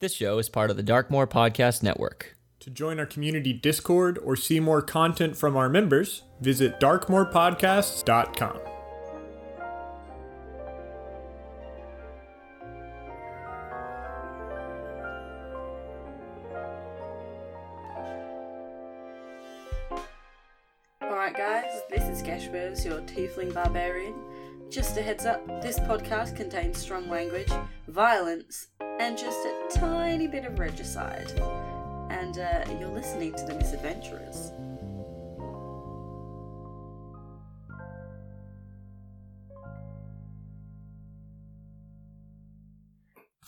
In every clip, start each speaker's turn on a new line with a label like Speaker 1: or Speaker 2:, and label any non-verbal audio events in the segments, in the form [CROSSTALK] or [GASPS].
Speaker 1: This show is part of the Darkmoor Podcast Network.
Speaker 2: To join our community Discord or see more content from our members, visit darkmorepodcasts.com.
Speaker 3: Alright, guys, this is Gashbers, your tiefling barbarian. Just a heads up this podcast contains strong language, violence, and just a tiny bit of regicide. And uh, you're listening to The Misadventurers.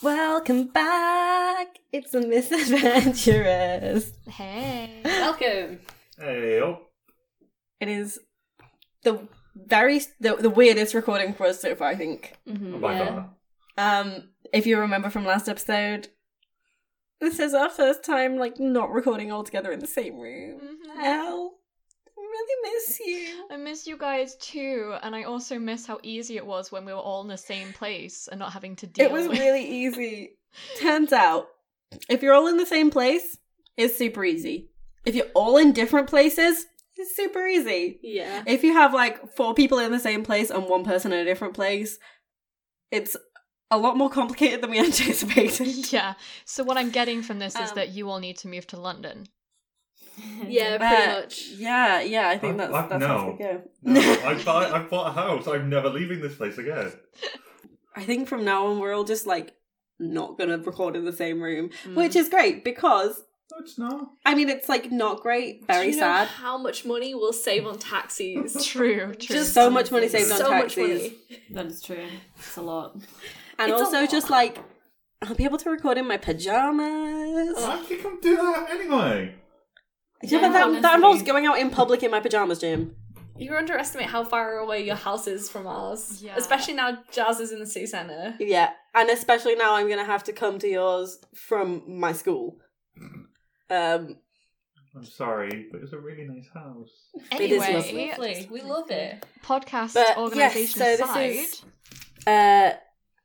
Speaker 3: Welcome back! It's The Misadventurers.
Speaker 4: Hey. Welcome.
Speaker 5: Hey, oh.
Speaker 3: It is the very the, the weirdest recording for us so far, I think.
Speaker 5: By
Speaker 3: [LAUGHS]
Speaker 5: far.
Speaker 3: Um, if you remember from last episode, this is our first time like not recording all together in the same room. Al, I really miss you.
Speaker 4: [LAUGHS] I miss you guys too, and I also miss how easy it was when we were all in the same place and not having to deal
Speaker 3: It was
Speaker 4: with
Speaker 3: really easy. Turns out, if you're all in the same place, it's super easy. If you're all in different places, it's super easy.
Speaker 4: [LAUGHS]
Speaker 6: Yeah.
Speaker 3: If you have like four people in the same place and one person in a different place, it's a lot more complicated than we [LAUGHS] anticipated.
Speaker 4: [LAUGHS] Yeah. So what I'm getting from this is
Speaker 3: Um,
Speaker 4: that you all need to move to London.
Speaker 6: Yeah,
Speaker 3: But,
Speaker 6: pretty much.
Speaker 3: Yeah, yeah, I think
Speaker 5: I-
Speaker 3: that's
Speaker 5: I-
Speaker 3: that's how we
Speaker 5: Uh, no.
Speaker 3: go. [LAUGHS]
Speaker 5: No, I bought, I bought a house. I'm never leaving this place again.
Speaker 3: I think from now on we're all just like not gonna record in the same room,
Speaker 6: Mm.
Speaker 3: which is great because
Speaker 5: No, it's not.
Speaker 3: I mean it's like not great, very
Speaker 6: Do you know
Speaker 3: sad.
Speaker 6: how much money we'll save
Speaker 3: [LAUGHS]
Speaker 6: on taxis?
Speaker 4: True. True.
Speaker 3: Just so much money saved on
Speaker 6: so much
Speaker 3: taxis,
Speaker 6: money.
Speaker 7: That is true. It's a lot.
Speaker 3: and
Speaker 6: It's a
Speaker 3: also
Speaker 6: lot.
Speaker 3: just like I'll be able to record in my pajamas.
Speaker 6: Oh,
Speaker 5: I think I'm doing that anyway.
Speaker 3: yeah,
Speaker 7: Yeah,
Speaker 3: but that, that
Speaker 7: honestly.
Speaker 3: involves going out in public in my pajamas, Jim.
Speaker 6: You underestimate how far away your house is from ours.
Speaker 4: Yeah.
Speaker 6: Especially now Jazz is in the city centre.
Speaker 3: Yeah, and especially now I'm gonna have to come to yours from my school. Um,
Speaker 5: I'm sorry, but it's a really nice house.
Speaker 3: It is lovely.
Speaker 4: anyway,
Speaker 6: We love it.
Speaker 4: podcast
Speaker 3: But, yes,
Speaker 4: organization
Speaker 3: so this
Speaker 4: aside,
Speaker 3: is- uh,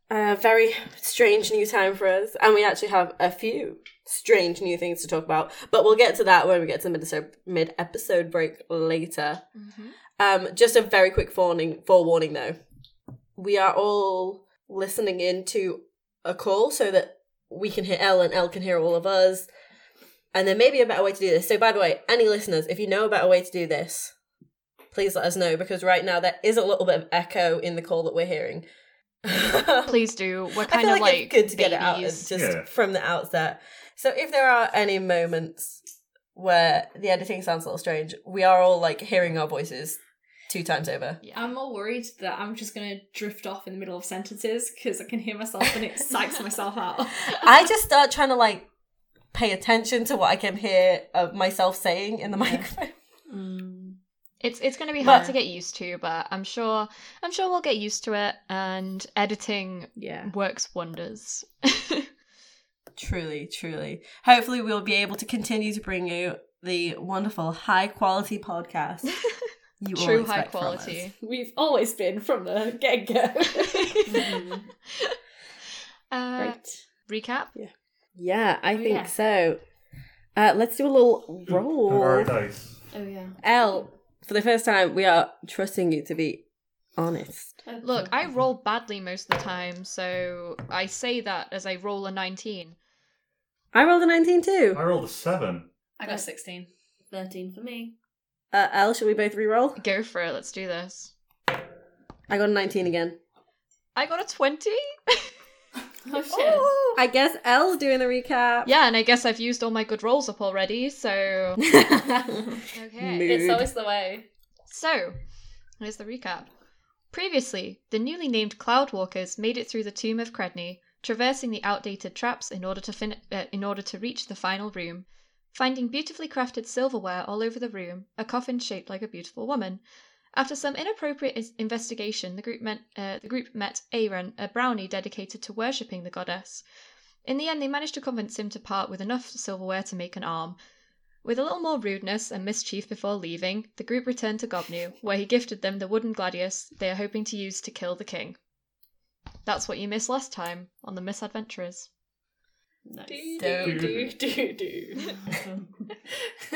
Speaker 3: a very strange new time for us, and we actually have a few strange new things to talk about. But we'll get to that when we get to mid mid episode break later.
Speaker 4: Mhm.
Speaker 3: Um, just a very quick warning, forewarning though, we are all listening in to a call so that we can hear L and L can hear all of us. And there may be a better way to do this. So, by the way, any listeners, if you know a better way to do this, please let us know because right now there is a little bit of echo in the call that we're hearing. [LAUGHS]
Speaker 4: please do. We're
Speaker 3: I
Speaker 4: kind
Speaker 3: feel
Speaker 4: of
Speaker 3: like, it's
Speaker 4: like
Speaker 3: good to get it out
Speaker 4: babies.
Speaker 3: just
Speaker 5: Yeah.
Speaker 3: from the outset. So if there are any moments where the editing sounds a little strange, we are all like hearing our voices two times over.
Speaker 4: Yeah.
Speaker 6: I'm more worried that I'm just gonna drift off in the middle of sentences because I can hear myself
Speaker 4: [LAUGHS]
Speaker 6: and it psychs myself out.
Speaker 3: I just start trying to like pay attention to what I can hear of myself saying in the microphone. [LAUGHS]
Speaker 4: Mm, It's it's going to be
Speaker 3: But-
Speaker 4: hard to get used to, but I'm sure I'm sure we'll get used to it. And editing
Speaker 6: Yeah.
Speaker 4: works wonders.
Speaker 3: Truly, truly. Hopefully we'll be able to continue to bring you the wonderful high quality podcast.
Speaker 4: [LAUGHS]
Speaker 3: You all
Speaker 4: [LAUGHS] True high
Speaker 3: expect from us.
Speaker 4: quality.
Speaker 6: We've always been from the get
Speaker 3: [LAUGHS]
Speaker 4: [LAUGHS]
Speaker 6: go.
Speaker 4: Mm-hmm.
Speaker 6: [LAUGHS]
Speaker 4: Uh,
Speaker 6: Right.
Speaker 4: recap.
Speaker 3: Yeah, I
Speaker 6: Oh,
Speaker 3: think
Speaker 6: yeah.
Speaker 3: so. Uh, let's do a little
Speaker 5: Hmm.
Speaker 3: roll.
Speaker 5: Very nice.
Speaker 7: Oh yeah.
Speaker 3: L, for the first time, we are trusting you to be honest.
Speaker 4: Look, I roll badly most of the time, so I say that as I roll a 19.
Speaker 3: I rolled a 19 too.
Speaker 5: I rolled a seven.
Speaker 6: I got 16.
Speaker 7: Thirteen for me.
Speaker 3: Uh, L, should we both re-roll?
Speaker 4: Go for it, let's do this.
Speaker 3: I got a 19 again.
Speaker 4: I got a [LAUGHS] 20?
Speaker 6: Oh shit.
Speaker 3: I guess L's doing the recap.
Speaker 4: Yeah, and I guess I've used all my good rolls up already, so. [LAUGHS] Okay.
Speaker 6: It's
Speaker 3: Mood.
Speaker 6: always the way.
Speaker 4: So, here's the recap. Previously, the newly named Cloudwalkers made it through the Tomb of Credney, traversing the outdated traps in order to fin- uh, in order to reach the final room, finding beautifully crafted silverware all over the room, a coffin shaped like a beautiful woman. After some inappropriate is- investigation, the group met uh, the group met Aaron, a brownie dedicated to worshipping the goddess. In the end, they managed to convince him to part with enough silverware to make an arm, with a little more rudeness and mischief before leaving, the group returned to Gobnu, where he gifted them the wooden gladius they are hoping to use to kill the king. That's what you missed last time on the Misadventurers.
Speaker 7: Nice.
Speaker 6: Do,
Speaker 3: Don't.
Speaker 6: do, do, do.
Speaker 3: [LAUGHS]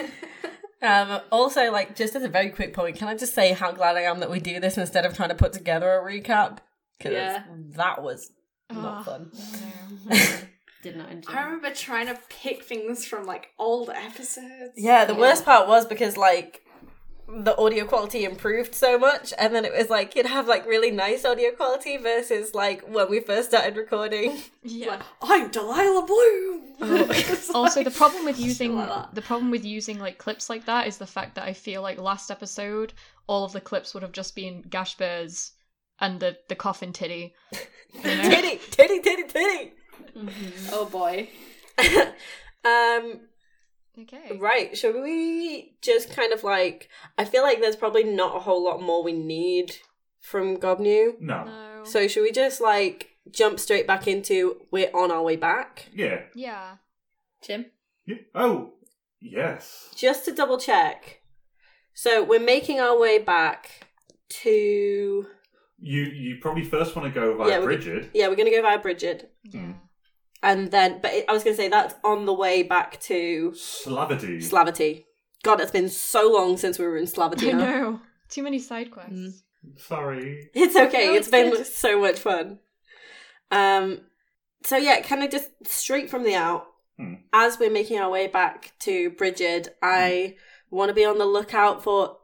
Speaker 3: Um, also, like, just as a very quick point, can I just say how glad I am that we do this instead of trying to put together a recap? Because
Speaker 6: Yeah.
Speaker 3: that was
Speaker 4: Ah.
Speaker 3: not fun.
Speaker 7: [LAUGHS] Did not enjoy.
Speaker 6: I remember trying to pick things from like old episodes.
Speaker 3: Yeah, the worst part was because, like, the audio quality improved so much, and then it was like you'd have like really nice audio quality versus like when we first started recording.
Speaker 4: Yeah.
Speaker 6: I'm Delilah Bloom.
Speaker 3: Oh. [LAUGHS]
Speaker 4: [LAUGHS]
Speaker 6: It's
Speaker 4: Also,
Speaker 6: like-
Speaker 4: the problem with using
Speaker 6: like that.
Speaker 4: the problem with using like clips like that is the fact that I feel like last episode all of the clips would have just been Gash Bears and the the coffin titty. You know?
Speaker 3: titty, titty, titty, titty.
Speaker 7: Mhm.
Speaker 6: Oh boy.
Speaker 3: [LAUGHS] Um,
Speaker 4: okay.
Speaker 3: Right. Should we just kind of like? I feel like there's probably not a whole lot more we need from Gobnew.
Speaker 5: No.
Speaker 4: No.
Speaker 3: So should we just like jump straight back into we're on our way back?
Speaker 5: Yeah.
Speaker 4: yeah.
Speaker 7: Jim?
Speaker 5: yeah. Oh, yes.
Speaker 3: Just to double check. So we're making our way back to
Speaker 5: You you probably first want to go via
Speaker 3: Yeah, we-
Speaker 5: Bridget.
Speaker 3: yeah, we're gonna go via Bridget,
Speaker 4: Yeah.
Speaker 3: and then but it, I was gonna say that's on the way back to
Speaker 5: Slavity.
Speaker 3: Slavity. God, it's been so long since we were in
Speaker 4: [LAUGHS]
Speaker 3: Slavity.
Speaker 4: I
Speaker 3: Huh?
Speaker 4: know. Too many side quests.
Speaker 3: Mm.
Speaker 5: Sorry.
Speaker 3: [LAUGHS] It's okay.
Speaker 6: No,
Speaker 3: it's
Speaker 6: it's
Speaker 3: been
Speaker 6: good.
Speaker 3: so much fun. Um, so yeah, kind of just straight from the out.
Speaker 5: Hmm.
Speaker 3: As we're making our way back to Bridget, I want to be on the lookout for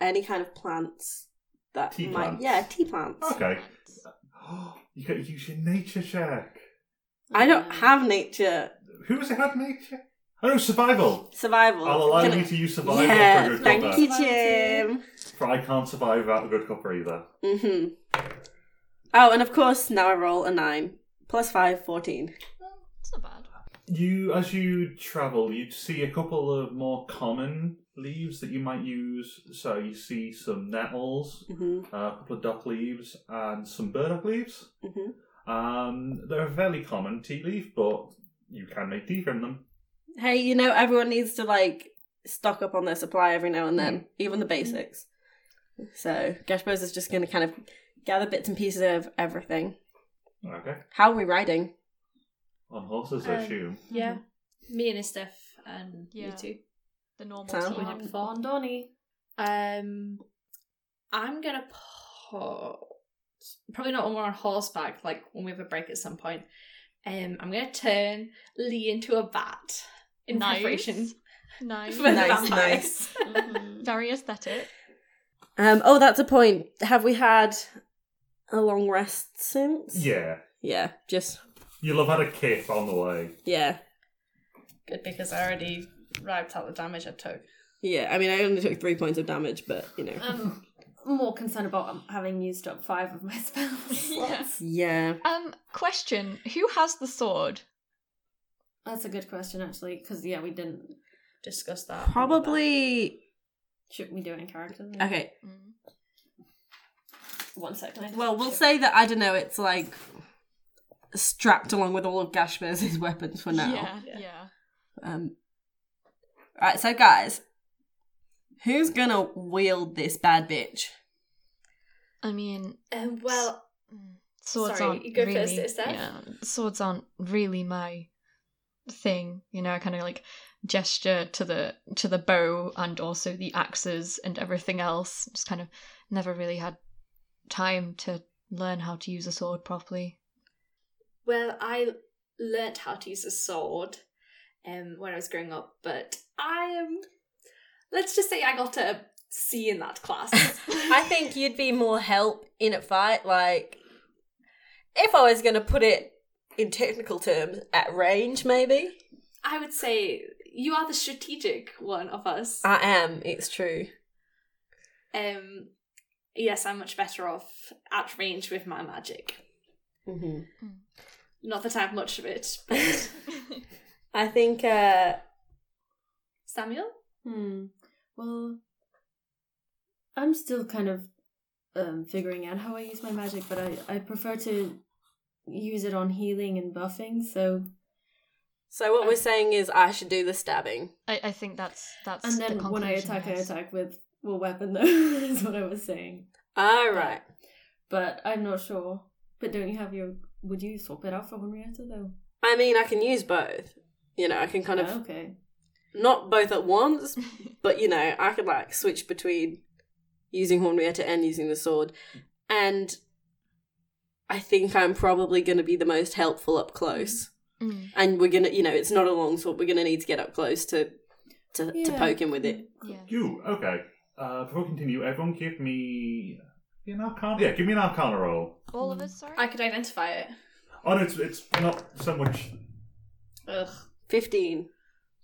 Speaker 3: any kind of plants that
Speaker 5: Tea
Speaker 3: might,
Speaker 5: plants.
Speaker 3: yeah, tea plants.
Speaker 5: [LAUGHS] Okay. [GASPS] you got to use your nature check.
Speaker 3: I don't
Speaker 7: Um,
Speaker 3: have nature
Speaker 5: Who has had nature? Oh, survival.
Speaker 3: survival.
Speaker 5: I'll allow
Speaker 3: Can
Speaker 5: you
Speaker 3: I-
Speaker 5: to use survival for a
Speaker 3: Yeah,
Speaker 5: good
Speaker 3: thank
Speaker 5: copper.
Speaker 3: you, Jim.
Speaker 5: For I can't survive without a good copper either.
Speaker 3: Mm-hmm. Oh, and of course, now I roll a nine plus five, 14.
Speaker 4: It's not bad.
Speaker 5: You, as you travel, you see a couple of more common leaves that you might use. So you see some nettles,
Speaker 3: Mm-hmm.
Speaker 5: a couple of dock leaves, and some burdock leaves.
Speaker 3: Mm-hmm.
Speaker 5: Um, they're a fairly common tea leaf, but you can make tea from them.
Speaker 3: Hey, you know, everyone needs to like stock up on their supply every now and then, even the basics. So Gashbos is just going to kind of gather bits and pieces of everything.
Speaker 5: Okay,
Speaker 3: How are we riding?
Speaker 5: on horses, I
Speaker 6: Um,
Speaker 5: assume.
Speaker 7: Mm-hmm.
Speaker 6: Yeah. Me and Estef and
Speaker 4: Yeah.
Speaker 6: you two.
Speaker 4: The normal
Speaker 3: Sounds
Speaker 4: team.
Speaker 3: like-
Speaker 7: Fawn Donny.
Speaker 6: Um, I'm gonna put probably not when we're on horseback, like when we have a break at some point. Um, I'm gonna turn Lee into a bat in
Speaker 4: Nice.
Speaker 6: preparation
Speaker 4: Nice.
Speaker 6: for the
Speaker 3: Nice,
Speaker 6: vampires. [LAUGHS] Mm-hmm.
Speaker 3: nice.
Speaker 7: Mhm.
Speaker 4: Very aesthetic.
Speaker 3: Um, oh, that's a point. Have we had a long rest since?
Speaker 5: Yeah,
Speaker 3: Yeah, just,
Speaker 5: you'll have had a kick on the way.
Speaker 3: yeah.
Speaker 6: Good because I already wiped out the damage I took.
Speaker 3: Yeah, I mean, I only took three points of damage, but you know.
Speaker 7: I'm more concerned about um, having used up five of my [LAUGHS] spells.
Speaker 4: Yeah.
Speaker 3: Yeah.
Speaker 4: Um, question: Who has the sword?
Speaker 7: That's a good question, actually, because, yeah, we didn't.
Speaker 6: Discuss that.
Speaker 3: Probably.
Speaker 7: Should we do it in character?
Speaker 3: Okay.
Speaker 4: Mm.
Speaker 7: One second. I just-
Speaker 3: Well, we'll say that, I don't know, it's like strapped along with all of Gashbos' [LAUGHS] weapons for now.
Speaker 4: Yeah.
Speaker 6: Yeah.
Speaker 4: Yeah.
Speaker 3: Um, right, so guys, who's gonna wield this bad bitch?
Speaker 4: I mean, mm,
Speaker 6: Um, well,
Speaker 4: swords
Speaker 6: Sorry,
Speaker 4: aren't
Speaker 6: you go
Speaker 4: really,
Speaker 6: first, Esther.
Speaker 4: Yeah, swords aren't really my thing. You know, I kind of like gesture to the to the bow and also the axes and everything else. Just kind of never really had time to learn how to use a sword properly.
Speaker 6: well, I learnt how to use a sword, um, when I was growing up, but I am. Let's just say I got a C in that class.
Speaker 3: I think you'd be more help in a fight. Like, if I was gonna put it in technical terms, at range, maybe.
Speaker 6: I would say you are the strategic one of us.
Speaker 3: I am. It's true.
Speaker 6: um, yes, I'm much better off at range with my magic.
Speaker 3: Mm-hmm.
Speaker 6: Not that I have much of it, but
Speaker 3: I think. uh
Speaker 6: Samuel.
Speaker 7: Hmm. Well, I'm still kind of um, figuring out how I use my magic, but I, I prefer to use it on healing and buffing, so.
Speaker 3: So what we're saying is, I should do the stabbing.
Speaker 4: I, I think that's that's.
Speaker 7: And
Speaker 4: the
Speaker 7: then when I
Speaker 4: conclusion,
Speaker 7: attack, I
Speaker 4: yes.
Speaker 7: attack with a weapon, [LAUGHS] though, is what I was saying.
Speaker 3: All right.
Speaker 7: But I'm not sure. But don't you have your. Would you swap it out for Henrietta, though? Oh,
Speaker 3: I mean, I can use both. You know, I can kind of
Speaker 7: okay.
Speaker 3: not both at once, [LAUGHS] but you know, I could like switch between using Henrietta and using the sword. And I think I'm probably going to be the most helpful up close.
Speaker 4: Mm.
Speaker 3: And we're going to, you know, it's not a long sword. We're going to need to get up close to to, to
Speaker 7: Yeah.
Speaker 3: poke him with it.
Speaker 4: Yeah.
Speaker 5: You, okay. Uh, before we continue, everyone give me. Be an arcana? Yeah, give me an arcana roll.
Speaker 4: All of us, sorry?
Speaker 6: I could identify it.
Speaker 5: Oh, no, it's, it's not so much.
Speaker 6: Ugh.
Speaker 3: 15.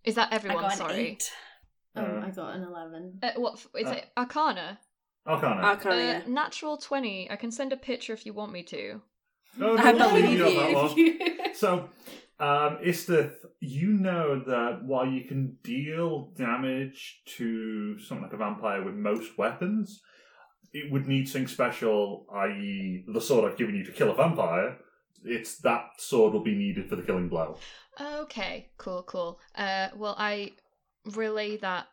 Speaker 4: Is that
Speaker 6: I
Speaker 4: everyone,
Speaker 6: got an
Speaker 4: sorry?
Speaker 6: eight.
Speaker 7: Oh,
Speaker 5: Uh,
Speaker 7: I got
Speaker 3: [LAUGHS]
Speaker 7: an eleven.
Speaker 4: Uh, what f- is
Speaker 5: Uh,
Speaker 4: it? Arcana?
Speaker 5: Arcana.
Speaker 3: Arcana.
Speaker 4: uh, natural 20. I can send a picture if you want me to.
Speaker 5: No,
Speaker 6: I
Speaker 5: no, no,
Speaker 6: believe
Speaker 5: you. got that one.
Speaker 6: you.
Speaker 5: So, um, Istith, you know that while you can deal damage to something like a vampire with most weapons, it would need something special, i.e., the sword I've given you to kill a vampire. It's that sword will be needed for the killing blow.
Speaker 4: Okay, cool, cool. Uh, well, I relay that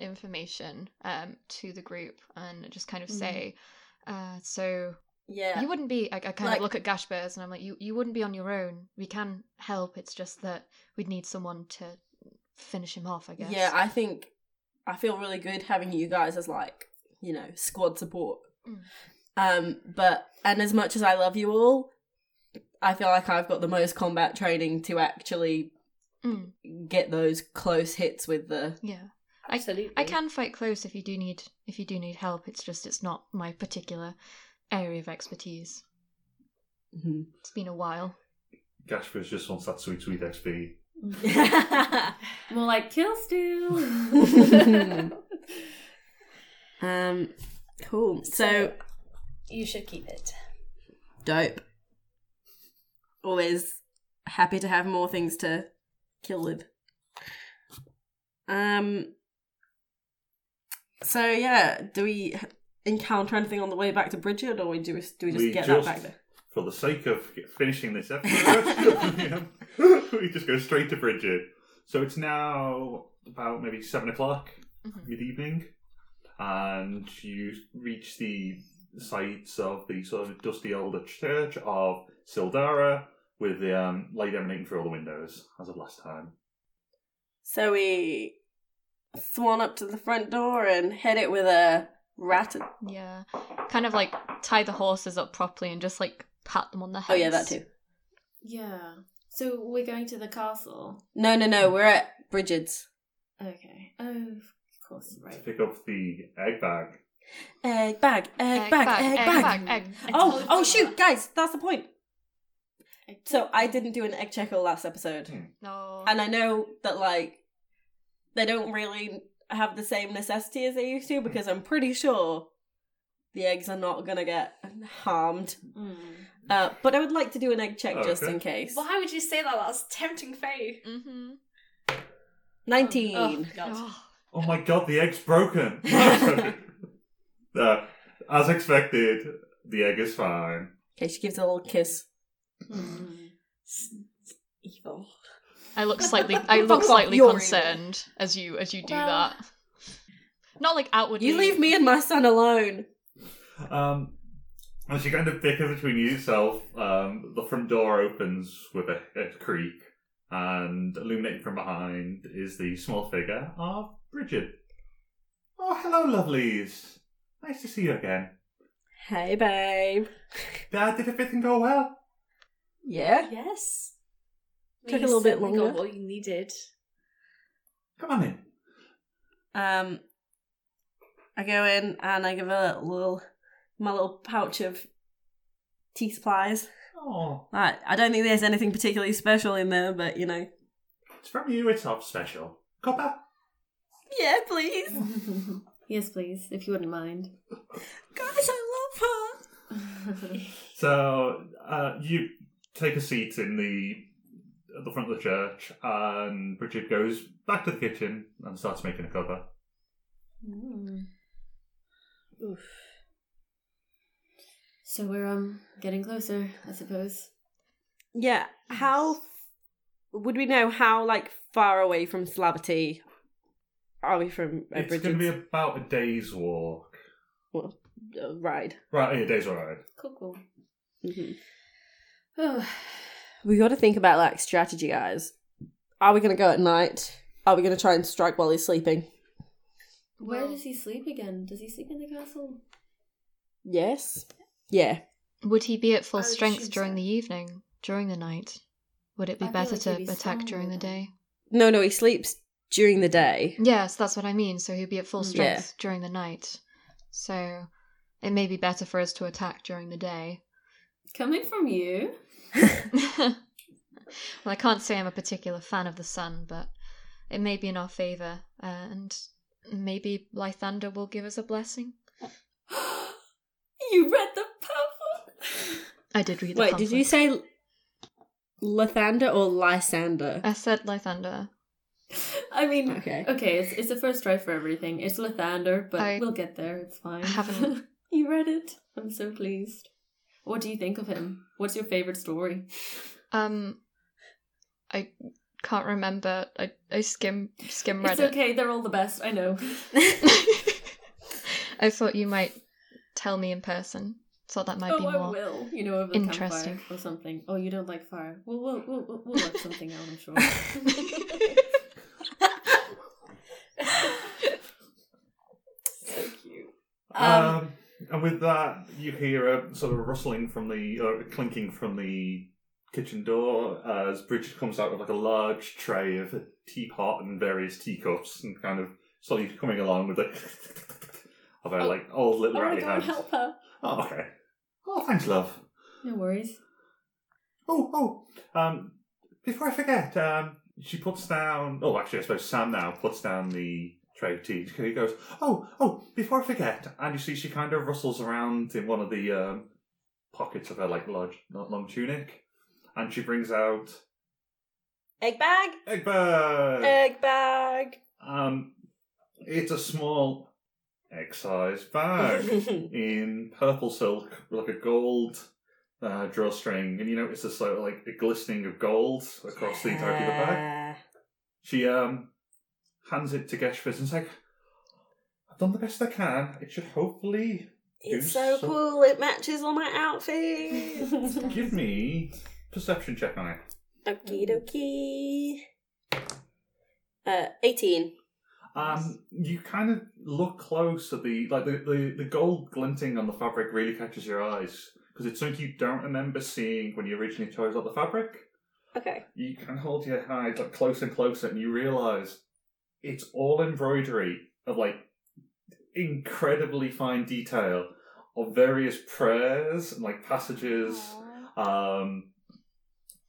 Speaker 4: information um, to the group and just kind of
Speaker 7: Mhm.
Speaker 4: say, uh, so
Speaker 3: yeah.
Speaker 4: you wouldn't be. I, I kind
Speaker 3: Like-
Speaker 4: of look at Gashbears and I'm like, you, you wouldn't be on your own. We can help. It's just that we'd need someone to finish him off, I guess.
Speaker 3: Yeah, I think I feel really good having you guys as like, you know, squad support.
Speaker 4: Mm.
Speaker 3: Um, but and as much as I love you all, I feel like I've got the most combat training to actually
Speaker 4: Mm,
Speaker 3: get those close hits with the
Speaker 4: yeah. I-
Speaker 6: Absolutely.
Speaker 4: I can fight close if you do need if you do need help. It's just it's not my particular area of expertise. [LAUGHS]
Speaker 3: Mhm.
Speaker 4: It's been a while.
Speaker 5: Gashford just wants that sweet, sweet XP.
Speaker 7: More like kill steal.
Speaker 3: [LAUGHS] [LAUGHS] Um cool. So
Speaker 6: [LAUGHS] You should keep it.
Speaker 3: dope. Always happy to have more things to kill with. Um. So yeah, do we encounter anything on the way back to Bridget, or we do we, do we just
Speaker 5: We
Speaker 3: get
Speaker 5: just-
Speaker 3: that back there?
Speaker 5: For the sake of finishing this episode, [LAUGHS] we just go straight to Bridget. So it's now about maybe seven o'clock.
Speaker 4: Mhm.
Speaker 5: mid evening, and you reach the sites of the sort of dusty older church of Sildara with the um, light emanating through all the windows as of last time.
Speaker 3: So we swan up to the front door and hit it with a rat.
Speaker 4: Yeah, kind of like tie the horses up properly and just like pat them on the
Speaker 3: Oh
Speaker 4: head.
Speaker 3: yeah, that too.
Speaker 7: yeah. So we're going to the castle.
Speaker 3: No, no, no. We're at Bridget's.
Speaker 7: Okay. Oh, of course.
Speaker 5: To
Speaker 7: Right.
Speaker 5: pick up the egg bag.
Speaker 3: Egg bag, egg,
Speaker 4: Egg
Speaker 3: bag,
Speaker 4: bag,
Speaker 3: egg,
Speaker 4: egg
Speaker 3: bag.
Speaker 4: bag, egg.
Speaker 6: I
Speaker 3: Oh,
Speaker 6: totally
Speaker 3: oh
Speaker 6: forgot.
Speaker 3: shoot, guys, that's the point.
Speaker 7: Egg-
Speaker 3: So I didn't do an egg checker last episode.
Speaker 4: No.
Speaker 3: and I know that like they don't really have the same necessity as they used to because I'm pretty sure the eggs are not gonna get harmed.
Speaker 7: Mm.
Speaker 3: Uh, but I would like to do an egg check just
Speaker 5: Okay.
Speaker 3: in case.
Speaker 6: Why would you say that? That's tempting fate.
Speaker 4: Mm-hmm.
Speaker 3: Nineteen.
Speaker 6: Oh, God.
Speaker 4: Oh.
Speaker 5: Oh my god, the egg's broken! [LAUGHS] Uh, as expected, the egg is fine.
Speaker 3: Okay, she gives a little kiss.
Speaker 7: Mm.
Speaker 6: It's- it's Evil.
Speaker 4: I
Speaker 3: [LAUGHS]
Speaker 4: look slightly. I
Speaker 3: Fuck
Speaker 4: look
Speaker 3: off,
Speaker 4: slightly
Speaker 3: you're
Speaker 4: concerned as you as you do
Speaker 6: Well-
Speaker 4: that. Not like outwardly.
Speaker 3: You leave me and my son alone.
Speaker 5: Um, as you kind of bicker between yourself, um, the front door opens with a, a creak, and illuminated from behind is the small figure of Bridget. Oh, hello, lovelies. Nice to see you again.
Speaker 3: Hey, babe.
Speaker 5: Dad, did everything go well?
Speaker 3: Yeah.
Speaker 6: Yes.
Speaker 3: Took a
Speaker 6: You
Speaker 3: little bit
Speaker 6: certainly got
Speaker 3: longer.
Speaker 6: What you needed.
Speaker 5: Come on in.
Speaker 3: Um, I go in and I give her a little my little pouch of tea supplies.
Speaker 5: Oh,
Speaker 3: Like, I don't think there's anything particularly special in there, but you know.
Speaker 5: it's from you. It's not special. Copper.
Speaker 3: Yeah, please.
Speaker 7: yes, please, if you
Speaker 3: [LAUGHS]
Speaker 7: wouldn't mind.
Speaker 3: Guys, I love her.
Speaker 5: So uh, you take a seat in the at the front of the church, and Bridget goes back to the kitchen and starts making a cover.
Speaker 7: Mm.
Speaker 6: Oof.
Speaker 7: So we're um getting closer, I suppose.
Speaker 3: Yeah, how f- would we know how like far away from Slaverty are we from uh,
Speaker 5: It's going to be
Speaker 3: Bridget's
Speaker 5: about a day's walk.
Speaker 3: uh, ride?
Speaker 5: Right, yeah, a day's ride.
Speaker 7: Cool, cool.
Speaker 3: Mhm.
Speaker 6: Oh.
Speaker 3: we got to think about like strategy, guys. Are we going to go at night? Are we going to try and strike while he's sleeping?
Speaker 7: Where
Speaker 4: Well-
Speaker 7: does he sleep again? Does he sleep in the castle?
Speaker 3: Yes. Yeah.
Speaker 4: Would he be at
Speaker 7: I
Speaker 4: full
Speaker 7: would assume
Speaker 4: strength
Speaker 7: so.
Speaker 4: during the evening, during the night? Would it be
Speaker 7: I feel
Speaker 4: better
Speaker 7: like
Speaker 4: to
Speaker 7: he'd be
Speaker 4: attack during the
Speaker 7: stronger
Speaker 4: day?
Speaker 3: No, no, he sleeps during the day.
Speaker 4: Yes, that's what I mean. So he'd be at full
Speaker 3: Yeah.
Speaker 4: strength during the night. So it may be better for us to attack during the day. [LAUGHS]
Speaker 7: Coming from you.
Speaker 4: well, I can't say I'm a particular fan of the sun, but it may be in our favour, uh, and maybe Lythander will give us a blessing.
Speaker 7: you read the purple.
Speaker 4: I did read. The
Speaker 3: Wait, did you
Speaker 4: pamphlet.
Speaker 3: say Lathander or Lysander?
Speaker 4: I said Lythander.
Speaker 7: [LAUGHS] I mean,
Speaker 3: Okay.
Speaker 7: okay, okay, it's it's a first try for everything. It's Lathander, but
Speaker 4: I-
Speaker 7: we'll get there. It's fine.
Speaker 4: I haven't-
Speaker 7: [LAUGHS] you read it? I'm so pleased. What do you think of him? What's your favorite story?
Speaker 4: Um, I can't remember. I I skim skim read
Speaker 7: It's okay. They're all the best. I
Speaker 4: [LAUGHS]
Speaker 7: know. [LAUGHS]
Speaker 4: it. [LAUGHS] I thought you might tell me in person, so that might
Speaker 7: oh,
Speaker 4: be
Speaker 7: I
Speaker 4: more.
Speaker 7: will. You know, over the
Speaker 4: interesting.
Speaker 7: campfire or something. Oh, you don't like fire? Well, we'll we'll we'll, we'll work something out. I'm
Speaker 4: [LAUGHS]
Speaker 7: sure. [LAUGHS]
Speaker 6: so cute.
Speaker 5: Um,
Speaker 6: Um,
Speaker 5: and with that, you hear a sort of rustling from the, or clinking from the kitchen door as Bridget comes out with like a large tray of a teapot and various teacups and kind of slowly coming along with like, [LAUGHS] of her like old
Speaker 7: I
Speaker 5: little
Speaker 7: want
Speaker 5: ratty
Speaker 7: to go and
Speaker 5: hands.
Speaker 7: help her.
Speaker 5: Oh, okay. Oh, thanks, love.
Speaker 7: No worries.
Speaker 5: Oh, oh. Um, before I forget, um, she puts down. Oh, actually, I suppose Sam now puts down the tray of tea. She goes, "Oh, oh." Before I forget, and you see she kind of rustles around in one of the um, pockets of her like large, not long tunic, and she brings out
Speaker 3: Egg bag?
Speaker 5: egg bag.
Speaker 3: Egg bag.
Speaker 5: Um, it's a small
Speaker 3: [LAUGHS]
Speaker 5: egg-sized bag. in purple silk, with like a gold uh, drawstring, and you notice a sort of like a glistening of gold
Speaker 3: Uh,
Speaker 5: across the entirety of the bag. She um hands it to Geshford and's like, "I've done the best I can. It should
Speaker 3: [LAUGHS]
Speaker 5: hopefully
Speaker 3: It's
Speaker 5: Do
Speaker 3: so
Speaker 5: some-
Speaker 3: cool. It matches all my
Speaker 6: [LAUGHS]
Speaker 3: outfit.
Speaker 5: give me perception check on it."
Speaker 3: Okie dokie. Uh, 18.
Speaker 5: Um, you kind of look close at the like the, the, the gold glinting on the fabric really catches your eyes because it's something you don't remember seeing when you originally chose out the fabric.
Speaker 3: Okay.
Speaker 5: you can hold your hand like closer and closer and you realize it's all embroidery of like incredibly fine detail of various prayers and like passages um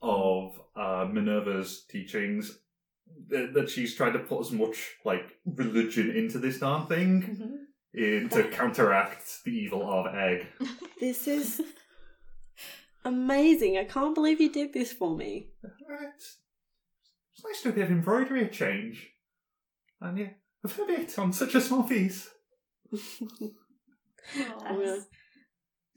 Speaker 5: of uh minerva's teachings that that she's tried to put as much like religion into this darn thing in, to counteract the evil of egg
Speaker 3: This is [LAUGHS] amazing. I can't believe you did this for [LAUGHS] me.
Speaker 5: It's, it's nice to have embroidery a change. And yeah, a fair bit on such a small piece.
Speaker 6: Oh,
Speaker 3: I'm gonna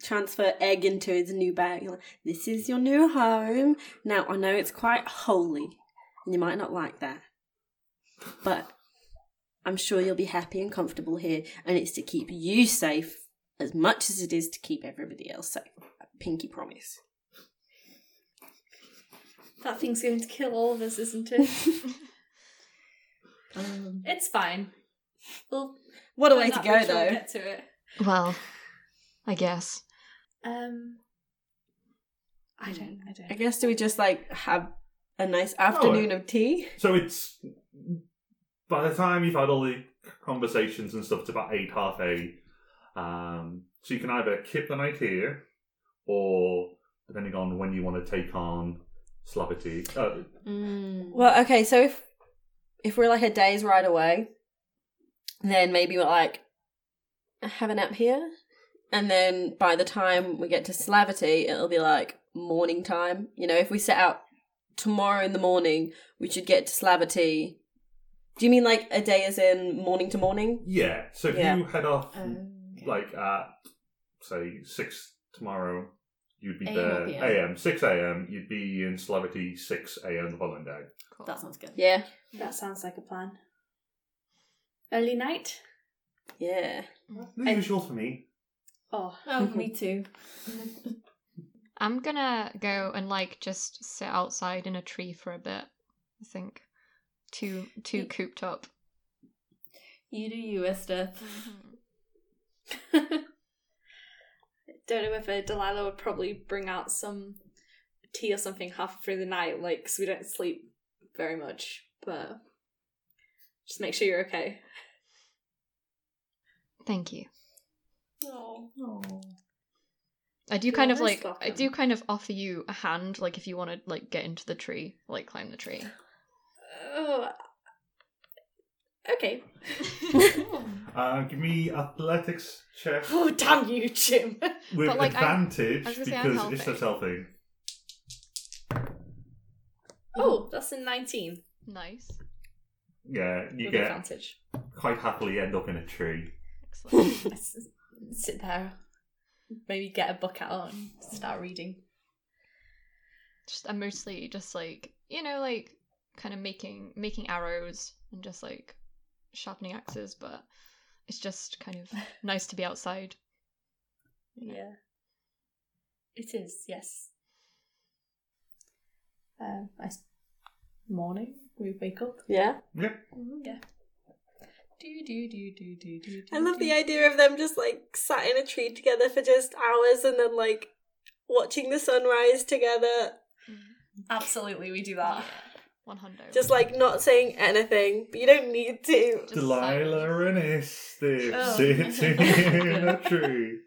Speaker 3: transfer egg into its new bag. You're like, This is your new home. Now I know it's quite holy, and you might not like that, but I'm sure you'll be happy and comfortable here. And it's to keep you safe as much as it is to keep everybody else safe. Pinky promise.
Speaker 6: That thing's going to kill all of us,
Speaker 3: [LAUGHS]
Speaker 6: isn't it?
Speaker 7: Um,
Speaker 6: it's fine. Well,
Speaker 3: What a
Speaker 6: by
Speaker 3: way to
Speaker 6: that
Speaker 3: go,
Speaker 6: we shall
Speaker 3: though.
Speaker 6: Get to it.
Speaker 4: Well, I guess.
Speaker 6: Um, I
Speaker 3: Hmm.
Speaker 6: don't. I don't.
Speaker 3: I guess do we just like have a nice afternoon of tea?
Speaker 5: So it's by the time you've had all the conversations and stuff, it's about eight, half eight. Um, so you can either kip the night here, or depending on when you want to take on Slavity. Uh,
Speaker 6: Mm.
Speaker 3: Well, okay, so if if we're like a day's ride away, then maybe we're like have a nap here, and then by the time we get to Slavity, it'll be like morning time. You know, if we set out tomorrow in the morning, we should get to Slavity. Do you mean like a day as in morning to morning?
Speaker 5: yeah, so if
Speaker 3: Yeah.
Speaker 5: you head off
Speaker 7: Uh, okay.
Speaker 5: like at say six tomorrow, you'd be
Speaker 7: AM
Speaker 5: there
Speaker 7: or PM?
Speaker 5: AM six AM. You'd be in Slavity six AM the following day.
Speaker 7: that sounds good.
Speaker 3: Yeah,
Speaker 6: That sounds like a plan. Early night.
Speaker 3: yeah.
Speaker 5: The usual for me.
Speaker 6: [LAUGHS] Oh,
Speaker 7: Oh, me too.
Speaker 4: I'm gonna go and like just sit outside in a tree for a bit. I think too too
Speaker 7: Ye-
Speaker 4: cooped up.
Speaker 7: You do you, Esther.
Speaker 6: Mm-hmm.
Speaker 7: Mm-hmm.
Speaker 6: [LAUGHS] Don't know if uh, Delilah would probably bring out some tea or something half through the night, like, because we don't sleep very much, but just make sure you're okay.
Speaker 4: Thank you.
Speaker 6: Oh.
Speaker 4: I do
Speaker 6: You're
Speaker 4: kind of
Speaker 6: most
Speaker 4: like I
Speaker 6: welcome.
Speaker 4: do kind of offer you a hand, like if you want to like get into the tree, like climb the
Speaker 7: [SIGHS]
Speaker 4: tree.
Speaker 6: Oh. [LAUGHS] okay.
Speaker 5: Uh, give me athletics check
Speaker 6: oh, damn you, [LAUGHS] Jim.
Speaker 5: with
Speaker 4: But, like, I'm-
Speaker 5: advantage
Speaker 4: I was gonna say I'm
Speaker 5: because it's a
Speaker 4: healthy.
Speaker 5: self thing.
Speaker 6: oh, that's a 19
Speaker 4: nice.
Speaker 5: Yeah, you
Speaker 6: with
Speaker 5: get
Speaker 6: [LAUGHS] advantage.
Speaker 5: quite happily end up in a tree.
Speaker 7: [LAUGHS]
Speaker 4: Excellent.
Speaker 6: I s- sit there, maybe get a book out and start reading.
Speaker 4: just I'm mostly just like you know like kind of making making arrows and just like sharpening axes, but it's just kind of nice to be outside.
Speaker 6: Yeah. It is, yes. Um, I s- morning, we wake up. [LAUGHS]
Speaker 3: Yeah.
Speaker 5: Yep.
Speaker 6: Yeah. Do, do, do, do, do, do,
Speaker 3: I love
Speaker 6: do.
Speaker 3: the idea of them just like sat in a tree together for just hours and then like watching the sunrise together,
Speaker 6: Absolutely, we [LAUGHS] do that.
Speaker 4: One hundred.
Speaker 3: just like not saying anything. You don't need to.
Speaker 4: Just
Speaker 5: Delilah and Esther
Speaker 6: Oh.
Speaker 5: sitting
Speaker 4: [LAUGHS]
Speaker 5: in a tree.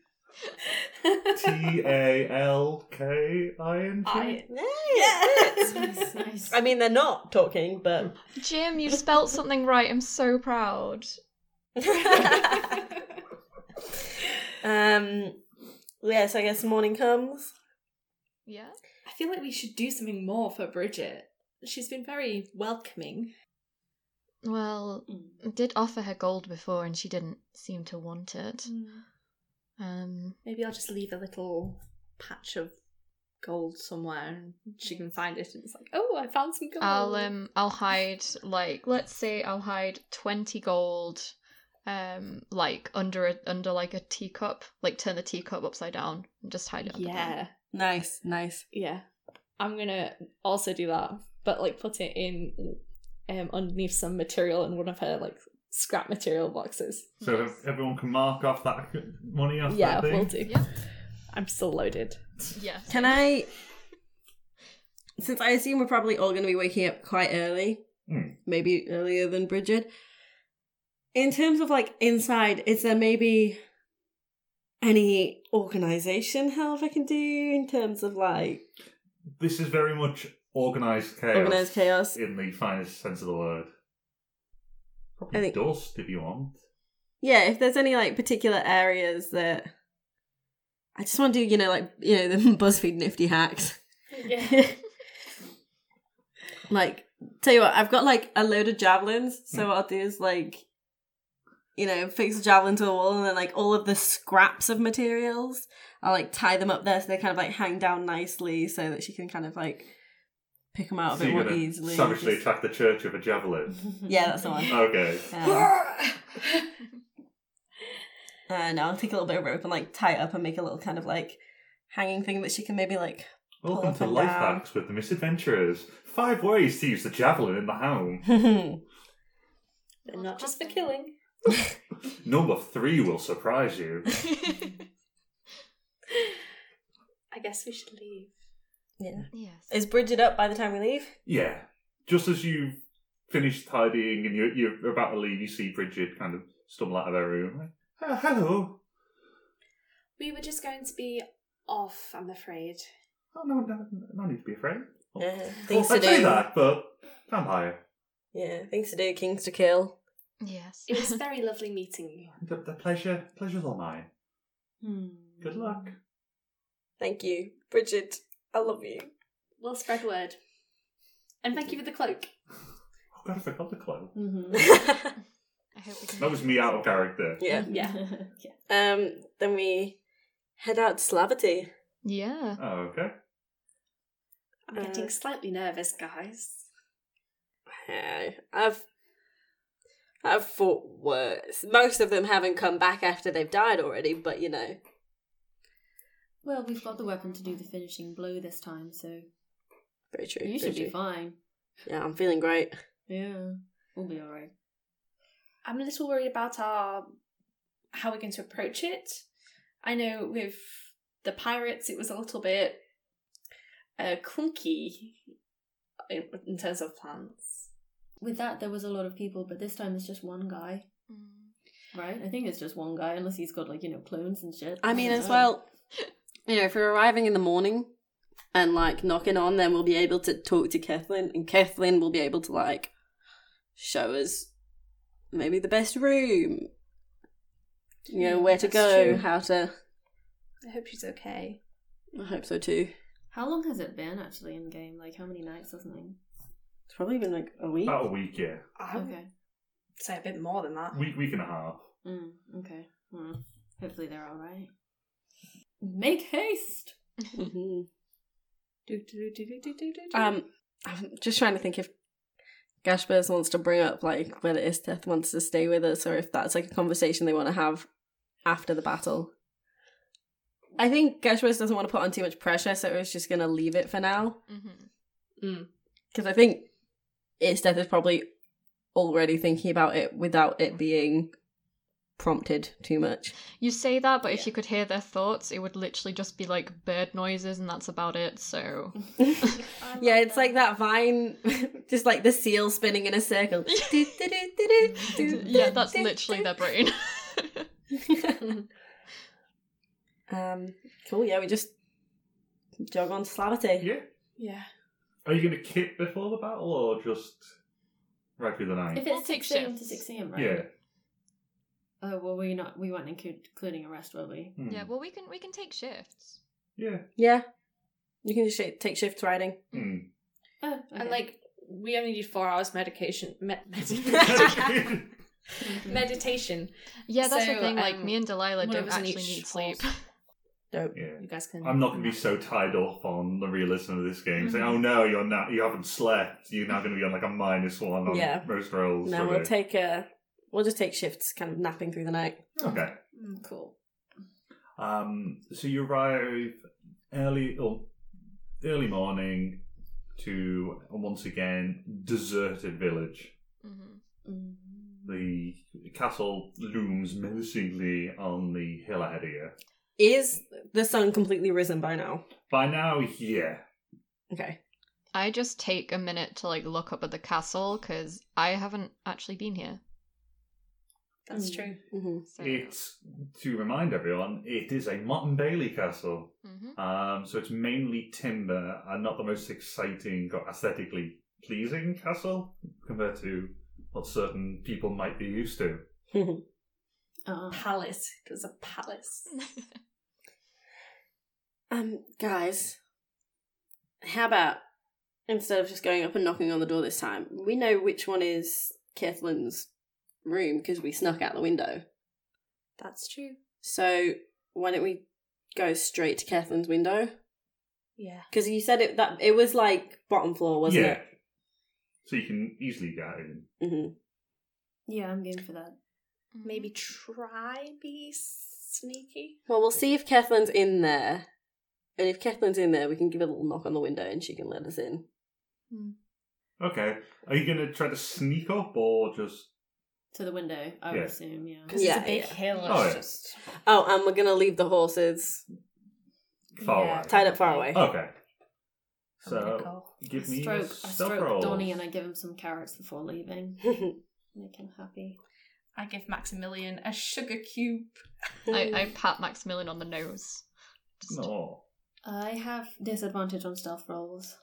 Speaker 5: T A L K I N G.
Speaker 6: I,
Speaker 3: Yeah.
Speaker 7: nice,
Speaker 3: [LAUGHS]
Speaker 7: nice.
Speaker 3: I mean, they're not talking, [LAUGHS] but
Speaker 4: Jim, you spelt something right. I'm so proud.
Speaker 3: um, yeah. So I guess morning comes.
Speaker 4: Yeah.
Speaker 6: I feel like we should do something more for Bridget. She's been very welcoming.
Speaker 4: Well,
Speaker 7: Mm.
Speaker 4: I did offer her gold before, and she didn't seem to want it. Um.
Speaker 6: Maybe I'll just leave a little patch of gold somewhere and she can find it and it's like, oh, I found some gold.
Speaker 4: I'll um I'll hide like let's say I'll hide twenty gold, um like under a under like a teacup, like turn the teacup upside down and just hide it. Under
Speaker 6: Yeah.
Speaker 3: Nice, nice.
Speaker 6: Yeah. I'm gonna also do that, but like put it in um underneath some material in one of her like scrap material boxes.
Speaker 5: So everyone can mark off that [LAUGHS] money off
Speaker 6: yeah,
Speaker 5: that thing.
Speaker 6: we'll do.
Speaker 4: Yeah.
Speaker 6: I'm still loaded.
Speaker 4: There. Yes.
Speaker 3: Can I? Since I assume we're probably all going to be waking up quite early,
Speaker 5: Hmm.
Speaker 3: maybe earlier than Bridget. In terms of like inside, is there maybe any organization help I can do in terms of like
Speaker 5: This is very much organised chaos.
Speaker 3: organized chaos?
Speaker 5: In the finest sense of the word. Probably
Speaker 3: I think-
Speaker 5: dust if you want.
Speaker 3: Yeah, if there's any like particular areas that I just want to do, you know, like you know the [LAUGHS] BuzzFeed nifty
Speaker 5: [LAUGHS]
Speaker 3: hacks.
Speaker 6: [LAUGHS] Yeah.
Speaker 3: Like, tell you what, I've got like a load of javelins, so
Speaker 5: Hmm.
Speaker 3: what I'll do is like, you know, fix a javelin to a wall, and then like all of the scraps of materials, I'll like tie them up there so they kind of like hang down nicely, so that she can kind of like pick them out a
Speaker 5: so
Speaker 3: bit
Speaker 5: you're
Speaker 3: more
Speaker 5: gonna
Speaker 3: Oh, easily.
Speaker 5: savagely
Speaker 3: Just-
Speaker 5: attack the church with
Speaker 3: [LAUGHS]
Speaker 5: a javelin.
Speaker 3: [LAUGHS] yeah, that's the one.
Speaker 5: okay.
Speaker 3: Um, and I'll take a little bit of rope and like tie it up and make a little kind of like hanging thing that she can maybe like [LAUGHS]
Speaker 5: Welcome
Speaker 3: up
Speaker 5: to
Speaker 3: and
Speaker 5: Life
Speaker 3: down.
Speaker 5: Hacks with the Misadventurers. Five ways to use the javelin in the home.
Speaker 6: But not just for
Speaker 4: [LAUGHS]
Speaker 6: killing.
Speaker 5: Number three will surprise you.
Speaker 6: I guess we should leave.
Speaker 3: yeah.
Speaker 4: yes.
Speaker 3: Is Bridget up by the time we leave?
Speaker 5: Yeah. Just as you finish tidying and you're, you're about to leave, you see Bridget kind of stumble out of her room. Uh, hello.
Speaker 6: We were just going to be off, I'm afraid.
Speaker 5: Oh, no, no, no need to be afraid.
Speaker 3: Yeah,
Speaker 5: Well,
Speaker 3: things to
Speaker 5: I'd say
Speaker 3: do.
Speaker 5: that, but vampire.
Speaker 3: Yeah, things to do, kings to kill.
Speaker 4: yes.
Speaker 6: It was [LAUGHS] very lovely meeting you.
Speaker 5: The, the pleasure, pleasure's all mine.
Speaker 7: Hmm.
Speaker 5: Good luck.
Speaker 3: Thank you, Bridget. I love you. [LAUGHS]
Speaker 6: We'll spread word. And thank you for the cloak.
Speaker 5: Oh god, I forgot the cloak.
Speaker 3: Mm-hmm.
Speaker 7: Mhm.
Speaker 4: [LAUGHS] I hope we can
Speaker 5: That was me out of character.
Speaker 7: [LAUGHS]
Speaker 3: [LAUGHS] yeah.
Speaker 6: [LAUGHS] Yeah.
Speaker 7: yeah.
Speaker 3: Um. Then we head out to Slaverty.
Speaker 4: Yeah.
Speaker 5: Oh, okay.
Speaker 6: I'm getting
Speaker 3: Uh,
Speaker 6: slightly nervous, guys.
Speaker 3: Uh, I've I've fought worse. Most of them haven't come back after they've died already, but you know.
Speaker 7: Well, we've got the weapon to do the finishing blow this time, so
Speaker 3: Very true.
Speaker 7: you
Speaker 3: very
Speaker 7: should be
Speaker 3: true.
Speaker 7: fine.
Speaker 3: Yeah, I'm feeling great.
Speaker 7: Yeah, we'll be all right.
Speaker 6: I'm a little worried about our how we're going to approach it. I know with the pirates, it was a little bit uh, clunky in, in terms of plans.
Speaker 7: With that, there was a lot of people, but this time it's just one guy,
Speaker 6: Hmm.
Speaker 7: right? I think it's just one guy, unless he's got like you know clones and shit.
Speaker 3: I mean,
Speaker 7: don't
Speaker 3: as
Speaker 7: know.
Speaker 3: well, you know, if we're arriving in the morning and like knocking on, then we'll be able to talk to Kathleen, and Kathleen will be able to like show us maybe the best room, you know,
Speaker 6: Yeah,
Speaker 3: where to
Speaker 6: that's
Speaker 3: go,
Speaker 6: true.
Speaker 3: how to.
Speaker 6: I hope she's okay.
Speaker 3: I hope so too.
Speaker 7: How long has it been actually in game? Like how many nights or something?
Speaker 3: It's probably been like a week.
Speaker 5: About a week, yeah.
Speaker 6: I would
Speaker 7: Okay.
Speaker 6: say a bit more than that.
Speaker 5: Week, week and a half.
Speaker 7: Mm, okay. Mm. Hopefully they're all right. Make
Speaker 6: [LAUGHS]
Speaker 7: haste.
Speaker 3: hmm
Speaker 6: Do, do, do, do, do, do, do, do.
Speaker 3: Um, I'm just trying to think if Gashbers wants to bring up like whether Isteth wants to stay with us or if that's like a conversation they want to have after the battle. I think Gashbers doesn't want to put on too much pressure, so it's just gonna leave it for now.
Speaker 4: Mm-hmm.
Speaker 3: Because I think Isteth is probably already thinking about it without it being prompted too
Speaker 4: [LAUGHS]
Speaker 3: much.
Speaker 4: You say that, but if you could hear their thoughts, it would literally just be like bird noises, and that's about it.
Speaker 6: [LAUGHS]
Speaker 4: So [LAUGHS]
Speaker 3: yeah, it's like that vine, [LAUGHS] just like the seal spinning in a
Speaker 4: [LAUGHS]
Speaker 3: circle.
Speaker 4: yeah, that's literally their brain.
Speaker 3: [LAUGHS] um, cool. Yeah, we just jog on to Slavity.
Speaker 5: Yeah.
Speaker 6: yeah.
Speaker 5: Are you going to kit before the battle or just right through the night?
Speaker 7: If
Speaker 4: We'll
Speaker 7: it's
Speaker 4: take
Speaker 7: six a.m. to
Speaker 4: shifts.
Speaker 7: six a.m. Right?
Speaker 5: Yeah.
Speaker 7: Oh well, we not we weren't inclu- including a rest, were we?
Speaker 5: Hmm.
Speaker 4: yeah, well, we can we can take shifts.
Speaker 5: Yeah.
Speaker 3: Yeah, you can just sh- take shifts riding.
Speaker 5: Hmm. [LAUGHS]
Speaker 7: Oh,
Speaker 6: And like, we only need four hours medication. [LAUGHS] Med- meditation.
Speaker 4: Yeah, that's the
Speaker 6: So,
Speaker 4: thing. Like
Speaker 6: um,
Speaker 4: me and Delilah
Speaker 6: one of
Speaker 4: don't
Speaker 6: us in
Speaker 4: actually
Speaker 6: each
Speaker 4: need sleep.
Speaker 6: [LAUGHS] horse.
Speaker 3: Dope.
Speaker 5: yeah.
Speaker 6: You guys can.
Speaker 5: I'm not going to be so tied up on the re-listen of this game. Say,
Speaker 4: Mhm.
Speaker 5: oh no, you're not. You haven't slept. You're now going to be on like a minus one on
Speaker 3: Yeah.
Speaker 5: most rolls.
Speaker 3: Now we'll
Speaker 5: okay.
Speaker 3: take a. We'll just take shifts, kind of napping through the night.
Speaker 5: Okay.
Speaker 6: Mm, cool.
Speaker 5: Um, so you arrive early, or early morning, to a once again deserted village.
Speaker 4: Mhm.
Speaker 7: Mm-hmm.
Speaker 5: The castle looms menacingly on the hill ahead of you.
Speaker 3: Is the sun completely risen by now?
Speaker 5: By now, yeah,
Speaker 3: Okay.
Speaker 4: I just take a minute to like look up at the castle because I haven't actually been here.
Speaker 6: That's
Speaker 7: Mm.
Speaker 6: true.
Speaker 3: Mm-hmm.
Speaker 4: So.
Speaker 5: it's to remind everyone it is a Mott and Bailey castle.
Speaker 4: [LAUGHS] Mhm.
Speaker 5: Um, so it's mainly timber and not the most exciting or aesthetically pleasing castle compared to what certain people might be used to.
Speaker 7: oh,
Speaker 6: Palace. It was a palace.
Speaker 3: Um, guys, how about instead of just going up and knocking on the door this time, we know which one is Kathleen's room because we snuck out the window.
Speaker 6: That's true.
Speaker 3: So why don't we go straight to Kathleen's window?
Speaker 6: Yeah.
Speaker 3: Because you said it that it was like bottom floor, wasn't
Speaker 5: yeah.
Speaker 3: it?
Speaker 5: So you can easily get in.
Speaker 3: Mm-hmm.
Speaker 7: yeah, I'm game for that.
Speaker 6: Maybe try be sneaky.
Speaker 3: Well, we'll see if Kathleen's in there, and if Kathleen's in there, we can give a little knock on the window and she can let us in.
Speaker 5: Okay. Are you going to try to sneak up or just.
Speaker 7: To the window, I would
Speaker 5: Yeah.
Speaker 7: assume. Yeah.
Speaker 3: it's a Yeah, big yeah.
Speaker 4: Mm-hmm.
Speaker 6: hill.
Speaker 5: Oh, it's yeah.
Speaker 6: just
Speaker 3: Oh, and we're gonna leave the horses
Speaker 5: Far
Speaker 6: Yeah.
Speaker 5: away.
Speaker 3: tied up far away.
Speaker 5: Okay. So give me
Speaker 7: stroke,
Speaker 5: a
Speaker 7: I
Speaker 5: stealth
Speaker 7: stroke
Speaker 5: roll.
Speaker 7: Donnie and I give him some carrots before leaving. Make him happy.
Speaker 6: I give Maximilian a sugar cube. Oh, [LAUGHS]
Speaker 4: I, I pat Maximilian on the nose. Just-
Speaker 5: No.
Speaker 7: I have disadvantage on stealth rolls.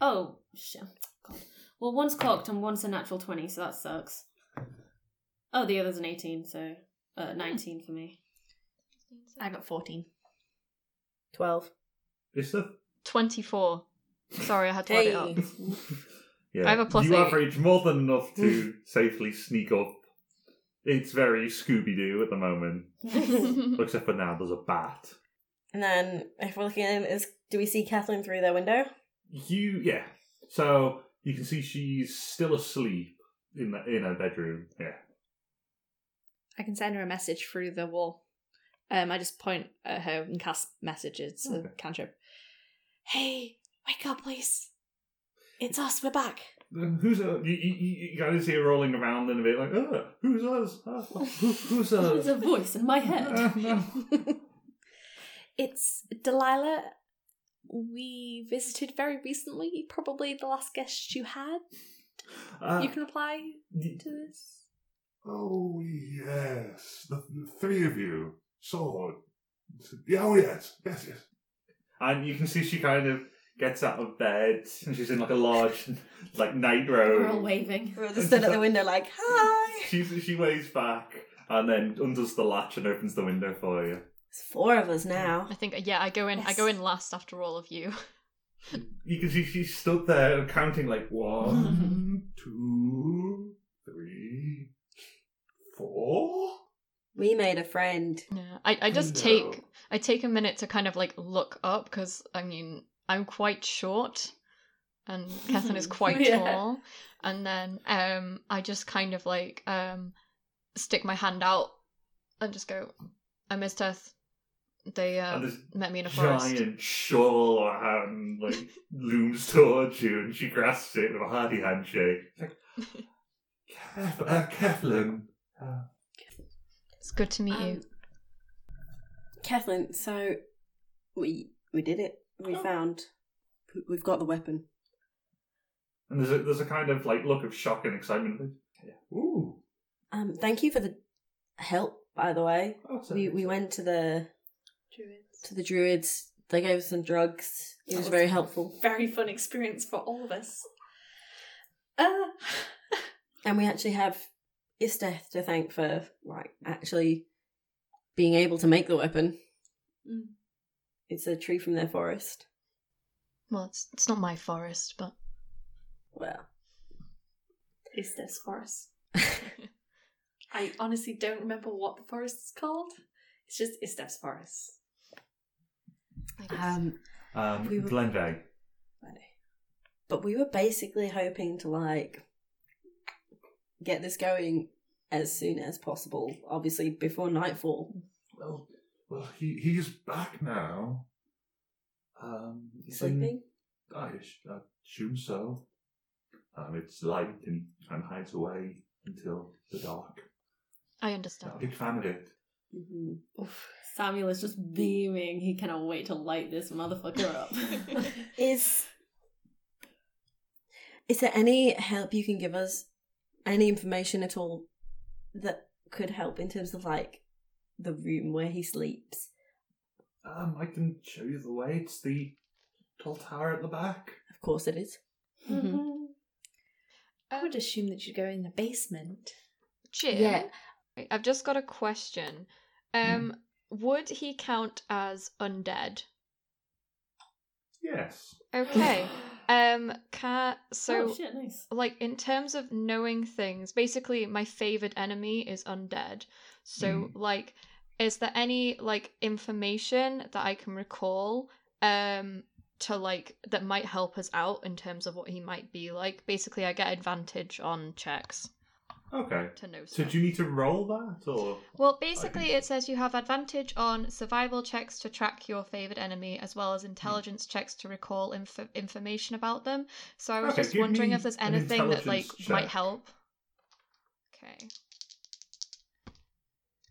Speaker 7: Oh shit! God. Well, one's cocked and one's a natural twenty, so that sucks. Oh, the other's an eighteen, so uh,
Speaker 3: Hmm.
Speaker 7: nineteen for me.
Speaker 6: I got 14.
Speaker 3: [LAUGHS] Twelve.
Speaker 5: Is the. [LAUGHS]
Speaker 4: Twenty-four. Sorry, I had to add it
Speaker 3: Hey.
Speaker 4: up.
Speaker 5: Yeah.
Speaker 4: I have a plus
Speaker 5: You
Speaker 4: eight.
Speaker 5: average more than enough to safely sneak up. It's very Scooby Doo at the moment.
Speaker 6: [LAUGHS]
Speaker 5: Except for now, there's a bat.
Speaker 3: And then if we're looking in, is do we see Kathleen through their window?
Speaker 5: You, yeah. So you can see she's still asleep in the, in her bedroom. Yeah.
Speaker 6: I can send her a message through the wall. Um, I just point at her and cast messages. It's a
Speaker 5: Okay.
Speaker 6: cantrip. Hey, wake up, please! It's us. We're back.
Speaker 5: Then who's us? You, you, you you guys hear rolling around in a bit like, oh, who's us? Uh, who, who's uh, Oh. us?
Speaker 7: There's
Speaker 5: Uh,
Speaker 7: a voice in
Speaker 5: [LAUGHS]
Speaker 7: my head.
Speaker 6: [LAUGHS]
Speaker 7: [LAUGHS]
Speaker 6: it's Delilah. We visited very recently. Probably the last guest you had.
Speaker 5: Uh,
Speaker 6: you can apply
Speaker 5: y-
Speaker 6: to this.
Speaker 8: [LAUGHS] Oh yes, the, the three of you. Sword. Yeah, oh yes, yes, yes.
Speaker 5: and you can see she kind of gets out of bed and she's in like a large [LAUGHS] like night
Speaker 7: We're all
Speaker 5: robe.
Speaker 7: waving.
Speaker 3: We're just standing at the window like, hi.
Speaker 5: She she waves back and then undoes the latch and opens the window for you.
Speaker 3: It's four of us now.
Speaker 4: [LAUGHS] I think yeah, I go in. I go
Speaker 6: Yes.
Speaker 4: in last after all of you.
Speaker 5: You can see she stood there counting like one.
Speaker 3: [LAUGHS]
Speaker 8: One, two, three, four.
Speaker 3: We made a friend.
Speaker 4: Yeah, I, I just
Speaker 8: Hello.
Speaker 4: take I take a minute to kind of like look up because I mean I'm quite short,
Speaker 5: [LAUGHS]
Speaker 4: and Catherine is quite
Speaker 6: Yeah.
Speaker 4: tall, and then um I just kind of like um stick my hand out and just go, I missed Earth. They
Speaker 3: Um,
Speaker 5: And
Speaker 4: uh,
Speaker 5: this
Speaker 4: met me in a forest.
Speaker 5: giant shawl or hand
Speaker 3: [LAUGHS]
Speaker 5: like looms towards you and she grasps it with a hearty handshake. Like, Kef- uh, Keflin.
Speaker 4: It's good to meet you.
Speaker 3: Um, Kathleen, so we we did it. We found we've got the weapon.
Speaker 5: And there's a, there's a kind of like look of shock and excitement. Like, Ooh,
Speaker 3: Um, thank you for the help, by the way.
Speaker 5: that's
Speaker 3: We we
Speaker 5: amazing.
Speaker 3: went to the
Speaker 6: Druids.
Speaker 3: to the druids. They gave us some drugs. It was very helpful,
Speaker 6: Very fun experience for all of us. Uh,
Speaker 3: and we actually have Isteth to thank for like actually being able to make the weapon.
Speaker 6: Mm.
Speaker 3: It's a tree from their forest.
Speaker 4: Well, it's it's not my forest, but
Speaker 3: Well,
Speaker 6: is this [LAUGHS] forest? I honestly don't remember what the forest is called. It's just Istef's forest.
Speaker 4: I guess.
Speaker 3: um,
Speaker 5: Um,
Speaker 3: We were-
Speaker 5: Glenveigh.
Speaker 3: but we were basically hoping to like get this going as soon as possible. Obviously, before nightfall.
Speaker 8: Well, well, he he's back now.
Speaker 5: Um, it's in-
Speaker 3: Sleeping.
Speaker 5: I ass- I assume so. Um, it's light and, and hides away until the dark.
Speaker 4: I
Speaker 5: I'm a
Speaker 4: understand.
Speaker 5: big fan of it.
Speaker 3: Mm-hmm.
Speaker 7: Samuel is just beaming. He cannot wait to light this motherfucker
Speaker 3: [LAUGHS]
Speaker 7: up. Mm-hmm.
Speaker 3: Is is there any help you can give us? Any information at all that could help in terms of like the room where he sleeps?
Speaker 5: Um, I can show you the way. It's the tall tower at the back.
Speaker 3: Of course, it is. Mm-hmm.
Speaker 6: I would assume that you'd go in the basement.
Speaker 4: Jim,
Speaker 3: Yeah.
Speaker 4: I've just got a question.
Speaker 5: Hmm.
Speaker 4: Um, would he count as undead?
Speaker 5: Yes. [LAUGHS]
Speaker 4: Okay. um, can so
Speaker 7: oh shit, nice.
Speaker 4: like in terms of knowing things, basically my favored enemy is undead. So
Speaker 5: Hmm.
Speaker 4: like, is there any like information that I can recall? Um. To like that might help us out in terms of what he might be like. Basically, I get advantage on checks
Speaker 5: Okay.
Speaker 4: to know.
Speaker 5: So
Speaker 4: stuff.
Speaker 5: do you need to roll that or?
Speaker 4: Well, basically, it says you have advantage on survival checks to track your favored enemy, as well as
Speaker 5: Hmm.
Speaker 4: intelligence checks to recall inf- information about them. So I was
Speaker 5: Okay,
Speaker 4: just
Speaker 5: give
Speaker 4: wondering
Speaker 5: me
Speaker 4: if there's
Speaker 5: an
Speaker 4: anything that like
Speaker 5: intelligence
Speaker 4: might
Speaker 5: check.
Speaker 4: help. Okay.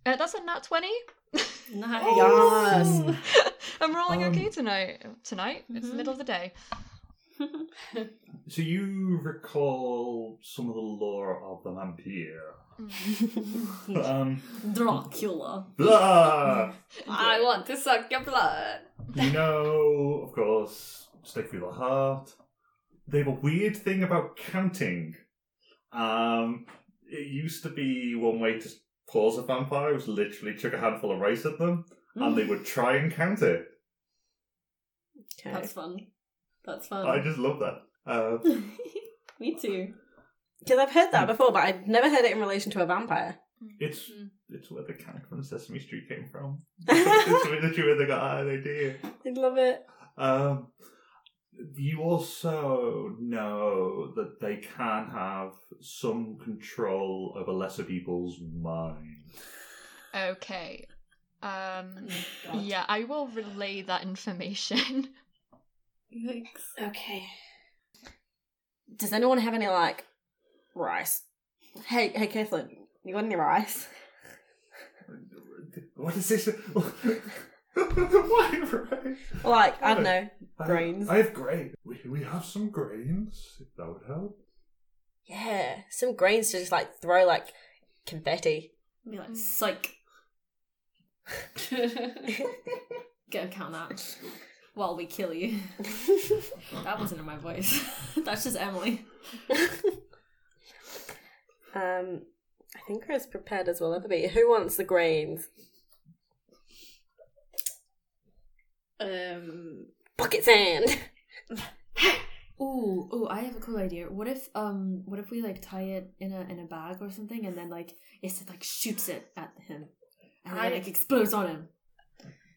Speaker 4: Uh, that's a nat twenty. [LAUGHS]
Speaker 7: Nice.
Speaker 4: Oh!
Speaker 3: Yes.
Speaker 4: I'm rolling
Speaker 5: Um, mm-hmm.
Speaker 4: okay tonight. Tonight, it's the middle of the
Speaker 5: [LAUGHS]
Speaker 4: day.
Speaker 5: So you recall some of the lore of the vampire. [LAUGHS] um,
Speaker 7: [LAUGHS] Dracula.
Speaker 5: blah!
Speaker 6: I want to suck your blood.
Speaker 5: You know, of course, stake through the heart. They have a weird thing about counting. Um, it used to be one way to pause a vampire was literally chuck a handful of rice at them, and they would try and count it.
Speaker 3: Okay.
Speaker 7: That's fun. That's fun.
Speaker 5: I just love that. Uh,
Speaker 7: [LAUGHS] Me too.
Speaker 3: Because I've heard that before, but I've never heard it in relation to a vampire.
Speaker 5: it's
Speaker 3: Mm-hmm.
Speaker 5: it's where the count from Sesame Street came
Speaker 3: [LAUGHS]
Speaker 5: from. [LAUGHS] it's literally where they got that idea.
Speaker 3: I love it.
Speaker 5: Um, you also know that they can have some control over lesser people's minds.
Speaker 4: Okay. Um,
Speaker 6: God.
Speaker 4: yeah, I will relay that information. [LAUGHS]
Speaker 7: Yikes.
Speaker 6: Okay.
Speaker 3: Does anyone have any like rice? Hey, hey, Caitlin, you got any rice?
Speaker 5: [LAUGHS] What is this? [LAUGHS] Why right?
Speaker 3: Like I don't know.
Speaker 5: I-
Speaker 3: Grains.
Speaker 5: I have grain.
Speaker 8: We, we have some grains, if that would help.
Speaker 3: Yeah, some grains to just like throw like confetti. [LAUGHS]
Speaker 7: Be like, psych. Go count [LAUGHS] that. While we kill you. That wasn't in my voice. [LAUGHS] That's just Emily.
Speaker 3: [LAUGHS] um, I think we're as prepared as we'll ever be. Who wants the grains?
Speaker 6: um.
Speaker 3: Bucket sand.
Speaker 7: Ooh, ooh, I have a cool idea. What if um what if we like tie it in a in a bag or something and then like it like shoots it at him. And then
Speaker 6: I-
Speaker 7: it like explodes on him.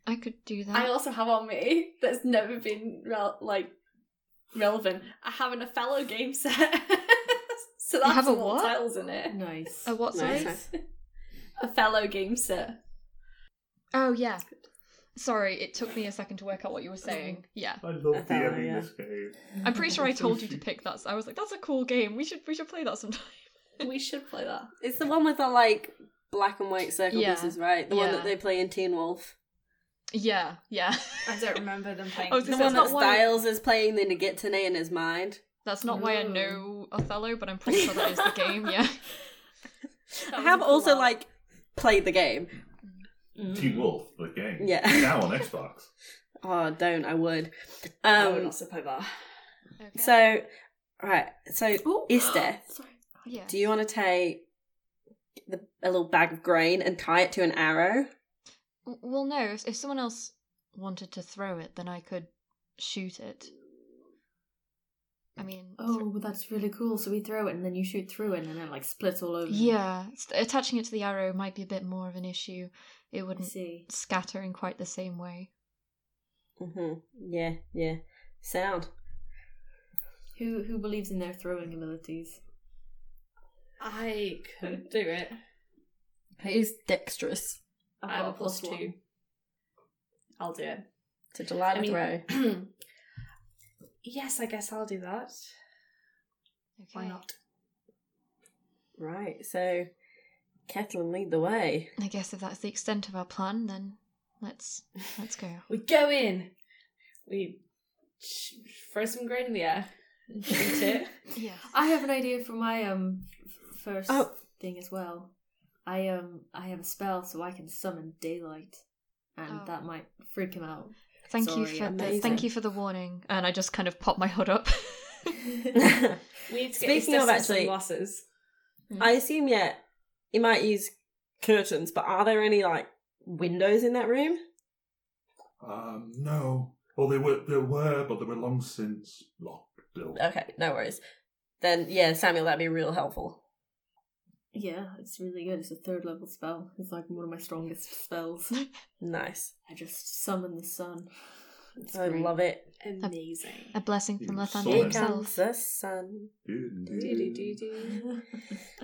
Speaker 4: I could do that.
Speaker 6: I also have on me [LAUGHS] that's never been rel- like relevant. I have an Othello game set. [LAUGHS] so that's
Speaker 4: have a
Speaker 6: all
Speaker 4: what?
Speaker 6: Tiles in it.
Speaker 7: Nice.
Speaker 4: A what? Sorry.
Speaker 3: Nice.
Speaker 6: Othello game set.
Speaker 4: Oh yeah. Sorry, it took me a second to work out what
Speaker 3: Mm.
Speaker 4: you were saying. Yeah,
Speaker 5: I love
Speaker 3: Othello,
Speaker 5: DMing
Speaker 3: yeah.
Speaker 5: this game.
Speaker 4: I'm pretty sure I told you to pick that. so I was like, "That's a cool game. We should we should play that sometime." [LAUGHS]
Speaker 6: We should play that.
Speaker 3: It's the one with the like black and white circle
Speaker 4: Yeah.
Speaker 3: pieces, right? The one
Speaker 4: Yeah.
Speaker 3: that they play in Teen Wolf.
Speaker 4: Yeah, yeah.
Speaker 6: I don't remember
Speaker 7: [LAUGHS]
Speaker 6: them playing.
Speaker 4: I was
Speaker 3: The
Speaker 4: So
Speaker 3: one
Speaker 4: it's
Speaker 3: that
Speaker 4: not one-
Speaker 3: Styles is playing the Nagitane in his mind.
Speaker 4: That's not why I
Speaker 7: Ooh.
Speaker 4: know Othello, but I'm pretty sure that is the game.
Speaker 3: [LAUGHS]
Speaker 4: Yeah. [LAUGHS] Oh,
Speaker 3: I have also like played the game.
Speaker 5: Teen Wolf, the game.
Speaker 3: Yeah.
Speaker 5: Now on Xbox.
Speaker 3: Oh, don't I would.
Speaker 7: Mm.
Speaker 6: Oh, we're
Speaker 3: Um,
Speaker 6: not supposed to play that.
Speaker 4: Okay.
Speaker 3: so right, so
Speaker 7: Ooh.
Speaker 4: [GASPS]
Speaker 3: Easter. [LAUGHS]
Speaker 7: [GASPS] Sorry.
Speaker 4: yeah.
Speaker 3: Do you want to take the, a little bag of grain and tie it to an arrow?
Speaker 4: W- Well, no. If, if someone else wanted to throw it, then I could shoot it. I mean, thr-
Speaker 7: Oh, that's really cool. So we throw it and then you shoot through it and then it like splits all over. him.
Speaker 4: yeah. s- Attaching it to the arrow might be a bit more of an issue. It
Speaker 7: I
Speaker 4: wouldn't
Speaker 7: see.
Speaker 4: scatter in quite the same way.
Speaker 3: hmm Yeah, yeah. Sound.
Speaker 7: Who who believes in their throwing abilities?
Speaker 6: I could do it.
Speaker 3: It is dexterous.
Speaker 6: I have a plus two. I'll do it.
Speaker 3: So Delilah
Speaker 6: I mean-
Speaker 3: throw.
Speaker 6: [CLEARS THROAT] yes, I guess I'll do that.
Speaker 4: Okay.
Speaker 6: Why not?
Speaker 3: Right, so Ketlin lead the [LAUGHS] way.
Speaker 4: I guess if that's the extent of our plan, then let's let's
Speaker 6: [LAUGHS]
Speaker 4: go.
Speaker 6: We go in. We sh- throw some grain in the air. and Shoot
Speaker 3: [LAUGHS]
Speaker 6: it.
Speaker 4: Yeah.
Speaker 7: I have an idea for my um f- first
Speaker 3: Oh.
Speaker 7: thing as well. I um I have a spell so I can summon daylight, and
Speaker 4: Oh.
Speaker 7: that might freak him out.
Speaker 4: Thank
Speaker 7: Sorry,
Speaker 4: you for the,
Speaker 3: amazing.
Speaker 4: thank you for the warning. And I just kind of pop my hood up.
Speaker 6: We need to get
Speaker 3: Speaking
Speaker 6: Speaking
Speaker 3: of,
Speaker 6: of
Speaker 3: actually-
Speaker 6: glasses.
Speaker 3: I assume, yeah, you might use curtains, but are there any like windows in that room?
Speaker 8: Um, no. Well, they were, there were, but they were long since locked. Still.
Speaker 3: Okay, no worries. Then, yeah, Samuel, that'd be real helpful.
Speaker 7: Yeah, it's really good. It's a third level spell. It's like one of my
Speaker 4: [LAUGHS]
Speaker 7: strongest spells.
Speaker 3: Nice.
Speaker 7: I just summon the sun.
Speaker 3: I love it.
Speaker 6: Amazing.
Speaker 4: a blessing from
Speaker 8: You
Speaker 4: Lathander
Speaker 8: saw it.
Speaker 3: Here comes
Speaker 4: himself.
Speaker 3: the [LAUGHS] sun.
Speaker 6: Do-do-do-do.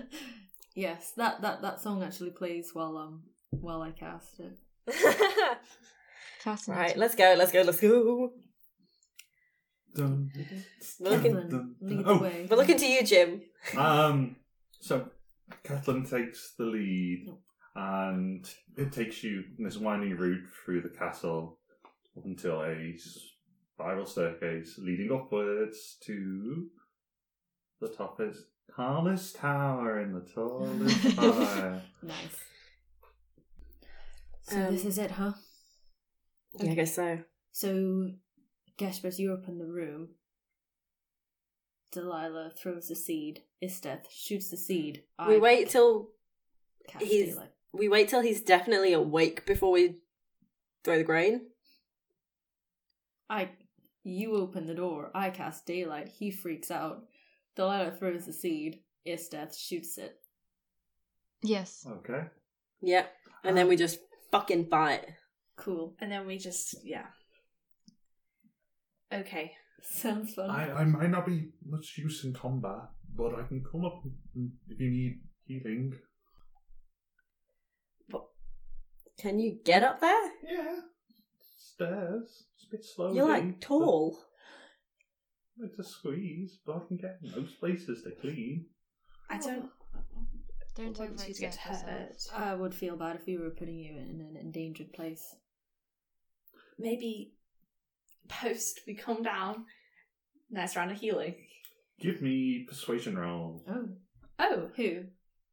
Speaker 7: [LAUGHS] yes, that that that song actually plays while um while I cast it.
Speaker 4: Fascinating.
Speaker 3: right, let's go, let's go, let's go.
Speaker 5: Dun,
Speaker 3: We're looking,
Speaker 7: Evelyn,
Speaker 5: dun, dun.
Speaker 7: lead the
Speaker 5: Oh.
Speaker 7: way.
Speaker 3: we're looking to you, Jim.
Speaker 5: Um, so Catelyn takes the lead,
Speaker 7: Nope.
Speaker 5: and it takes you in this winding route through the castle up until a spiral staircase leading upwards to the top is tallest tower in the tallest tower.
Speaker 7: Nice. So
Speaker 3: Um,
Speaker 7: this is it, huh?
Speaker 3: Yeah, I guess so.
Speaker 7: So, Geshbers, you open the room. Delilah throws the seed. Isteth shoots the seed.
Speaker 3: We wait till
Speaker 7: Cast
Speaker 3: he's-
Speaker 7: daylight.
Speaker 3: we wait till he's definitely awake before we throw the grain.
Speaker 7: I. You open the door. I cast daylight. He freaks out. Delilah throws the seed. Isteth shoots it.
Speaker 4: Yes.
Speaker 5: okay.
Speaker 3: Yep. And then we just fucking fight.
Speaker 7: Cool. [LAUGHS]
Speaker 6: And then we just, yeah. Okay.
Speaker 7: Sounds fun.
Speaker 8: I, I might not be much use in combat, but I can come up and- if you need healing.
Speaker 3: Can you get up there?
Speaker 5: Yeah. Stairs. It's a bit slow.
Speaker 3: You're
Speaker 5: dude,
Speaker 3: like
Speaker 5: but
Speaker 3: tall.
Speaker 5: It's a squeeze, but I can get most places to clean.
Speaker 6: I don't
Speaker 4: Don't
Speaker 6: want to
Speaker 4: overexert
Speaker 6: get
Speaker 4: yourself.
Speaker 6: hurt.
Speaker 7: I would feel bad if we were putting you in an endangered place.
Speaker 6: Maybe post we come down. Nice round of healing.
Speaker 5: Give me persuasion roll.
Speaker 7: Oh,
Speaker 6: Oh,
Speaker 7: who?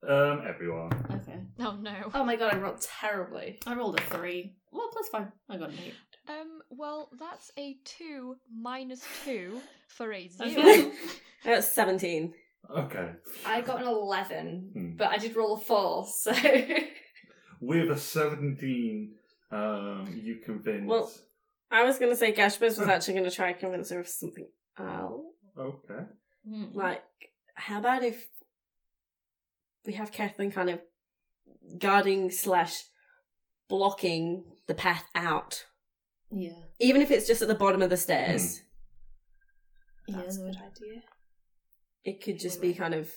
Speaker 5: Um, everyone.
Speaker 7: Okay,
Speaker 4: [LAUGHS] Oh no.
Speaker 6: oh my god! I rolled terribly.
Speaker 7: I rolled a three. Well, that's fine. I got an eight.
Speaker 4: Um. Well, that's a two minus two for
Speaker 6: [LAUGHS]
Speaker 4: a
Speaker 7: I
Speaker 4: zero.
Speaker 7: feel-
Speaker 3: I got 17.
Speaker 5: Okay.
Speaker 6: I got an eleven,
Speaker 5: Hmm.
Speaker 6: but I did roll a four, so [LAUGHS]
Speaker 5: With a 17, um, you convince.
Speaker 3: Well- I was going to say Gashbiz was actually going to try and convince her of something else.
Speaker 5: okay.
Speaker 7: Hmm.
Speaker 3: Like, how about if we have Kathleen kind of guarding slash blocking the path out?
Speaker 7: Yeah.
Speaker 3: Even if it's just at the bottom of the stairs,
Speaker 6: that's
Speaker 7: yeah,
Speaker 6: a
Speaker 7: no,
Speaker 6: good idea.
Speaker 3: it could just be kind of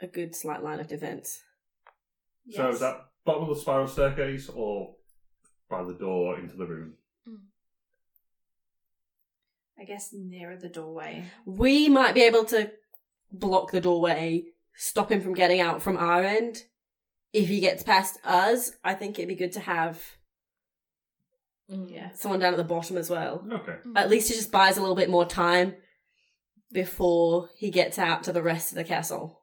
Speaker 3: a good slight line of defense.
Speaker 5: So is that bottom of the spiral staircase or by the door into the room?
Speaker 6: I guess nearer the doorway.
Speaker 3: We might be able to block the doorway, stop him from getting out from our end. If he gets past us, I think it'd be good to have
Speaker 7: Mm.
Speaker 6: Yeah.
Speaker 3: someone down at the bottom as well.
Speaker 5: Okay.
Speaker 4: Mm,
Speaker 3: At least it just buys a little bit more time before he gets out to the rest of the castle.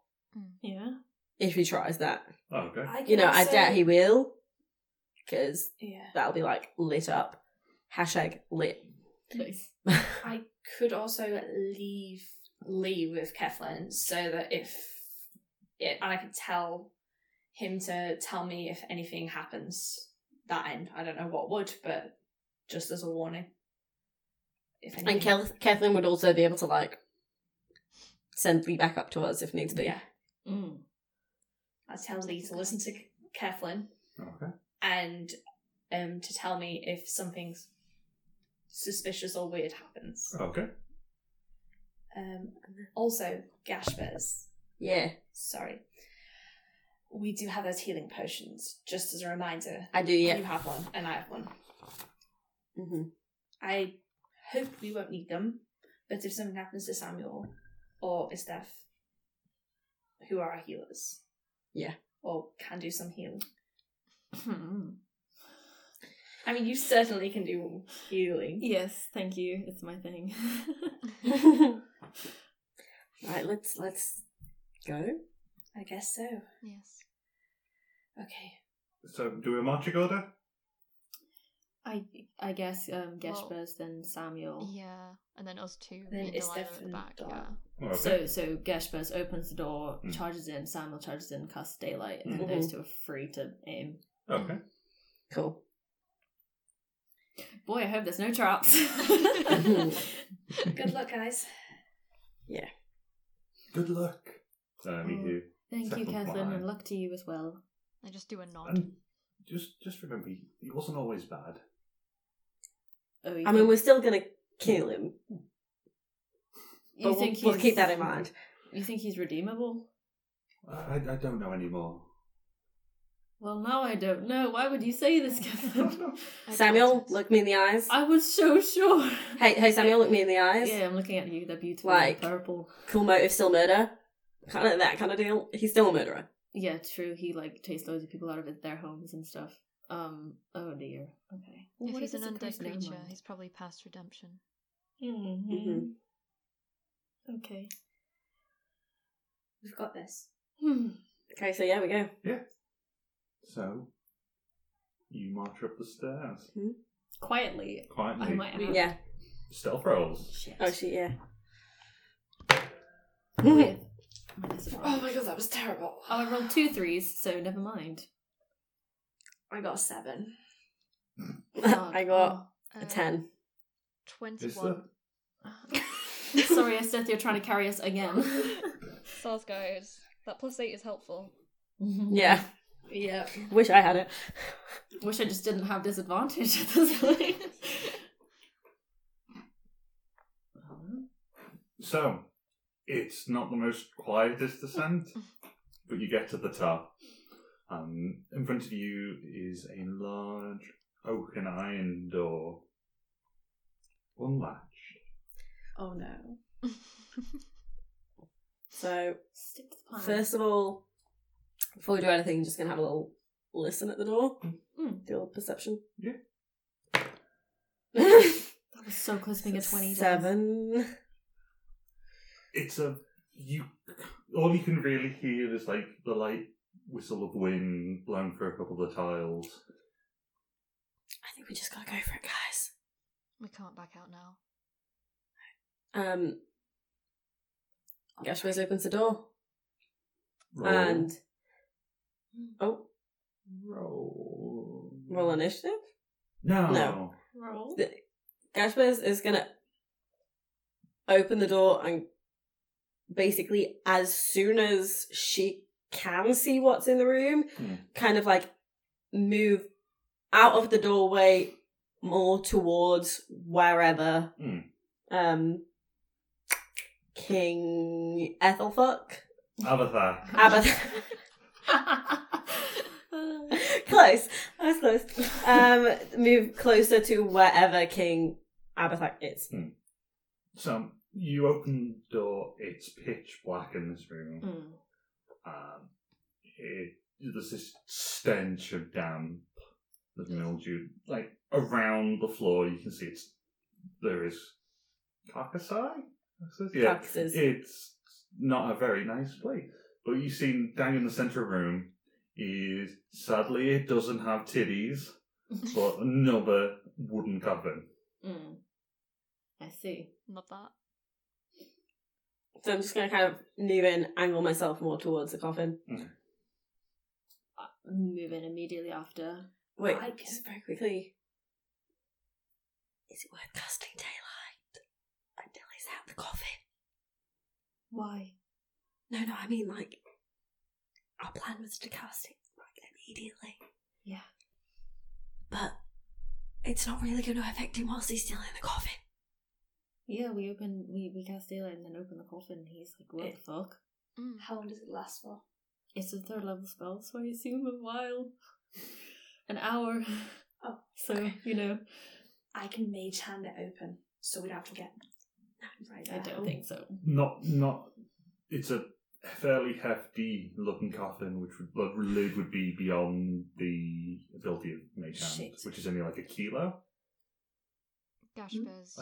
Speaker 7: Yeah.
Speaker 3: If he tries that,
Speaker 5: Okay.
Speaker 6: I
Speaker 3: you know, I
Speaker 6: also-
Speaker 3: doubt he will, because
Speaker 6: Yeah.
Speaker 3: that'll be like lit up. Hashtag lit. [LAUGHS]
Speaker 7: Nice.
Speaker 6: [SIGHS] I could also leave Lee with Keflin so that if it, and I could tell him to tell me if anything happens that end. I don't know what would, but just as a warning. If
Speaker 3: And Kel- Kathleen would also be able to like send Lee back up to us if needs be.
Speaker 6: yeah,
Speaker 7: Mm. [LAUGHS]
Speaker 6: I tell Lee to listen to Keflin
Speaker 5: Okay.
Speaker 6: and um to tell me if something suspicious or weird happens.
Speaker 5: Okay.
Speaker 6: Um, also, Gashbers.
Speaker 3: Yeah,
Speaker 6: Sorry. We do have those healing potions, just as a reminder.
Speaker 3: I do.
Speaker 6: [LAUGHS]
Speaker 3: Yeah.
Speaker 6: You have one, and I have one.
Speaker 3: hmm
Speaker 6: I hope we won't need them, but if something happens to Samuel or Estef, who are our healers?
Speaker 3: Yeah.
Speaker 6: Or can do some healing.
Speaker 7: Hmm.
Speaker 6: I mean, you certainly can do healing.
Speaker 7: yes, thank you. It's my [LAUGHS] thing.
Speaker 3: Right. Let's let's go.
Speaker 6: I guess so.
Speaker 4: yes.
Speaker 6: Okay.
Speaker 5: So do we marching order?
Speaker 7: I I guess um,
Speaker 4: Well-
Speaker 7: Geshbers, then Samuel.
Speaker 4: Yeah. And then us two.
Speaker 6: Then
Speaker 4: in the
Speaker 6: it's
Speaker 4: line at the
Speaker 6: definitely
Speaker 4: back.
Speaker 6: dark.
Speaker 4: Yeah.
Speaker 5: Oh, Okay.
Speaker 7: So so Geshbers opens the door,
Speaker 5: Mm.
Speaker 7: charges in, Samuel charges in, casts daylight, and then
Speaker 3: Mhm.
Speaker 7: those two are free to aim.
Speaker 5: okay.
Speaker 3: Cool. [LAUGHS]
Speaker 7: Boy, I hope there's no
Speaker 3: [LAUGHS]
Speaker 7: traps. [LAUGHS]
Speaker 6: Good luck, guys.
Speaker 5: Good luck. Uh, me
Speaker 7: Oh.
Speaker 5: too.
Speaker 7: Thank you,
Speaker 5: Second
Speaker 7: Catherine,
Speaker 5: one.
Speaker 7: and luck to you as well.
Speaker 4: I just do a nod.
Speaker 5: Um, And just just remember, he he wasn't always bad.
Speaker 7: Oh, you
Speaker 3: I mean,
Speaker 7: think-
Speaker 3: we're still gonna kill him,
Speaker 7: you
Speaker 3: but we'll,
Speaker 7: think
Speaker 3: we'll
Speaker 7: he's-
Speaker 3: keep that in mind.
Speaker 7: You think he's redeemable?
Speaker 5: I, I don't know anymore.
Speaker 7: Well, now I don't know. Why would you say
Speaker 3: [LAUGHS]
Speaker 7: this,
Speaker 5: no.
Speaker 7: Catherine?
Speaker 4: I
Speaker 3: Samuel,
Speaker 4: doubt it.
Speaker 3: look me in the eyes.
Speaker 7: I was so sure.
Speaker 3: Hey, hey, Samuel, look me in the eyes.
Speaker 7: Yeah, I'm looking at you. They're beautiful,
Speaker 3: Like-
Speaker 7: purple.
Speaker 3: Cool motive, still murder. Kind of that kind of deal. He's still a murderer.
Speaker 7: Yeah, true. He like takes loads of people out of it- their homes and stuff. Um. Oh dear. Okay. Well,
Speaker 4: If
Speaker 7: what
Speaker 4: he's an
Speaker 7: it's a
Speaker 4: undead
Speaker 7: curse? Never
Speaker 4: creature,
Speaker 7: mind.
Speaker 4: he's probably past redemption.
Speaker 7: Mhm.
Speaker 3: Mm-hmm.
Speaker 7: Okay.
Speaker 6: We've got this.
Speaker 7: Hmm.
Speaker 3: Okay, so yeah, we go.
Speaker 5: [LAUGHS] So you march up the stairs
Speaker 7: Quietly,
Speaker 5: quietly.
Speaker 7: I might have.
Speaker 3: Yeah.
Speaker 5: Stealth rolls.
Speaker 7: Shit.
Speaker 3: Oh shit, yeah.
Speaker 7: With minus a
Speaker 6: Oh
Speaker 7: five.
Speaker 6: my god, that was terrible.
Speaker 7: Oh, I rolled two threes, so never mind.
Speaker 6: I got a seven.
Speaker 7: Oh,
Speaker 3: [LAUGHS] I got [LAUGHS]
Speaker 4: Uh,
Speaker 3: a ten.
Speaker 5: Is
Speaker 4: Twenty-one.
Speaker 5: there?
Speaker 7: oh. Sorry, Esteth, you're trying to carry us again.
Speaker 4: Stars guys. That plus eight is [LAUGHS] helpful.
Speaker 3: [LAUGHS] Yeah.
Speaker 6: Yeah.
Speaker 3: Wish I had it.
Speaker 7: Wish I just didn't have disadvantage at this point.
Speaker 5: So
Speaker 7: [LAUGHS]
Speaker 5: it's not the most quietest descent, but you get to the top. Um, in front of you is a large oak and iron door, unlatched.
Speaker 6: Oh no.
Speaker 3: So [LAUGHS]
Speaker 7: Stick to the plan.
Speaker 3: First of all, before we do anything, just gonna have a little listen at the door.
Speaker 7: Mm.
Speaker 3: Do a little perception. [LAUGHS]
Speaker 5: Yeah.
Speaker 7: that was so close to being a 20. Dave.
Speaker 3: Seven.
Speaker 5: It's a you. All you can really hear is like the light whistle of wind blowing through a couple of the tiles.
Speaker 3: I think we just gotta go for it, guys.
Speaker 4: we can't back out now.
Speaker 3: Um Gershwitz opens the door.
Speaker 5: Roll,
Speaker 3: And oh,
Speaker 5: roll,
Speaker 3: roll initiative.
Speaker 5: No,
Speaker 3: No.
Speaker 6: Roll.
Speaker 3: Gershwitz is gonna open the door and basically as soon as she can see what's in the room,
Speaker 5: Hmm.
Speaker 3: kind of like move out of the doorway more towards wherever
Speaker 5: Hmm.
Speaker 3: um King Ethelfuck.
Speaker 5: Avatar.
Speaker 7: [LAUGHS]
Speaker 3: Abath close. I was close. Um move closer to wherever King Abathak is.
Speaker 5: So you open the door. It's pitch black in this room.
Speaker 3: Mm.
Speaker 5: Um, it, there's this stench of damp, there's mildew, like around the floor. You can see it's there is cacti. Yeah,
Speaker 3: Cactuses.
Speaker 5: it's not a very nice place. But you see, down in the center of the room is sadly it doesn't have titties, but another wooden coffin.
Speaker 7: Mm. I see.
Speaker 4: Not that.
Speaker 3: So I'm just gonna kind of move in, angle myself more towards the coffin.
Speaker 7: Move in Uh, immediately after.
Speaker 3: Wait,
Speaker 6: I can-
Speaker 3: just very quickly. Is it worth casting daylight until he's out the coffin?
Speaker 7: Why?
Speaker 3: No, no, I mean like our plan was to cast it like immediately.
Speaker 7: Yeah.
Speaker 3: But it's not really going to affect him whilst he's still in the coffin.
Speaker 7: Yeah, we open, we, we cast daylight and then open the coffin. And he's like, what the fuck?
Speaker 4: Mm.
Speaker 6: How long does it last for?
Speaker 7: It's a third level spell, so I assume a while. An [LAUGHS] hour.
Speaker 6: Oh,
Speaker 7: So,
Speaker 6: okay.
Speaker 7: you know.
Speaker 6: I can mage hand it open, so we don't have to get right
Speaker 7: I don't think so.
Speaker 5: Not not. It's a fairly hefty looking coffin, which would the lid would be beyond the ability of mage hand,
Speaker 6: Shit.
Speaker 5: which is only like a kilo.
Speaker 4: Gashbers,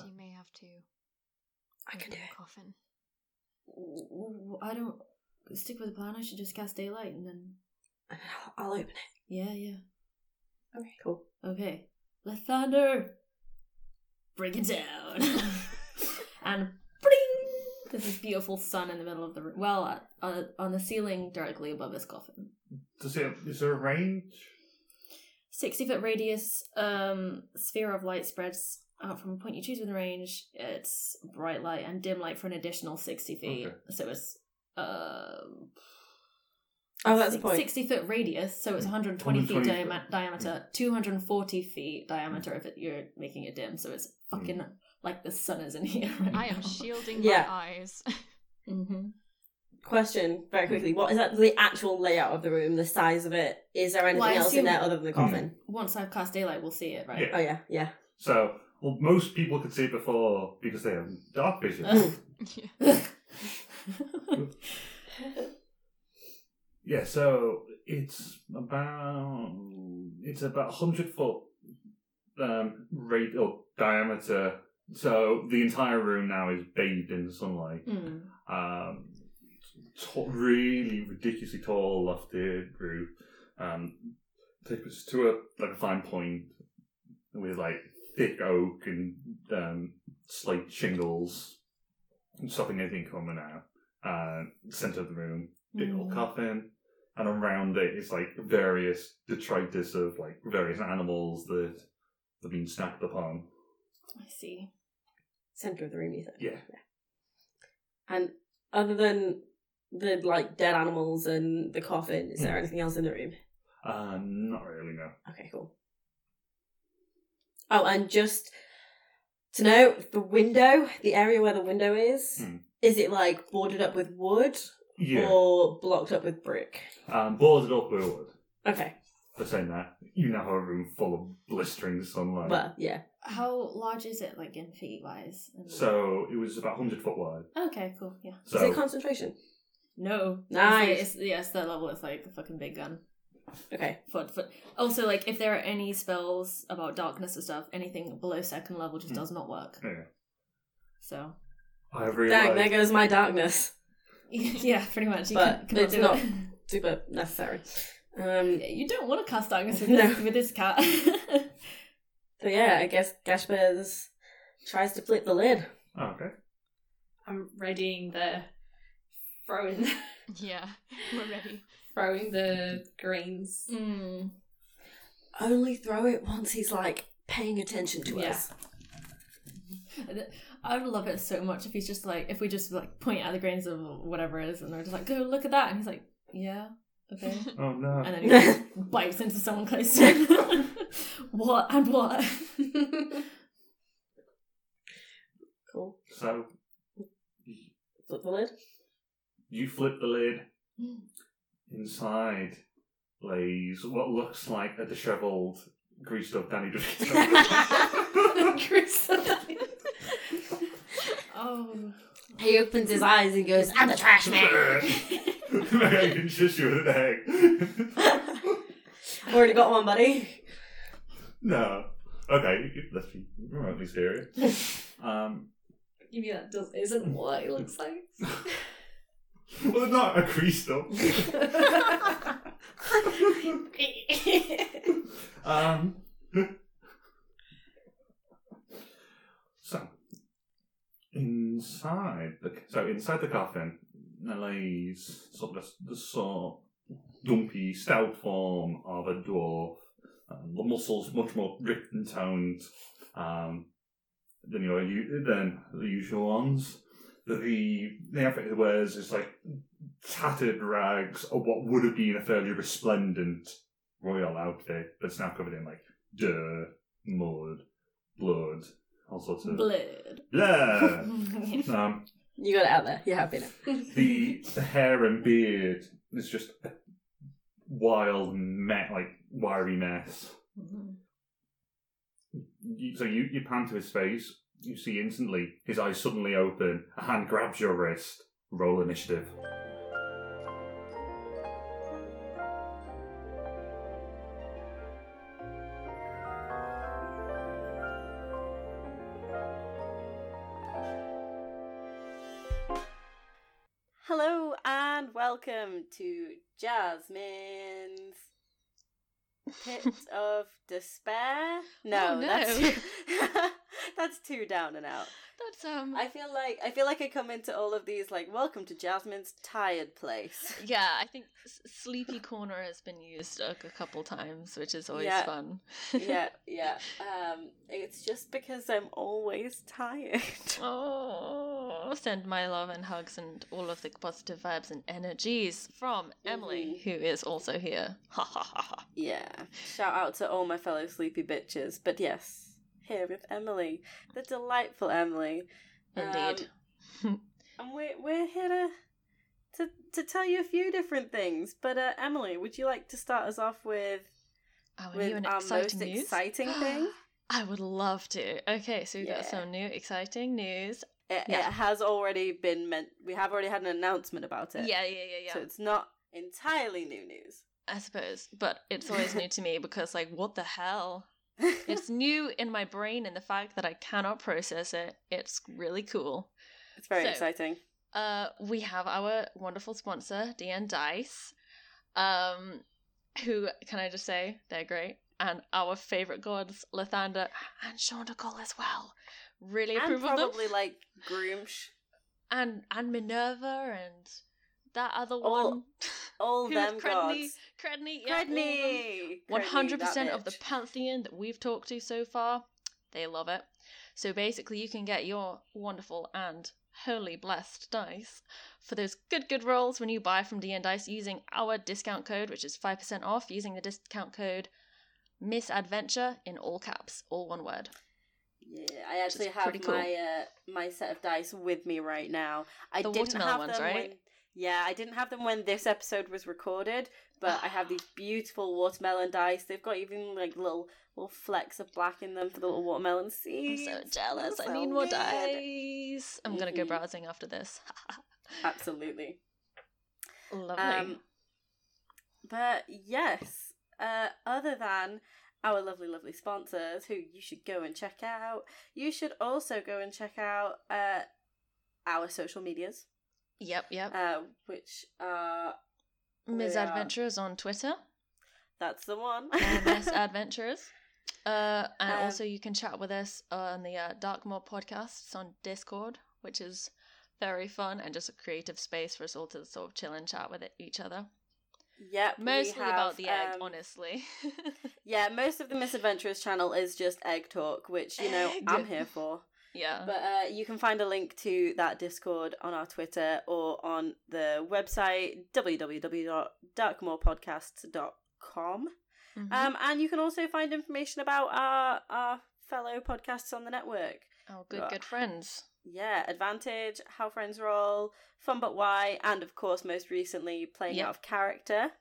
Speaker 4: you may have to.
Speaker 3: I can
Speaker 4: open
Speaker 3: do
Speaker 4: the
Speaker 3: it.
Speaker 4: Coffin.
Speaker 7: W- w- I don't stick with the plan. I should just cast daylight and then.
Speaker 3: And I'll, I'll open it.
Speaker 7: Yeah, yeah.
Speaker 6: Okay.
Speaker 3: Cool.
Speaker 7: Okay. Lethander! Break it down! [LAUGHS] and bring! There's this beautiful sun in the middle of the room. Well, uh, uh, on the ceiling directly above his coffin.
Speaker 5: Does it? Is there a range?
Speaker 7: 60 foot radius, um, sphere of light spreads out from a point you choose within range. It's bright light and dim light for an additional 60 feet.
Speaker 5: Okay.
Speaker 7: So it's. Um,
Speaker 3: Oh, that's a
Speaker 7: six-
Speaker 3: point.
Speaker 7: 60 foot radius, so it's 120, feet
Speaker 5: 120
Speaker 7: diama-
Speaker 5: foot.
Speaker 7: diameter, 240 feet diameter if it, you're making it dim, so it's
Speaker 5: Hmm.
Speaker 7: fucking like the sun is in [LAUGHS] here. Right
Speaker 4: I am shielding
Speaker 3: Yeah.
Speaker 4: my eyes. [LAUGHS]
Speaker 7: hmm
Speaker 3: Question very quickly: What is that? The actual layout of the room, the size of it. Is there anything
Speaker 7: Well, I
Speaker 3: else in
Speaker 7: assume-
Speaker 3: there other than the coffin?
Speaker 7: Once I've cast daylight, we'll see it, right?
Speaker 5: Yeah.
Speaker 3: Oh yeah, yeah.
Speaker 5: So, well, most people could see it before because they have dark vision.
Speaker 4: yeah.
Speaker 7: [LAUGHS]
Speaker 5: yeah. So it's about it's about hundred foot um, rate or diameter. So the entire room now is bathed in sunlight.
Speaker 7: Mm.
Speaker 5: um, t- really ridiculously tall lofted roof. Um, takes us to a like a fine point with like thick oak and um, slate shingles, stopping anything coming out. Uh, center of the room, big old
Speaker 7: Mm.
Speaker 5: coffin, and around it is like various detritus of like various animals that have been snacked upon.
Speaker 7: I see.
Speaker 3: Center of the room, you said.
Speaker 5: Yeah.
Speaker 3: And other than the like dead animals and the coffin, is there
Speaker 5: Hmm.
Speaker 3: anything else in the room?
Speaker 5: Uh, not really, no.
Speaker 3: Okay, cool. Oh, and just to know the window, the area where the window is,
Speaker 5: Hmm.
Speaker 3: is it like boarded up with wood
Speaker 5: Yeah,
Speaker 3: or blocked up with brick?
Speaker 5: um, boarded up with wood.
Speaker 9: Okay.
Speaker 5: For saying that, you now have a room full of blistering sunlight.
Speaker 9: Well, yeah.
Speaker 7: How large is it, like in feet wise? And-
Speaker 5: So it was about 100 foot wide.
Speaker 7: Okay, cool. Yeah.
Speaker 5: So
Speaker 9: Is it concentration?
Speaker 7: No.
Speaker 9: Nice.
Speaker 7: It's, it's, yes, that level is like a fucking big gun.
Speaker 9: Okay.
Speaker 7: Foot, foot. Also, like, if there are any spells about darkness and stuff, anything below second level just
Speaker 5: Hmm.
Speaker 7: does not work.
Speaker 5: Yeah.
Speaker 7: So. [LAUGHS]
Speaker 5: I have realized
Speaker 9: Dang, there goes my darkness.
Speaker 7: yeah, pretty much. You
Speaker 9: But
Speaker 7: can, cannot
Speaker 9: it's
Speaker 7: do
Speaker 9: not-
Speaker 7: it.
Speaker 9: Super necessary. Um,
Speaker 7: [LAUGHS] You don't want to cast darkness
Speaker 9: [LAUGHS]
Speaker 7: with,
Speaker 9: No.
Speaker 7: this, with this cat. [LAUGHS]
Speaker 9: so yeah, I guess Gashbears tries to flip the lid.
Speaker 5: Oh, okay.
Speaker 6: I'm readying the throwing [LAUGHS] the,
Speaker 4: Yeah, we're ready.
Speaker 6: throwing the grains.
Speaker 9: Hmm.
Speaker 7: mm.
Speaker 9: Only throw it once he's like paying attention to
Speaker 6: Yeah.
Speaker 9: us.
Speaker 7: I would love it so much if he's just like if we just like point at the grains of whatever it is, and they're just like, "Go look at that," and he's like, "Yeah, okay,"
Speaker 5: Oh,
Speaker 9: [LAUGHS]
Speaker 5: no.
Speaker 7: and then he just
Speaker 4: [LAUGHS]
Speaker 7: bites into someone close to him. [LAUGHS] what and what? [LAUGHS]
Speaker 9: Cool.
Speaker 5: So
Speaker 9: Flip the lid.
Speaker 5: you flip the lid.
Speaker 9: [GASPS]
Speaker 5: Inside lays what looks like a disheveled, greased up
Speaker 9: [LAUGHS]
Speaker 5: Danny [LAUGHS] DeVito.
Speaker 4: [LAUGHS]
Speaker 7: oh,
Speaker 9: He opens his eyes and goes, "I'm the trash
Speaker 5: [LAUGHS] I can just you with an egg.
Speaker 9: Already got one, buddy.
Speaker 5: [LAUGHS] no. Okay, let's be remotely serious. Um,
Speaker 6: You mean that does isn't what it looks like?
Speaker 5: well, it's not a creased up. um, [LAUGHS] so inside the so inside the coffin there lays sort of the, the sort dumpy, stout form of a dwarf. Um, the muscles much more ripped and toned um, than your u- than the usual ones. The the outfit he wears is like tattered rags of what would have been a fairly resplendent royal outfit that's now covered in like dirt, mud, blood, all sorts of
Speaker 7: blood.
Speaker 5: blood. um,
Speaker 9: You got it out there. You're happy now.
Speaker 5: the
Speaker 4: [LAUGHS]
Speaker 5: the hair and beard is just a wild, me- like wiry mess.
Speaker 4: Oh,
Speaker 5: You- So you you pan to his face. You see instantly his eyes suddenly open. A hand grabs your wrist. Roll initiative.
Speaker 9: Hello and welcome to Jasmine's
Speaker 4: [LAUGHS]
Speaker 9: Pit of Despair. No,
Speaker 4: Oh, no.
Speaker 9: that's [LAUGHS] that's too down and out.
Speaker 4: That's um.
Speaker 9: I feel like I feel like I come into all of these like welcome to Jasmine's tired place.
Speaker 4: [LAUGHS] yeah, I think s- sleepy corner has been used a, a couple times, which is always
Speaker 9: Yeah.
Speaker 4: fun.
Speaker 9: yeah, yeah. Um, it's just because I'm always
Speaker 4: [LAUGHS]
Speaker 9: tired.
Speaker 4: Oh, send my love and hugs and all of the positive vibes and energies from Emily,
Speaker 9: Mhm.
Speaker 4: who is also here. [LAUGHS] Ha ha ha ha.
Speaker 9: Yeah. Shout out to all my fellow sleepy bitches. But yes, here with Emily, the delightful Emily. Um,
Speaker 4: Indeed.
Speaker 9: And we're, we're here to, to to tell you a few different things. But uh, Emily, would you like to start us off with
Speaker 4: oh, and
Speaker 9: with
Speaker 4: you an
Speaker 9: our
Speaker 4: exciting
Speaker 9: most
Speaker 4: news? [GASPS]
Speaker 9: exciting thing?
Speaker 4: I would love to. Okay, so we've got
Speaker 9: Yeah.
Speaker 4: some new exciting news.
Speaker 9: It,
Speaker 4: Yeah.
Speaker 9: it has already been meant. We have already had an announcement about it.
Speaker 4: Yeah, yeah, yeah, yeah.
Speaker 9: So it's not entirely new news.
Speaker 4: I suppose, but it's always new to me because, like, what the hell? It's new in my brain, and the fact that I cannot process it, it's really cool.
Speaker 9: [LAUGHS] it's very
Speaker 4: so-
Speaker 9: exciting.
Speaker 4: Uh, we have our wonderful sponsor, DN Dice, um, who can I just say they're great, and our favorite gods, Lathander and Shondakol as well. Really
Speaker 9: And
Speaker 4: approve of them,
Speaker 9: probably like Groomsh.
Speaker 4: and and Minerva and that other
Speaker 9: All-
Speaker 4: one, [LAUGHS]
Speaker 9: All
Speaker 4: Who was
Speaker 9: them
Speaker 4: Credney?
Speaker 9: gods.
Speaker 4: Credney, yeah, all of them.
Speaker 9: Credney!
Speaker 4: One hundred
Speaker 9: Credney,
Speaker 4: percent
Speaker 9: that
Speaker 4: of the
Speaker 9: bitch.
Speaker 4: pantheon that we've talked to so far, they love it. So basically, you can get your wonderful and holy blessed dice for those good good rolls when you buy from DN Dice using our discount code, which is five percent off, using the discount code misadventure in all caps, all one word.
Speaker 9: Yeah, I actually
Speaker 4: is
Speaker 9: have
Speaker 4: pretty cool.
Speaker 9: my uh, my set of dice with me right now. I
Speaker 4: The
Speaker 9: didn't
Speaker 4: watermelon
Speaker 9: have
Speaker 4: ones,
Speaker 9: them
Speaker 4: right?
Speaker 9: when- Yeah, I didn't have them when this episode was recorded, but I
Speaker 4: [SIGHS]
Speaker 9: have these beautiful watermelon dice. They've got even like little little flecks of black in them for the little watermelon
Speaker 4: I'm
Speaker 9: seeds.
Speaker 4: so jealous. I
Speaker 9: so
Speaker 4: need more
Speaker 9: good.
Speaker 4: dice. I'm gonna go
Speaker 9: Mhm.
Speaker 4: browsing after this.
Speaker 9: Absolutely.
Speaker 4: Lovely.
Speaker 9: Um, but yes, uh, other than our lovely, lovely sponsors, who you should go and check out, you should also go and check out uh, our social medias,
Speaker 4: yep, yep.
Speaker 9: uh, which are
Speaker 4: Ms.
Speaker 9: yeah.
Speaker 4: Adventurers on Twitter.
Speaker 9: that's the one. [LAUGHS]
Speaker 4: MS Adventurers. Uh, and
Speaker 9: Um,
Speaker 4: also, you can chat with us on the uh, Darkmoor podcasts on Discord, which is very fun and just a creative space for us all to sort of chill and chat with each other.
Speaker 9: yep, we
Speaker 4: Mostly about
Speaker 9: have,
Speaker 4: the egg,
Speaker 9: um,
Speaker 4: honestly. [LAUGHS]
Speaker 9: Yeah, most of the Misadventurous channel is just egg talk, which you know
Speaker 4: Egg.
Speaker 9: I'm here for.
Speaker 4: yeah.
Speaker 9: But uh, you can find a link to that Discord on our Twitter or on the website www.darkmorepodcasts.com.
Speaker 4: Mhm.
Speaker 9: Um, and you can also find information about our our fellow podcasts on the network.
Speaker 4: oh, good,
Speaker 9: uh,
Speaker 4: good friends.
Speaker 9: Yeah, Advantage, How Friends Roll, Fun But Why, and of course, most recently, Playing
Speaker 4: Yep.
Speaker 9: Out of Character.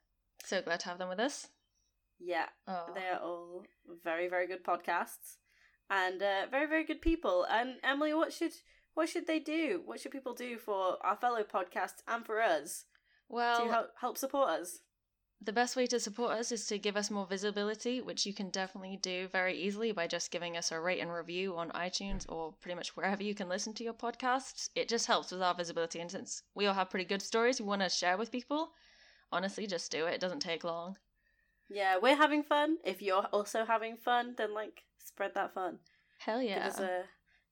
Speaker 4: So glad to have them with us.
Speaker 9: Yeah,
Speaker 4: Oh,
Speaker 9: They are all very, very good podcasts, and uh, very, very good people. And Emily, what should what should they do? What should people do for our fellow podcasts and for us
Speaker 4: well,
Speaker 9: to help, help support us?
Speaker 4: The best way to support us is to give us more visibility, which you can definitely do very easily by just giving us a rate and review on iTunes or pretty much wherever you can listen to your podcasts. It just helps with our visibility. And since we all have pretty good stories we want to share with people, honestly, just do it. It doesn't take long.
Speaker 9: Yeah, we're having fun. If you're also having fun, then like spread that fun.
Speaker 4: Hell
Speaker 9: Give us
Speaker 4: yeah.
Speaker 9: a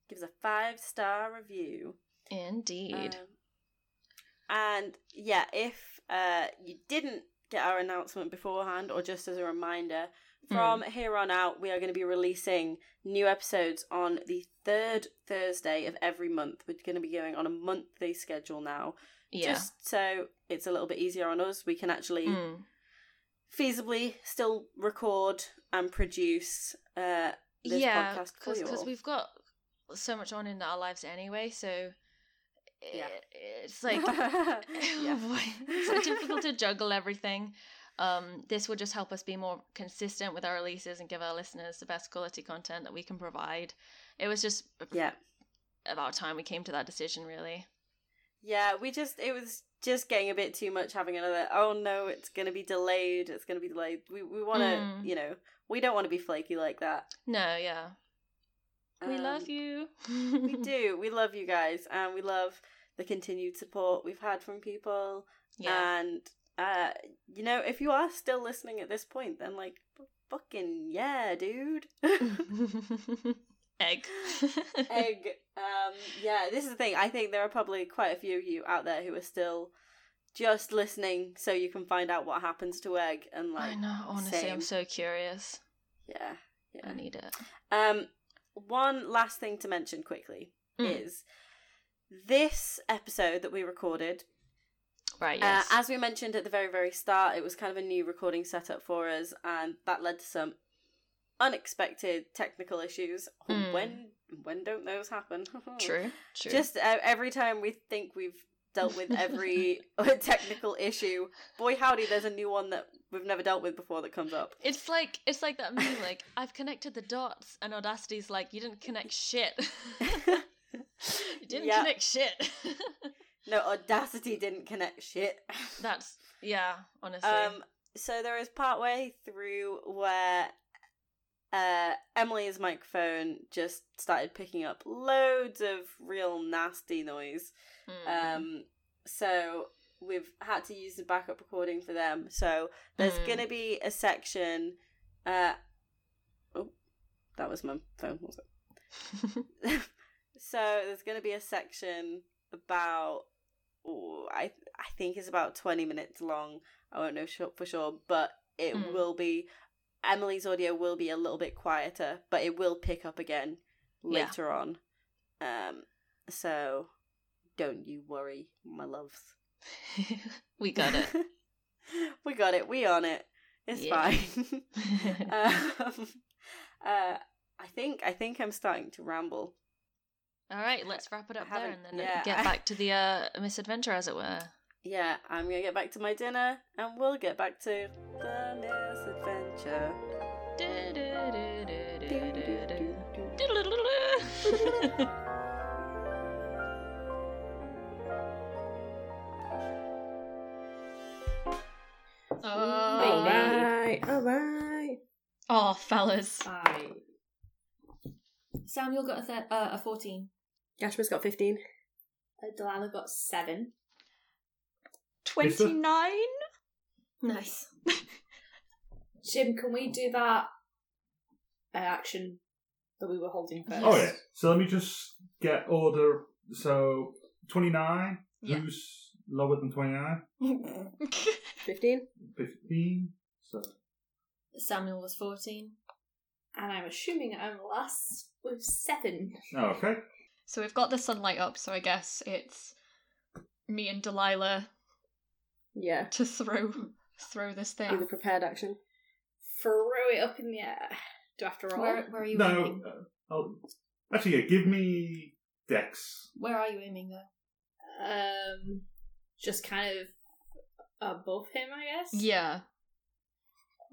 Speaker 9: give us a five star review.
Speaker 4: Indeed.
Speaker 9: Um, and yeah, if uh, you didn't get our announcement beforehand, or just as a reminder,
Speaker 4: Hmm.
Speaker 9: from here on out, we are going to be releasing new episodes on the third Thursday of every month. We're going to be going on a monthly schedule now.
Speaker 4: yeah.
Speaker 9: Just so it's a little bit easier on us. We can actually
Speaker 4: Mm.
Speaker 9: feasibly still record and produce uh, this
Speaker 4: Yeah,
Speaker 9: podcast for you
Speaker 4: because
Speaker 9: all.
Speaker 4: we've got so much on in our lives anyway, so it,
Speaker 9: Yeah. [LAUGHS]
Speaker 4: it's like [LAUGHS] it's so
Speaker 9: yeah.
Speaker 4: difficult to juggle everything. Um, this will just help us be more consistent with our releases and give our listeners the best quality content that we can provide. It was just
Speaker 9: yeah.
Speaker 4: about time we came to that decision, really.
Speaker 9: Yeah, we just it was just getting a bit too much having another oh no, it's gonna be delayed, it's gonna be delayed. We we wanna
Speaker 4: Mm.
Speaker 9: you know, we don't wanna be flaky like that.
Speaker 4: No, yeah, we
Speaker 9: Um,
Speaker 4: love you.
Speaker 9: We do. We love you guys and we love the continued support we've had from people.
Speaker 4: [LAUGHS] Yeah,
Speaker 9: And uh you know, if you are still listening at this point, then like f- fucking yeah,
Speaker 4: [LAUGHS]
Speaker 9: dude. [LAUGHS]
Speaker 4: egg.
Speaker 9: uh, egg. Um, yeah, this is the thing. I think there are probably quite a few of you out there who are still just listening, so you can find out what happens to egg and
Speaker 4: I
Speaker 9: like,
Speaker 4: know. Honestly,
Speaker 9: same.
Speaker 4: I'm so curious.
Speaker 9: yeah, yeah.
Speaker 4: I need it.
Speaker 9: Um, one last thing to mention quickly
Speaker 4: Mm.
Speaker 9: is this episode that we recorded
Speaker 4: Right. Yes.
Speaker 9: Uh, as we mentioned at the very, very start, it was kind of a new recording setup for us, and that led to some unexpected technical issues.
Speaker 4: Mm.
Speaker 9: When when don't those happen? [LAUGHS]
Speaker 4: true. True.
Speaker 9: Just uh, every time we think we've dealt with
Speaker 4: [LAUGHS]
Speaker 9: every [LAUGHS] technical issue, boy howdy, there's a new one that we've never dealt with before that comes up.
Speaker 4: It's like it's like that meme, like I've connected the dots, and Audacity's like you didn't
Speaker 9: [LAUGHS]
Speaker 4: connect shit. [LAUGHS] you didn't
Speaker 9: Yeah.
Speaker 4: connect shit. [LAUGHS]
Speaker 9: No, Audacity didn't connect shit.
Speaker 4: That's yeah, honestly.
Speaker 9: [LAUGHS] Um, so there is part way through where uh, Emily's microphone just started picking up loads of real nasty noise.
Speaker 4: Mm.
Speaker 9: Um, so we've had to use the backup recording for them. So there's
Speaker 4: Mm.
Speaker 9: gonna be a section. Uh, oh, that was my phone. What was it? [LAUGHS] so there's gonna be a section about. oh, I I think it's about twenty minutes long. I won't know sure, for sure, but it
Speaker 4: Mm.
Speaker 9: will be. Emily's audio will be a little bit quieter, but it will pick up again
Speaker 4: Yeah.
Speaker 9: later on. Um, so don't you worry, my loves.
Speaker 4: [LAUGHS] we
Speaker 9: [LAUGHS]
Speaker 4: got it.
Speaker 9: we got it. We on it. It's
Speaker 4: Yeah. [LAUGHS]
Speaker 9: fine. [LAUGHS] um, uh, I think I think I'm starting to ramble.
Speaker 4: All right, let's wrap it
Speaker 9: I
Speaker 4: up there,
Speaker 9: haven't-
Speaker 4: and then
Speaker 9: yeah, [LAUGHS]
Speaker 4: get
Speaker 9: I-
Speaker 4: back to the uh, misadventure, as it were.
Speaker 3: yeah, I'm gonna get back to my dinner and we'll get back to the misadventure.
Speaker 4: [LAUGHS] Oh,
Speaker 3: alright.
Speaker 4: oh, fellas.
Speaker 6: Bye.
Speaker 7: Samuel got a, th- uh, a 14.
Speaker 3: Gashman's got 15.
Speaker 6: Uh, Delilah got seven.
Speaker 4: [LAUGHS] 29?
Speaker 7: Nice.
Speaker 6: Jim, can we do that uh, action that we were holding first?
Speaker 5: Oh yeah. So let me just get order. So twenty nine.
Speaker 4: Yeah.
Speaker 5: Who's lower than twenty nine?
Speaker 3: 15?
Speaker 5: Fifteen. So
Speaker 7: Samuel was 14.
Speaker 6: And I'm assuming I'm last with seven.
Speaker 5: oh, okay.
Speaker 4: so we've got the sunlight up, so I guess it's me and Delilah
Speaker 3: Yeah.
Speaker 4: to throw throw this
Speaker 3: Do the
Speaker 4: thing.
Speaker 3: prepared action.
Speaker 6: Throw it up in the air. Do I have to roll?
Speaker 7: Where, where are you
Speaker 5: No.
Speaker 7: aiming?
Speaker 5: Uh, oh, actually, yeah. Give me Dex.
Speaker 7: Where are you aiming, though?
Speaker 6: Um, just kind of above him, I guess.
Speaker 4: Yeah.
Speaker 7: [LAUGHS]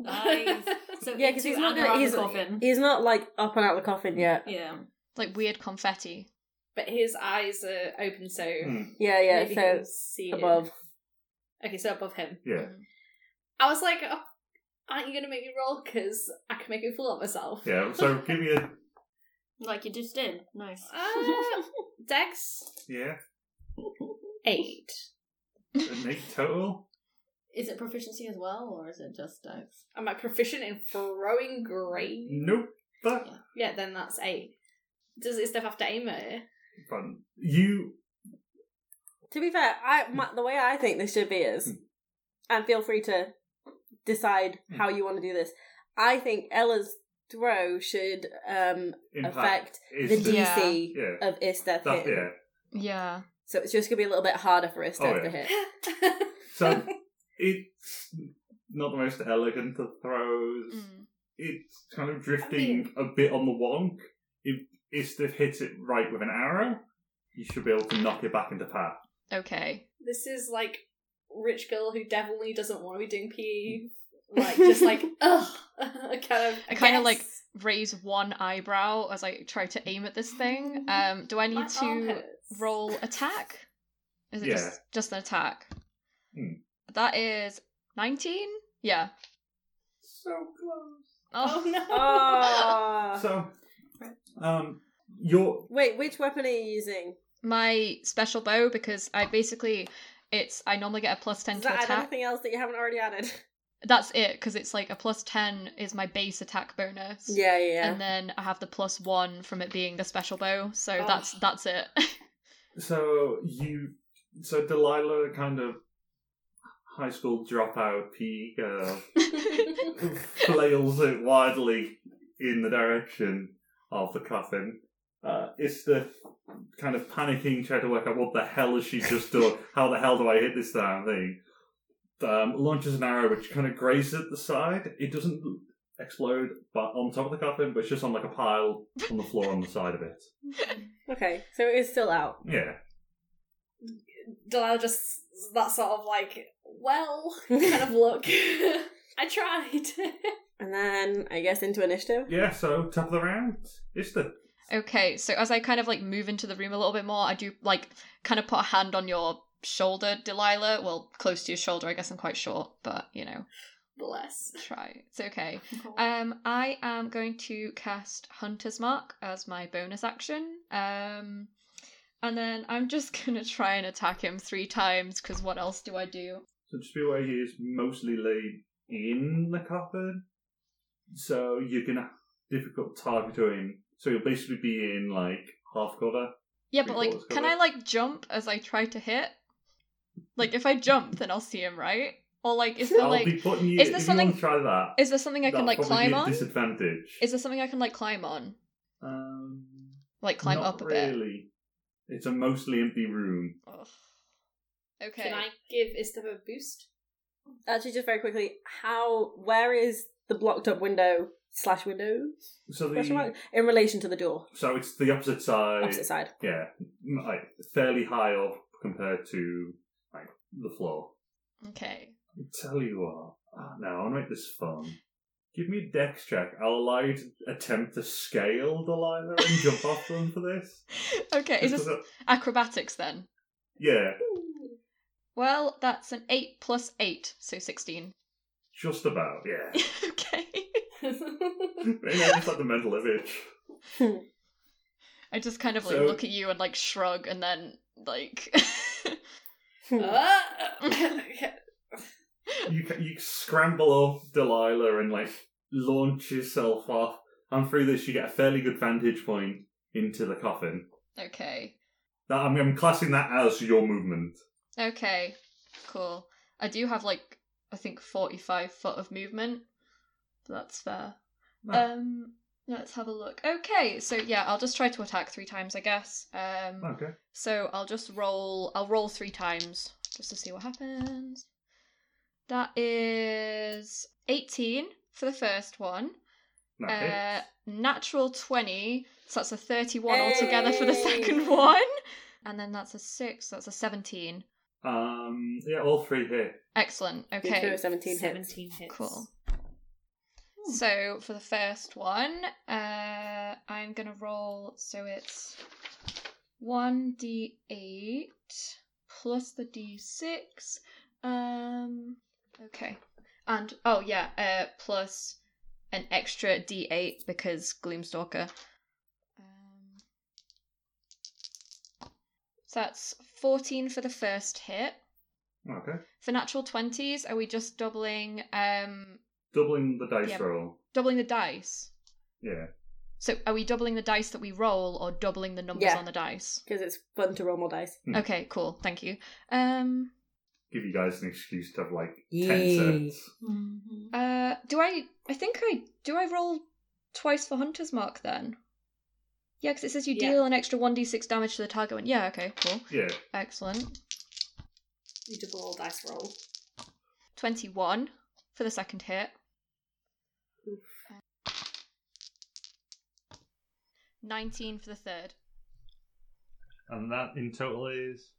Speaker 7: Nice. So
Speaker 3: Yeah, because
Speaker 7: into
Speaker 3: he's not
Speaker 7: and
Speaker 3: gonna,
Speaker 7: around the
Speaker 3: he's,
Speaker 7: coffin.
Speaker 3: he's not like up and out of the coffin yet.
Speaker 7: yeah.
Speaker 4: Like weird confetti.
Speaker 6: but his eyes are open, so
Speaker 5: Hmm,
Speaker 3: Yeah, yeah,
Speaker 6: maybe he'll
Speaker 3: so
Speaker 6: see it.
Speaker 3: above.
Speaker 6: Okay, so above him.
Speaker 5: yeah.
Speaker 4: Mm-hmm.
Speaker 6: I was like, oh, aren't you going to make me roll? Because I can make a fool of myself.
Speaker 5: Yeah. So give me a
Speaker 7: Like you just did. Nice. [LAUGHS]
Speaker 6: Ah. Dex
Speaker 5: yeah.
Speaker 6: eight.
Speaker 5: An eight total.
Speaker 7: is it proficiency as well, or is it just dice?
Speaker 6: Am I proficient in throwing great?
Speaker 5: Nope. But
Speaker 6: Yeah, then that's eight. Does it stuff have to aim at it?
Speaker 5: fun. you.
Speaker 3: To be fair, I my, the way I think this should be
Speaker 5: Hmm.
Speaker 3: is, and feel free to decide
Speaker 5: Hmm.
Speaker 3: how you want to do this. I think Ella's throw should um
Speaker 5: Impact is
Speaker 3: the
Speaker 5: the-
Speaker 3: DC
Speaker 5: Yeah.
Speaker 3: of Isteth
Speaker 5: That,
Speaker 3: hit.
Speaker 5: yeah.
Speaker 4: Yeah.
Speaker 3: So it's just gonna be a little bit harder for Isteth
Speaker 5: Oh, yeah.
Speaker 3: to hit. [LAUGHS]
Speaker 5: So it's not the most elegant of throws.
Speaker 4: Mm.
Speaker 5: It's kind of drifting a bit on the wonk. If Istith hits it right with an arrow, you should be able to knock it back into par.
Speaker 4: Okay.
Speaker 6: [LAUGHS] this is like rich girl who definitely doesn't want to be doing PE. Like
Speaker 4: [LAUGHS]
Speaker 6: just like ugh, [LAUGHS] kind of.
Speaker 4: I kinda
Speaker 6: guess.
Speaker 4: like Raise one eyebrow as I try to aim at this [LAUGHS] thing. Um, do I
Speaker 6: My
Speaker 4: need
Speaker 6: arm
Speaker 4: to
Speaker 6: hurts.
Speaker 4: roll attack? Is it
Speaker 5: Yeah.
Speaker 4: just just an attack?
Speaker 5: Hmm.
Speaker 4: That is nineteen. Yeah.
Speaker 5: So close.
Speaker 6: Oh no!
Speaker 3: oh.
Speaker 5: So, um, your
Speaker 3: Wait, which weapon are you using?
Speaker 4: my special bow because I basically it's I normally get a plus ten
Speaker 3: Does
Speaker 4: to
Speaker 3: that add
Speaker 4: attack.
Speaker 3: anything else that you haven't already added?
Speaker 4: That's it because it's like a plus ten is my base attack bonus.
Speaker 3: Yeah, yeah.
Speaker 4: And then I have the plus one from it being the special bow, so
Speaker 6: Oh.
Speaker 4: that's that's it. [LAUGHS]
Speaker 5: so you so Delilah kind of high school dropout PE girl flails it wildly in the direction of the coffin. Uh, it's the kind of panicking, trying to work out what the hell has she just done? How the hell do I hit this damn thing? Um, launches an arrow which kind of grazes at the side. It doesn't explode, but on top of the coffin, but it's just on like a pile on the floor on the side of it.
Speaker 3: okay, so it is still out.
Speaker 5: Yeah.
Speaker 6: Delilah just that sort of like
Speaker 4: [LAUGHS]
Speaker 6: well kind of look. [LAUGHS] I tried. [LAUGHS]
Speaker 3: And then I guess into initiative.
Speaker 5: Yeah. So top of the round. It's the
Speaker 4: okay, so as I kind of like move into the room a little bit more, I do like kind of put a hand on your shoulder, Delilah. Well, close to your shoulder, I guess I'm quite short, but you know,
Speaker 6: [LAUGHS] Bless.
Speaker 4: try. It's okay.
Speaker 7: Cool.
Speaker 4: Um, I am going to cast Hunter's Mark as my bonus action. Um, and then I'm just [LAUGHS] gonna try and attack him three times because what else do I do?
Speaker 5: So just be aware he is mostly laid in the coffin. So you're gonna have difficult target to him. So you'll basically be in like half cover.
Speaker 4: Yeah, but
Speaker 5: Three
Speaker 4: like,
Speaker 5: quarters
Speaker 4: can
Speaker 5: cover.
Speaker 4: I like jump as I try to hit? Like, if I jump, then I'll see him, right? Or like, is there
Speaker 5: I'll
Speaker 4: like,
Speaker 5: be putting you
Speaker 4: is there
Speaker 5: if
Speaker 4: something-
Speaker 5: you want to try that.
Speaker 4: is there something I can
Speaker 5: that'll
Speaker 4: like
Speaker 5: probably
Speaker 4: climb
Speaker 5: be a
Speaker 4: on?
Speaker 5: Disadvantage.
Speaker 4: Is there something I can like climb on?
Speaker 5: um,
Speaker 4: Like climb
Speaker 5: not
Speaker 4: up a bit.
Speaker 5: really. It's a mostly empty room.
Speaker 4: Ugh. Okay.
Speaker 6: Can I give Istep a boost?
Speaker 3: Actually, just very quickly, how? Where is the blocked up window slash windows?
Speaker 5: So
Speaker 3: Question
Speaker 5: the
Speaker 3: mark? In relation to the door,
Speaker 5: so it's the opposite side.
Speaker 3: opposite side.
Speaker 5: Yeah, m- like fairly high up compared to like the floor.
Speaker 4: Okay. [LAUGHS]
Speaker 5: I tell you what. Ah, no, I'll make this fun. Give me a dex check. I'll allow you to attempt to scale Delilah and jump off them for this.
Speaker 4: Okay, [LAUGHS] is
Speaker 5: [LAUGHS] Just
Speaker 4: this
Speaker 5: 'cause I-
Speaker 4: acrobatics then?
Speaker 5: yeah,
Speaker 4: Well, that's an 8 plus 8, so 16.
Speaker 5: just about, yeah.
Speaker 4: [LAUGHS] okay.
Speaker 5: Maybe I just like the mental image.
Speaker 4: I just kind of like
Speaker 5: So-
Speaker 4: look at you and like shrug and then like [LAUGHS]
Speaker 6: [LAUGHS] Ah.
Speaker 5: You, ca- you scramble off Delilah and like launch yourself off, and through this, you get a fairly good vantage point into the coffin.
Speaker 4: Okay.
Speaker 5: That I'm, I'm classing that as your movement.
Speaker 4: Okay. Cool. I do have like I think 45 foot of movement. So that's fair.
Speaker 5: Ah,
Speaker 4: Um let's have a look. Okay, so yeah, I'll just try to attack 3 times, I guess. Um
Speaker 5: okay.
Speaker 4: So I'll just roll. I'll roll three times just to see what happens. That is 18 for the first one.
Speaker 5: That
Speaker 4: Uh,
Speaker 5: hits.
Speaker 4: natural 20. So that's a 31 altogether for the
Speaker 10: Hey!
Speaker 4: second [LAUGHS] one. And then that's a 6. That's a 17.
Speaker 5: Um, yeah, all three hit.
Speaker 4: Excellent.
Speaker 10: Each one
Speaker 4: Okay.
Speaker 10: is 17 hits.
Speaker 6: 17 hits.
Speaker 4: Cool. So for the first one, uh, I'm gonna roll. So it's one d8 plus the d6. Um, okay, and oh yeah, uh, plus an extra d8 because Gloomstalker. Um, so that's 14 for the first hit.
Speaker 5: Okay.
Speaker 4: For natural 20s, are we just doubling um
Speaker 5: Doubling the dice
Speaker 4: Yeah.
Speaker 5: roll.
Speaker 4: doubling the dice?
Speaker 5: Yeah.
Speaker 4: So are we doubling the dice that we roll or doubling the numbers
Speaker 10: Yeah.
Speaker 4: on the dice?
Speaker 10: Because it's fun to roll more dice.
Speaker 5: Hmm.
Speaker 4: Okay, cool. Thank you. Um
Speaker 5: Give you guys an excuse to have like
Speaker 10: Yay.
Speaker 5: ten cents.
Speaker 4: uh do I I think I do I roll twice for hunter's mark then? Yeah, because it says you
Speaker 6: Yeah.
Speaker 4: deal an extra 1d6 damage to the target one. Yeah, okay, cool.
Speaker 5: Yeah.
Speaker 4: Excellent.
Speaker 6: You double all dice roll.
Speaker 4: 21 for the second hit.
Speaker 6: Oof.
Speaker 4: 19 for the third.
Speaker 5: And that in total is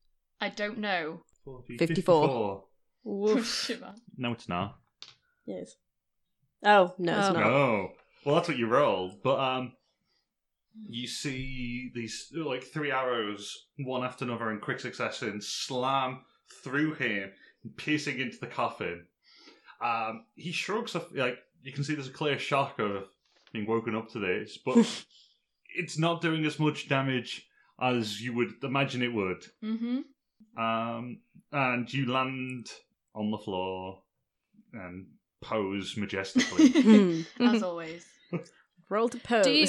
Speaker 4: I don't know.
Speaker 5: 40,
Speaker 10: 54.
Speaker 5: 54.
Speaker 4: [LAUGHS] Shiver.
Speaker 5: No, it's not.
Speaker 10: Yes. Oh, no, it's
Speaker 4: Oh.
Speaker 10: not.
Speaker 5: No. Well, that's what you rolled. But um, you see these like three arrows, one after another, in quick succession, slam through him, piercing into the coffin. Um, he shrugs off. Like you can see, there's a clear shock of being woken up to this, but it's not doing as much damage as you would imagine it would.
Speaker 4: Mm-hmm.
Speaker 5: Um, and you land on the floor and pose
Speaker 4: [LAUGHS]
Speaker 5: majestically.
Speaker 3: [LAUGHS] Hmm.
Speaker 4: As always.
Speaker 3: Roll to pose.
Speaker 7: Do [LAUGHS] you?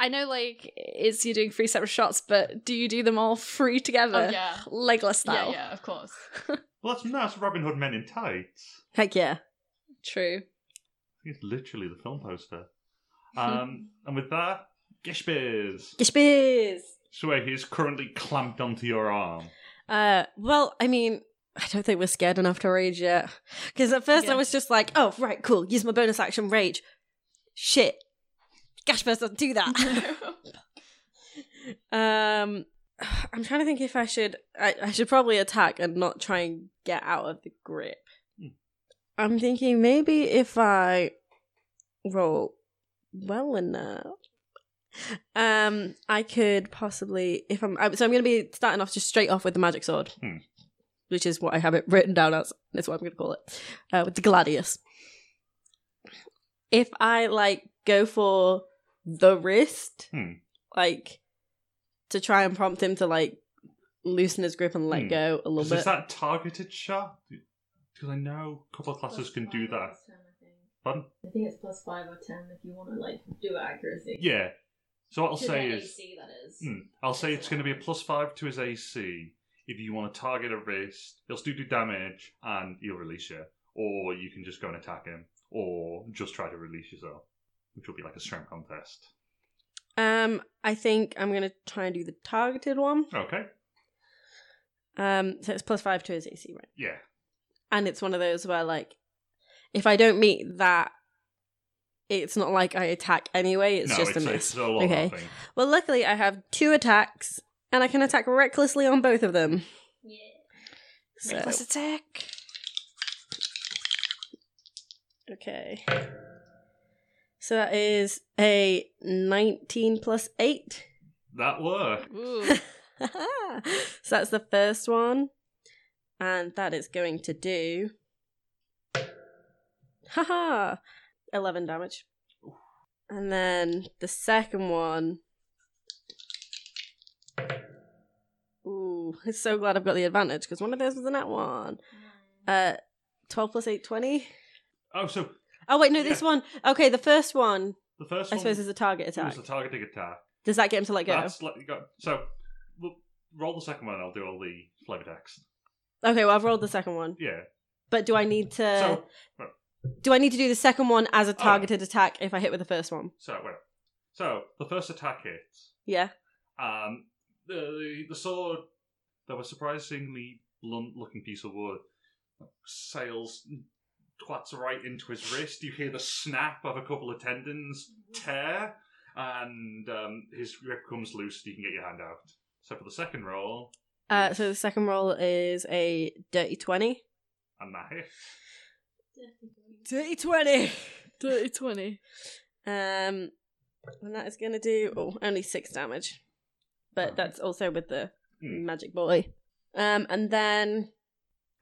Speaker 7: I know, like, it's you doing three separate shots, but do you do them all three together,
Speaker 4: Oh yeah.
Speaker 7: legless style?
Speaker 4: Yeah, yeah, of course. [LAUGHS]
Speaker 7: [LAUGHS]
Speaker 5: Well, that's, that's Robin Hood Men in Tights.
Speaker 3: Heck yeah.
Speaker 7: True.
Speaker 5: It's literally the film poster. Um, and with that, Gishbiz.
Speaker 3: Gishbiz!
Speaker 5: Swear he is currently clamped onto your arm.
Speaker 3: Uh, well, I mean, I don't think we're scared enough to rage yet. Because at first I
Speaker 4: Yeah.
Speaker 3: was just like, oh, right, cool, use my bonus action, rage. Shit. Gashburst doesn't do [LAUGHS] that.
Speaker 4: Mm-hmm.
Speaker 3: um, [SIGHS] I'm trying to think if I should. I, I should probably attack and not try and get out of the grip. I'm thinking maybe if I roll well enough. Um, I could possibly if I'm I, so I'm going to be starting off just straight off with the magic sword,
Speaker 5: Hmm.
Speaker 3: which is what I have it [LAUGHS] written down as. That's what I'm going to call it uh, with the gladius. If I like go for the wrist,
Speaker 5: Hmm.
Speaker 3: like to try and prompt him to like loosen his grip and let
Speaker 5: Hmm.
Speaker 3: go a
Speaker 5: Is
Speaker 3: little
Speaker 5: this
Speaker 3: bit.
Speaker 5: that targeted shot? Because I know a couple of classes can do that. Pardon?
Speaker 11: I think it's plus five or ten if you want to like do accuracy.
Speaker 5: Yeah. So what I'll
Speaker 11: To the
Speaker 5: say is,
Speaker 11: AC, that is.
Speaker 5: Hmm, I'll say it's going to be a plus five to his AC. If you want to target a wrist, he'll still do damage and he'll release you. Or you can just go and attack him. Or just try to release yourself, which will be like a strength contest.
Speaker 3: Um, I think I'm going to try and do the targeted one.
Speaker 5: Okay.
Speaker 3: Um, so it's plus five to his AC, right?
Speaker 5: Yeah.
Speaker 3: and it's one of those where like if i don't meet that it's not like i attack anyway it's
Speaker 5: no,
Speaker 3: just
Speaker 5: it's,
Speaker 3: a
Speaker 5: it's
Speaker 3: miss
Speaker 5: a lot
Speaker 3: Okay.
Speaker 5: of thing.
Speaker 3: well luckily i have two attacks and i can attack recklessly on both of them So
Speaker 6: Reckless attack.
Speaker 3: okay. So that is a nineteen plus eight.
Speaker 5: That worked.
Speaker 3: [LAUGHS]
Speaker 6: Ooh.
Speaker 3: so that's the first one. And that is going to do. Haha! 11 damage. And then the second one. Ooh, [LAUGHS] I'm so glad I've got the advantage because one of those was the net one.
Speaker 5: Hmm.
Speaker 3: Uh, 12 plus 8, 20.
Speaker 5: Oh, so
Speaker 3: Oh, wait, no, this
Speaker 5: Yeah.
Speaker 3: one. Okay, the first one,
Speaker 5: the first
Speaker 3: I
Speaker 5: one
Speaker 3: suppose, is a target attack.
Speaker 5: was the targeting attack.
Speaker 3: Does that get him to let go?
Speaker 5: That's let you go. So we'll roll the second one. I'll do all the flavor text.
Speaker 3: Okay, well, I've rolled the second one.
Speaker 5: Yeah.
Speaker 3: But do I need to.
Speaker 5: so
Speaker 3: Do I need to do the second one
Speaker 5: Oh.
Speaker 3: as a targeted attack if I hit with the first one?
Speaker 5: so wait. So the first attack hits.
Speaker 3: Yeah.
Speaker 5: Um, the the sword that was surprisingly blunt looking piece of wood sails twats right into his wrist. You hear the snap of a couple of tendons
Speaker 3: Mm-hmm.
Speaker 5: tear, and um, his grip comes loose. and You can get your hand out. So for the second roll,
Speaker 3: Uh, so the second roll is a dirty 20.
Speaker 5: and that hit.
Speaker 3: Dirty
Speaker 5: [LAUGHS]
Speaker 3: 20!
Speaker 6: Dirty 20.
Speaker 3: Um, and that is going to do oh, only 6 damage. But that's also with the
Speaker 5: Oh. Hmm.
Speaker 3: magic boy. Um, and then,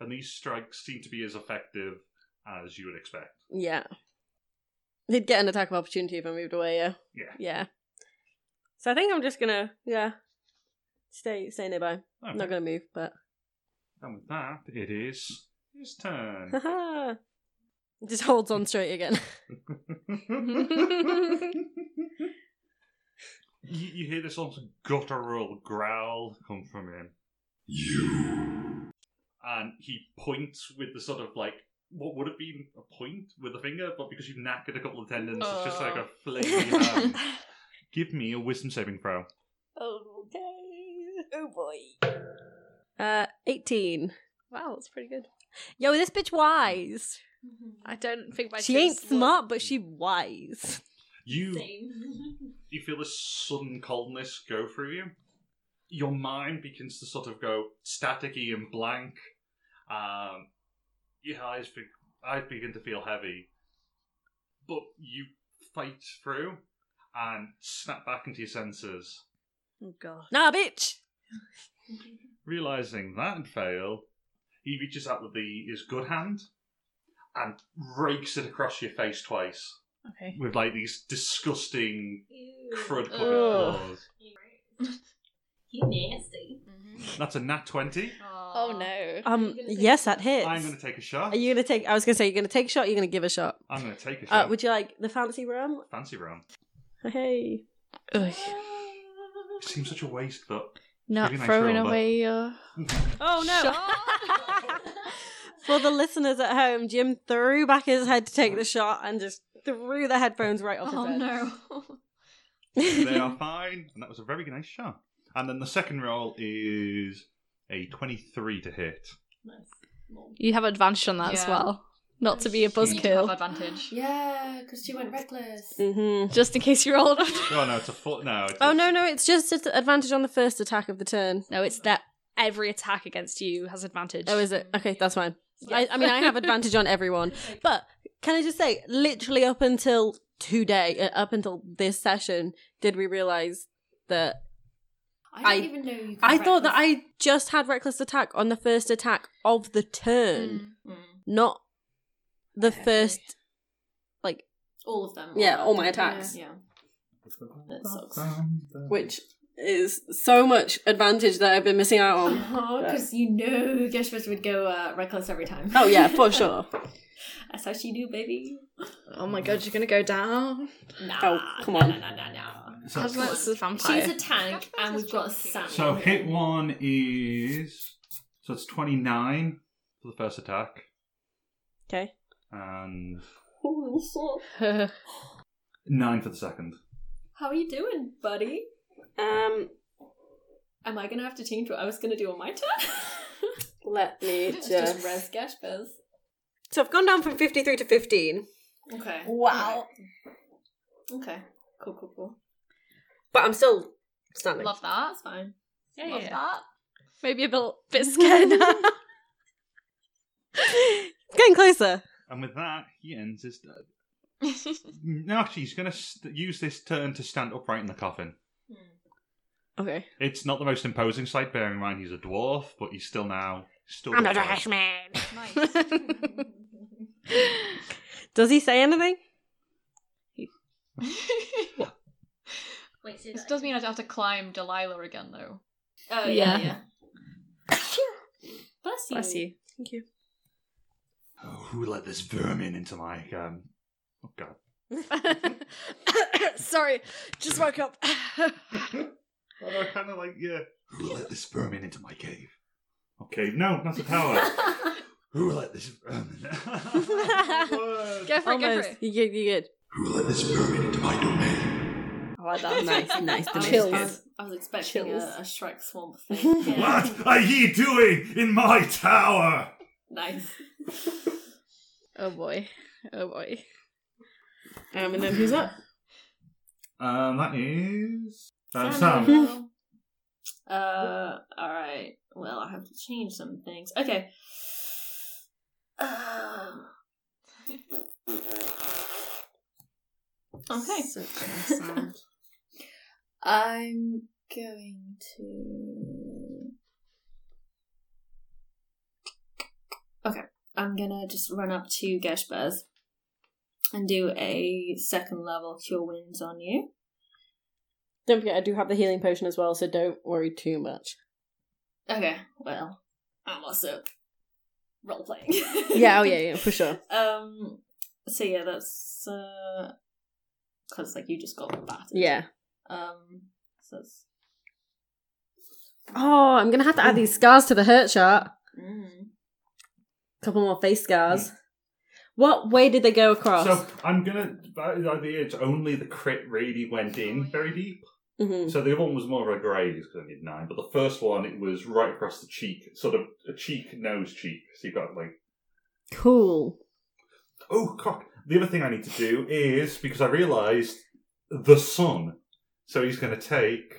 Speaker 5: And these strikes seem to be as effective as you would expect.
Speaker 3: yeah. He'd get an attack of opportunity if I moved away, yeah.
Speaker 5: Yeah.
Speaker 3: Yeah. So I think I'm just going to, yeah, stay stay nearby. I'm not
Speaker 5: Okay.
Speaker 3: going to move, but.
Speaker 5: And with that, it is his
Speaker 3: [LAUGHS]
Speaker 5: turn.
Speaker 3: Haha. Just holds on straight again.
Speaker 5: you, you hear this almost guttural growl come from him.
Speaker 12: You.
Speaker 5: and he points with the sort of like what would have been a point with a finger, but because you've knackered a couple of tendons, it's just like a flick of
Speaker 3: [LAUGHS]
Speaker 5: your hand. Give me a wisdom saving throw.
Speaker 3: Okay. Oh boy. Uh, 18.
Speaker 6: Wow, that's pretty good.
Speaker 3: Yo, this bitch wise.
Speaker 6: I don't think my
Speaker 3: she ain't
Speaker 6: kids
Speaker 3: smart, but she wise.
Speaker 5: You you feel this sudden coldness go through you. Your mind begins to sort of go staticky and blank. Um, your eyes, be- eyes begin to feel heavy, but you fight through and snap back into your senses.
Speaker 6: will- Oh, God.
Speaker 3: Nah, bitch.
Speaker 5: Realizing that had failed, he reaches out with the his good hand and rakes it across your face twice
Speaker 6: Okay.
Speaker 5: with like these disgusting crud puppet
Speaker 3: Ugh.
Speaker 5: claws.
Speaker 7: You nasty.
Speaker 5: That's a nat twenty.
Speaker 6: Oh, no.
Speaker 3: Um, yes, that hits.
Speaker 5: I'm going to take a shot.
Speaker 3: Are you gonna take? I was gonna say, you're gonna take a shot, you're gonna give a shot.
Speaker 5: I'm going to take a shot.
Speaker 3: Uh, would you like the fancy rum?
Speaker 5: Fancy round.
Speaker 3: Hey.
Speaker 5: It seems such a waste, but
Speaker 6: Not
Speaker 5: Pretty nice
Speaker 6: throwing
Speaker 5: roll, though.
Speaker 6: away your.
Speaker 3: Oh [LAUGHS] no. For the listeners at home, Jim threw back his head to take the shot and just threw the headphones right off
Speaker 4: Oh
Speaker 3: his head.
Speaker 4: [LAUGHS] no.
Speaker 3: [LAUGHS]
Speaker 5: they are fine. And that was a very nice shot. And then the second roll is a 23 to hit.
Speaker 6: You have advantage on that as
Speaker 4: Yeah.
Speaker 6: well. Not to be
Speaker 4: You
Speaker 6: a
Speaker 4: do have
Speaker 6: buzzkill.
Speaker 4: advantage.
Speaker 7: [LAUGHS] Yeah, because she went reckless.
Speaker 3: mm-hmm.
Speaker 6: Just in case you're old.
Speaker 5: Oh, no, it's a foot now. It's
Speaker 3: Oh no, no, it's just an advantage on the first attack of the turn.
Speaker 6: no, it's that every attack against you has advantage.
Speaker 3: Oh, is it? Okay, that's fine.
Speaker 6: Yes.
Speaker 3: I, I mean, I
Speaker 6: [LAUGHS]
Speaker 3: have advantage on everyone, but can I just say, literally up until today, uh, up until this session, did we realize that
Speaker 7: I
Speaker 3: I-
Speaker 7: didn't even know you. Could
Speaker 3: I thought that
Speaker 7: reckless-
Speaker 3: I just had reckless attack on the first attack of the turn,
Speaker 6: Mm,
Speaker 3: not the
Speaker 7: Okay.
Speaker 3: first.
Speaker 7: all of them.
Speaker 3: Yeah, all my
Speaker 7: Yeah.
Speaker 3: attacks.
Speaker 7: Yeah, that sucks.
Speaker 5: Um,
Speaker 3: Which is so much advantage that I've been missing out
Speaker 6: Oh,
Speaker 7: [LAUGHS] Because Oh, you know Geshwish would go uh, reckless every time.
Speaker 3: Oh,
Speaker 7: [LAUGHS]
Speaker 3: sure.
Speaker 7: That's how she do, baby.
Speaker 6: Oh my god, you're gonna go down.
Speaker 7: Nah,
Speaker 3: Oh, come
Speaker 7: nah,
Speaker 3: on.
Speaker 7: Nah, nah, nah, nah.
Speaker 5: So,
Speaker 6: How's that- That's a vampire.
Speaker 7: She's a tank,
Speaker 4: Geshwish
Speaker 7: and
Speaker 4: is
Speaker 7: we've got a
Speaker 4: chunky.
Speaker 7: Sam.
Speaker 5: so hit one is. So it's 29 for the first attack.
Speaker 3: Okay.
Speaker 5: And
Speaker 7: Holy shit!
Speaker 5: 9 for the second.
Speaker 7: How are you doing, buddy?
Speaker 3: [LAUGHS] Um,
Speaker 7: Am I gonna have to change what I was gonna do on my turn? [LAUGHS]
Speaker 3: let me
Speaker 7: It's just res Geshwish.
Speaker 3: So I've gone down from fifty-three to fifteen.
Speaker 7: Okay.
Speaker 3: Wow.
Speaker 7: Okay. Okay. Cool. Cool. Cool.
Speaker 9: But I'm still standing. [LAUGHS]
Speaker 4: Love that.
Speaker 7: That's fine.
Speaker 4: Love that.
Speaker 6: Maybe a bit, bit scared now.
Speaker 3: It's Getting closer.
Speaker 5: And with that, he ends his. No, actually, he's going to st- use this turn to stand upright in the coffin.
Speaker 3: Okay.
Speaker 5: It's not the most imposing sight, bearing in mind he's a dwarf, but he's still now. Still
Speaker 3: I'm a
Speaker 5: upright.
Speaker 3: trash [LAUGHS] man.
Speaker 4: Nice.
Speaker 3: Does he say anything?
Speaker 7: Wait, so
Speaker 4: this does mean I'd have to climb Delilah again, though.
Speaker 7: Oh yeah,
Speaker 6: Yeah.
Speaker 7: yeah. Bless you.
Speaker 6: Bless you.
Speaker 3: Thank you.
Speaker 5: Oh, who let this vermin into my. Um... Oh, God.
Speaker 6: [LAUGHS] Sorry, just woke up. [LAUGHS]
Speaker 5: I kind of like, yeah. Who let this vermin into my cave? Okay, no, not
Speaker 3: [LAUGHS]
Speaker 5: the tower. Who let this [LAUGHS] vermin?
Speaker 6: go for it, go for
Speaker 3: Almost.
Speaker 6: it.
Speaker 3: You good? You good?
Speaker 5: Who let this vermin into my domain?
Speaker 6: I like that.
Speaker 9: Nice,
Speaker 7: nice.
Speaker 9: nice.
Speaker 7: I
Speaker 6: Chills.
Speaker 7: was, I was expecting a,
Speaker 9: Chills.
Speaker 7: a
Speaker 6: [LAUGHS]
Speaker 7: Shrek swamp thing. Yeah.
Speaker 5: What are ye doing in my tower?
Speaker 7: Nice.
Speaker 6: Oh boy. Oh boy.
Speaker 3: Um, and then who's up?
Speaker 5: Um, that is uh,
Speaker 7: Sam.
Speaker 5: Sam.
Speaker 7: Uh, all right. Well, I have to change some things. Okay. Uh, okay.
Speaker 9: I'm going to.
Speaker 7: I'm gonna just run up to Geshbaz and do a second level cure wounds on you.
Speaker 3: Don't forget, I do have the healing potion as well, so don't worry too much.
Speaker 7: Okay. Well, I'm also role playing.
Speaker 3: Yeah, oh
Speaker 7: [LAUGHS]
Speaker 3: yeah, yeah, for sure.
Speaker 7: Um. So yeah, that's uh, because like you just got battered.
Speaker 3: Yeah.
Speaker 7: Um. So that's.
Speaker 3: Oh, I'm gonna have to add these scars to the hurt chart.
Speaker 7: Mm.
Speaker 3: Couple more face scars. What way did they go across?
Speaker 5: So I'm gonna. By the idea, it's only the crit really went
Speaker 3: Oh,
Speaker 5: in very deep.
Speaker 3: Mhm.
Speaker 5: So the other one was more of a graze because I did nine, but the first one it was right across the cheek, sort of a cheek nose cheek. So you got like
Speaker 3: Cool.
Speaker 5: oh cock. The other thing I need to do is because I realised the sun. So he's going to take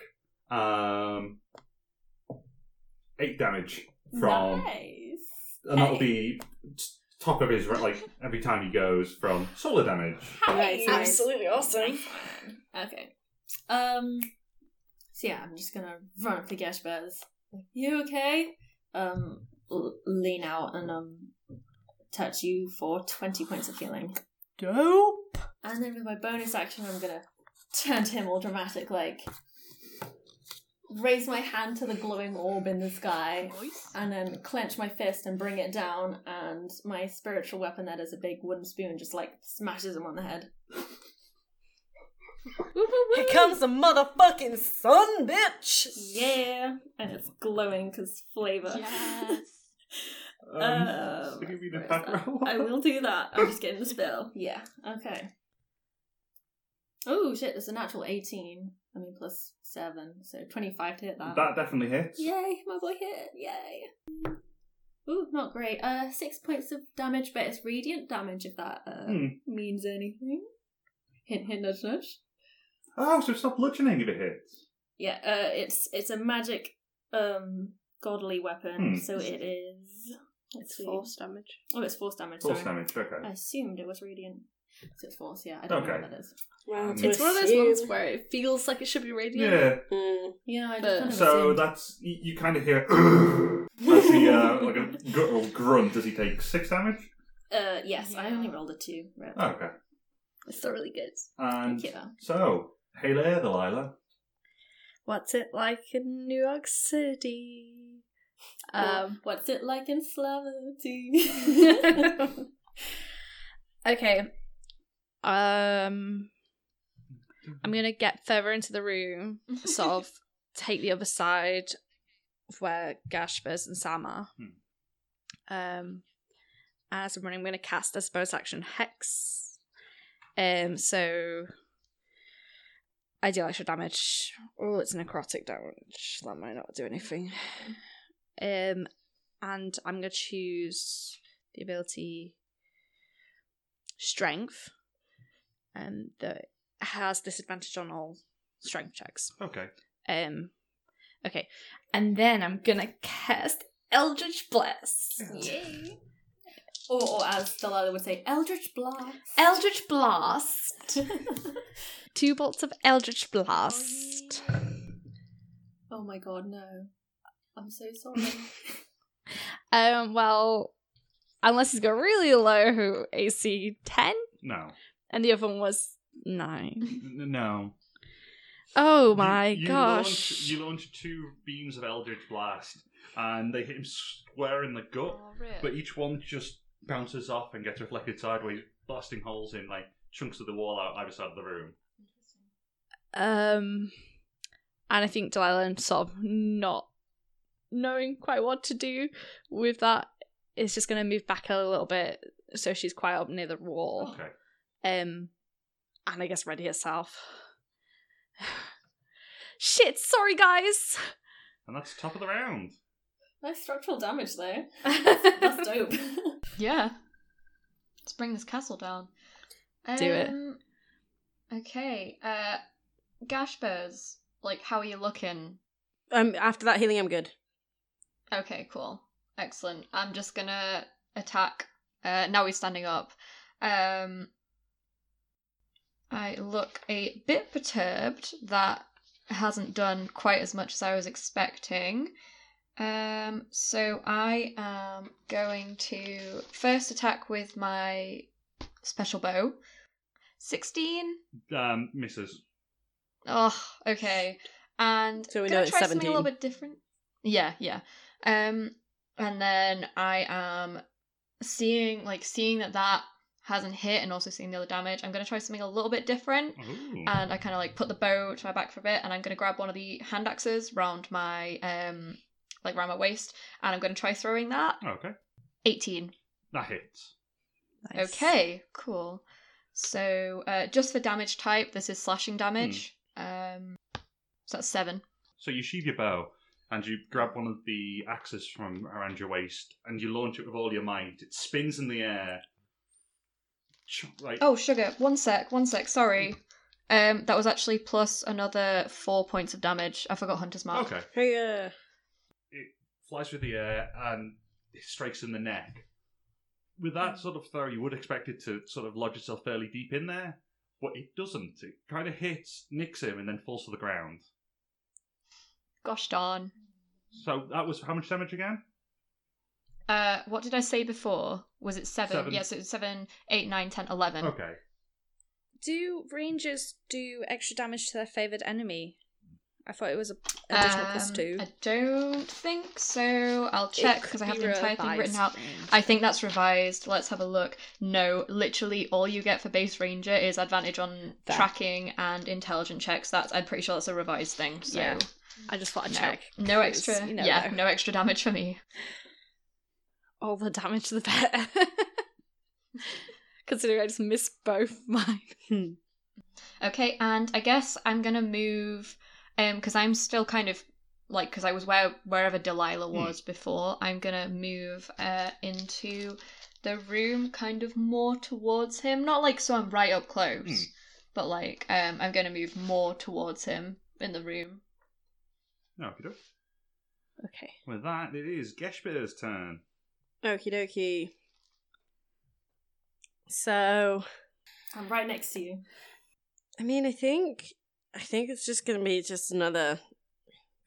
Speaker 5: um eight damage from,
Speaker 7: Nice.
Speaker 5: and that'll be t- top of his like every time he goes from solar damage.
Speaker 7: Nice.
Speaker 9: Absolutely awesome.
Speaker 7: Okay. Um. So yeah, I'm just gonna run up to Geshbaz. You okay? Um. l- lean out and um. Touch you for twenty points of healing,
Speaker 3: Dope.
Speaker 7: and then with my bonus action, I'm gonna turn to him all dramatic, like raise my hand to the glowing orb in the sky, and then clench my fist and bring it down, and my spiritual weapon that is a big wooden spoon just like smashes him on the head.
Speaker 3: Here comes the motherfucking sun, bitch.
Speaker 7: Yeah, and it's glowing because flavor.
Speaker 4: Yes.
Speaker 5: Um,
Speaker 7: Um,
Speaker 5: so give me the
Speaker 7: where is
Speaker 5: back
Speaker 7: that?
Speaker 5: roll.
Speaker 7: I
Speaker 5: [LAUGHS]
Speaker 7: will do that. I'm just getting the spell. [LAUGHS] Yeah. Okay. Oh shit! It's a natural eighteen. I mean, plus seven, so twenty-five to hit that.
Speaker 5: That definitely hits.
Speaker 7: Yay! My boy hit. Yay! Ooh, not great. Uh, six points of damage, but it's radiant damage if that uh,
Speaker 5: Hmm.
Speaker 7: means anything. Hint, hint, nudge, nudge.
Speaker 5: Oh, so stop bludgeoning if it hits.
Speaker 7: Yeah, uh, it's it's a magic, um, godly weapon,
Speaker 5: Hmm.
Speaker 7: so it is. Let's
Speaker 6: It's
Speaker 7: see.
Speaker 6: force damage.
Speaker 7: Oh, it's force damage.
Speaker 5: Force
Speaker 7: sorry.
Speaker 5: damage, okay.
Speaker 7: I assumed it was radiant. So it's force, yeah. I don't know
Speaker 5: Okay.
Speaker 7: what that is.
Speaker 3: Wow,
Speaker 5: Um,
Speaker 6: It's one of those ones where it feels like it should be radiant.
Speaker 5: Yeah.
Speaker 3: Mm.
Speaker 7: Yeah, I
Speaker 6: But-
Speaker 7: just kind of
Speaker 5: So
Speaker 7: assumed.
Speaker 5: that's you, you kind of hear [GASPS] as he uh, like a guttural grunt. Does he take six damage?
Speaker 7: Uh, yes, I only rolled a two. Right.
Speaker 5: Oh, okay.
Speaker 6: It's still really good.
Speaker 5: And
Speaker 7: Thank you, though.
Speaker 5: so, hey there, Delilah.
Speaker 6: What's it like in New York City? Um,
Speaker 7: What's it like in [LAUGHS] Slavity?
Speaker 6: okay. Um, I'm gonna get further into the room, sort of take the other side of where Gashbers and Sam are.
Speaker 5: Hmm.
Speaker 6: Um, as I'm running, I'm gonna cast as bonus action Hex. Um, so I deal extra damage. Oh, it's necrotic damage. That might not do anything. Um, and I'm gonna choose the ability strength, and that has disadvantage on all strength checks.
Speaker 5: Okay.
Speaker 6: Um, okay, and then I'm gonna cast Eldritch Blast.
Speaker 7: Yay. Or, or as Delilah would say, Eldritch Blast.
Speaker 13: Eldritch Blast.
Speaker 6: Two bolts of Eldritch Blast.
Speaker 7: [LAUGHS] oh my god, no. I'm so sorry. [LAUGHS]
Speaker 6: Um, well, unless he's got really low AC 10,
Speaker 5: No.
Speaker 6: and the other one was 9.
Speaker 5: N- No.
Speaker 6: Oh
Speaker 5: You-
Speaker 6: my
Speaker 5: you
Speaker 6: gosh.
Speaker 5: Launch, you launch two beams of Eldritch Blast, and they hit him square in the gut, but each one just bounces off and gets reflected sideways, blasting holes in like chunks of the wall out either side of the room.
Speaker 6: Um, and I think Delilah and Sob not knowing quite what to do with that is just going to move back a little bit so she's quite up near the wall.
Speaker 5: Okay.
Speaker 6: Um, and I guess ready herself. [SIGHS] Shit, sorry guys.
Speaker 5: And that's top of the round.
Speaker 7: nice structural damage,
Speaker 6: [LAUGHS]
Speaker 7: though. That's dope.
Speaker 4: Yeah. Let's bring this castle down.
Speaker 6: Do it.
Speaker 4: Um, Okay. Uh, Gashbers, like, how are you looking?
Speaker 3: Um, after that healing, I'm good.
Speaker 4: Okay, cool. Excellent. I'm just gonna attack. Uh, now he's standing up. Um, I look a bit perturbed that hasn't done quite as much as I was expecting. Um, so I am going to first attack with my special bow. 16?
Speaker 5: Um, misses.
Speaker 4: Oh, okay. And
Speaker 3: So we know
Speaker 4: gonna
Speaker 3: it's
Speaker 4: try something a
Speaker 3: 17.
Speaker 4: little bit different. Yeah, yeah. Um, and then I am seeing like seeing that that hasn't hit, and also seeing the other damage. I'm gonna try something a little bit different.
Speaker 5: Ooh.
Speaker 4: And I kind of like put the bow to my back for a bit, and I'm gonna grab one of the hand axes round my um, like round my waist, and I'm gonna try throwing that.
Speaker 5: Oh, okay.
Speaker 4: 18.
Speaker 5: That hits.
Speaker 4: Okay, cool. So uh, just for damage type, this is slashing
Speaker 3: Hmm.
Speaker 4: damage. Um, so that's seven.
Speaker 5: So you sheave your bow and you grab one of the axes from around your waist and you launch it with all your might. It spins in the air. Ch- Like,
Speaker 4: Oh, sugar. One sec. One sec. Sorry. Um, that was actually plus another four points of damage. I forgot Hunter's Mark.
Speaker 5: okay.
Speaker 3: Hey, uh,
Speaker 5: It flies through the air and it strikes in the neck. With that sort of throw, you would expect it to sort of lodge itself fairly deep in there, but it doesn't. It kind of hits, nicks him, and then falls to the ground.
Speaker 4: Gosh darn.
Speaker 5: So that was how much damage again?
Speaker 4: Uh, what did I say before? Was it seven?
Speaker 5: Seven.
Speaker 4: Yes, it's seven, eight, nine, ten, eleven.
Speaker 5: Okay.
Speaker 6: Do rangers do extra damage to their favored enemy? I thought it was a additional plus
Speaker 4: Um,
Speaker 6: two.
Speaker 4: I don't think so. I'll check because I have the entire thing written out. I
Speaker 6: I
Speaker 4: think that's revised. Let's have a look. No, literally all you get for base ranger is advantage on
Speaker 6: Fair.
Speaker 4: tracking and intelligent checks. That's I'm pretty sure that's a revised thing. So
Speaker 6: Yeah. I just thought I'd
Speaker 4: no,
Speaker 6: check.
Speaker 4: no
Speaker 6: 'cause
Speaker 4: extra.
Speaker 6: you never
Speaker 4: yeah,
Speaker 6: know.
Speaker 4: no extra damage for me.
Speaker 6: [LAUGHS] all the damage the better. [LAUGHS] Considering I just missed both [LAUGHS] mine.
Speaker 3: Hmm.
Speaker 4: Okay, and I guess I'm gonna move um because I'm still kind of like because I was where wherever Delilah was before. I'm gonna move uh into the room kind of more towards him. Not like so I'm right up close,
Speaker 5: Hmm.
Speaker 4: but like um I'm gonna move more towards him in the room.
Speaker 5: No, if you don't.
Speaker 6: Okay.
Speaker 5: With that, it is Geshbir's turn.
Speaker 3: okie dokie. So,
Speaker 7: I'm right next to you.
Speaker 3: I mean, I think, I think it's just gonna be just another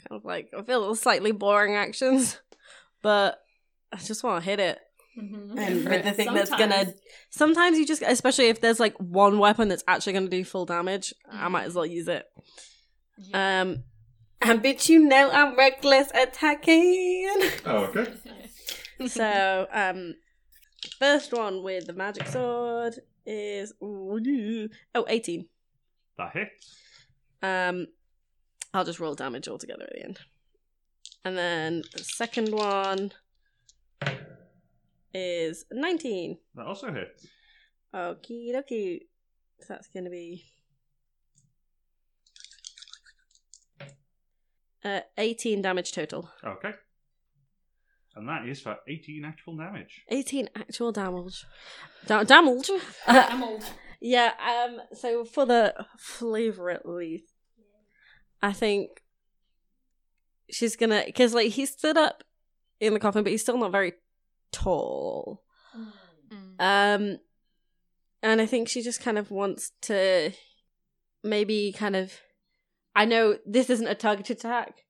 Speaker 3: kind of like I feel slightly boring actions, but I just want to hit it.
Speaker 7: Mm-hmm.
Speaker 3: And with the thing that's gonna.
Speaker 7: Sometimes.
Speaker 3: Sometimes you just, especially if there's like one weapon that's actually gonna do full damage, I might as well use it.
Speaker 4: Uh,
Speaker 3: Um, and bitch, you know I'm reckless attacking.
Speaker 14: Oh, okay.
Speaker 3: [LAUGHS] so, um, first one with the magic sword is oh, 18.
Speaker 5: That hits.
Speaker 3: Um, I'll just roll damage altogether at the end. And then the second one is 19.
Speaker 5: That also hits.
Speaker 3: Okie dokie. So that's going to be uh, 18 damage total.
Speaker 5: Okay. And that is for 18 actual damage.
Speaker 3: 18 actual damage. Da- damage? Uh,
Speaker 7: I'm old.
Speaker 3: [LAUGHS] Yeah, um so for the flavor at least, I think she's gonna because like he stood up in the coffin, but he's still not very tall.
Speaker 4: uh, [LAUGHS]
Speaker 9: Um, and I think she just kind of wants to maybe kind of. I know this isn't a targeted attack,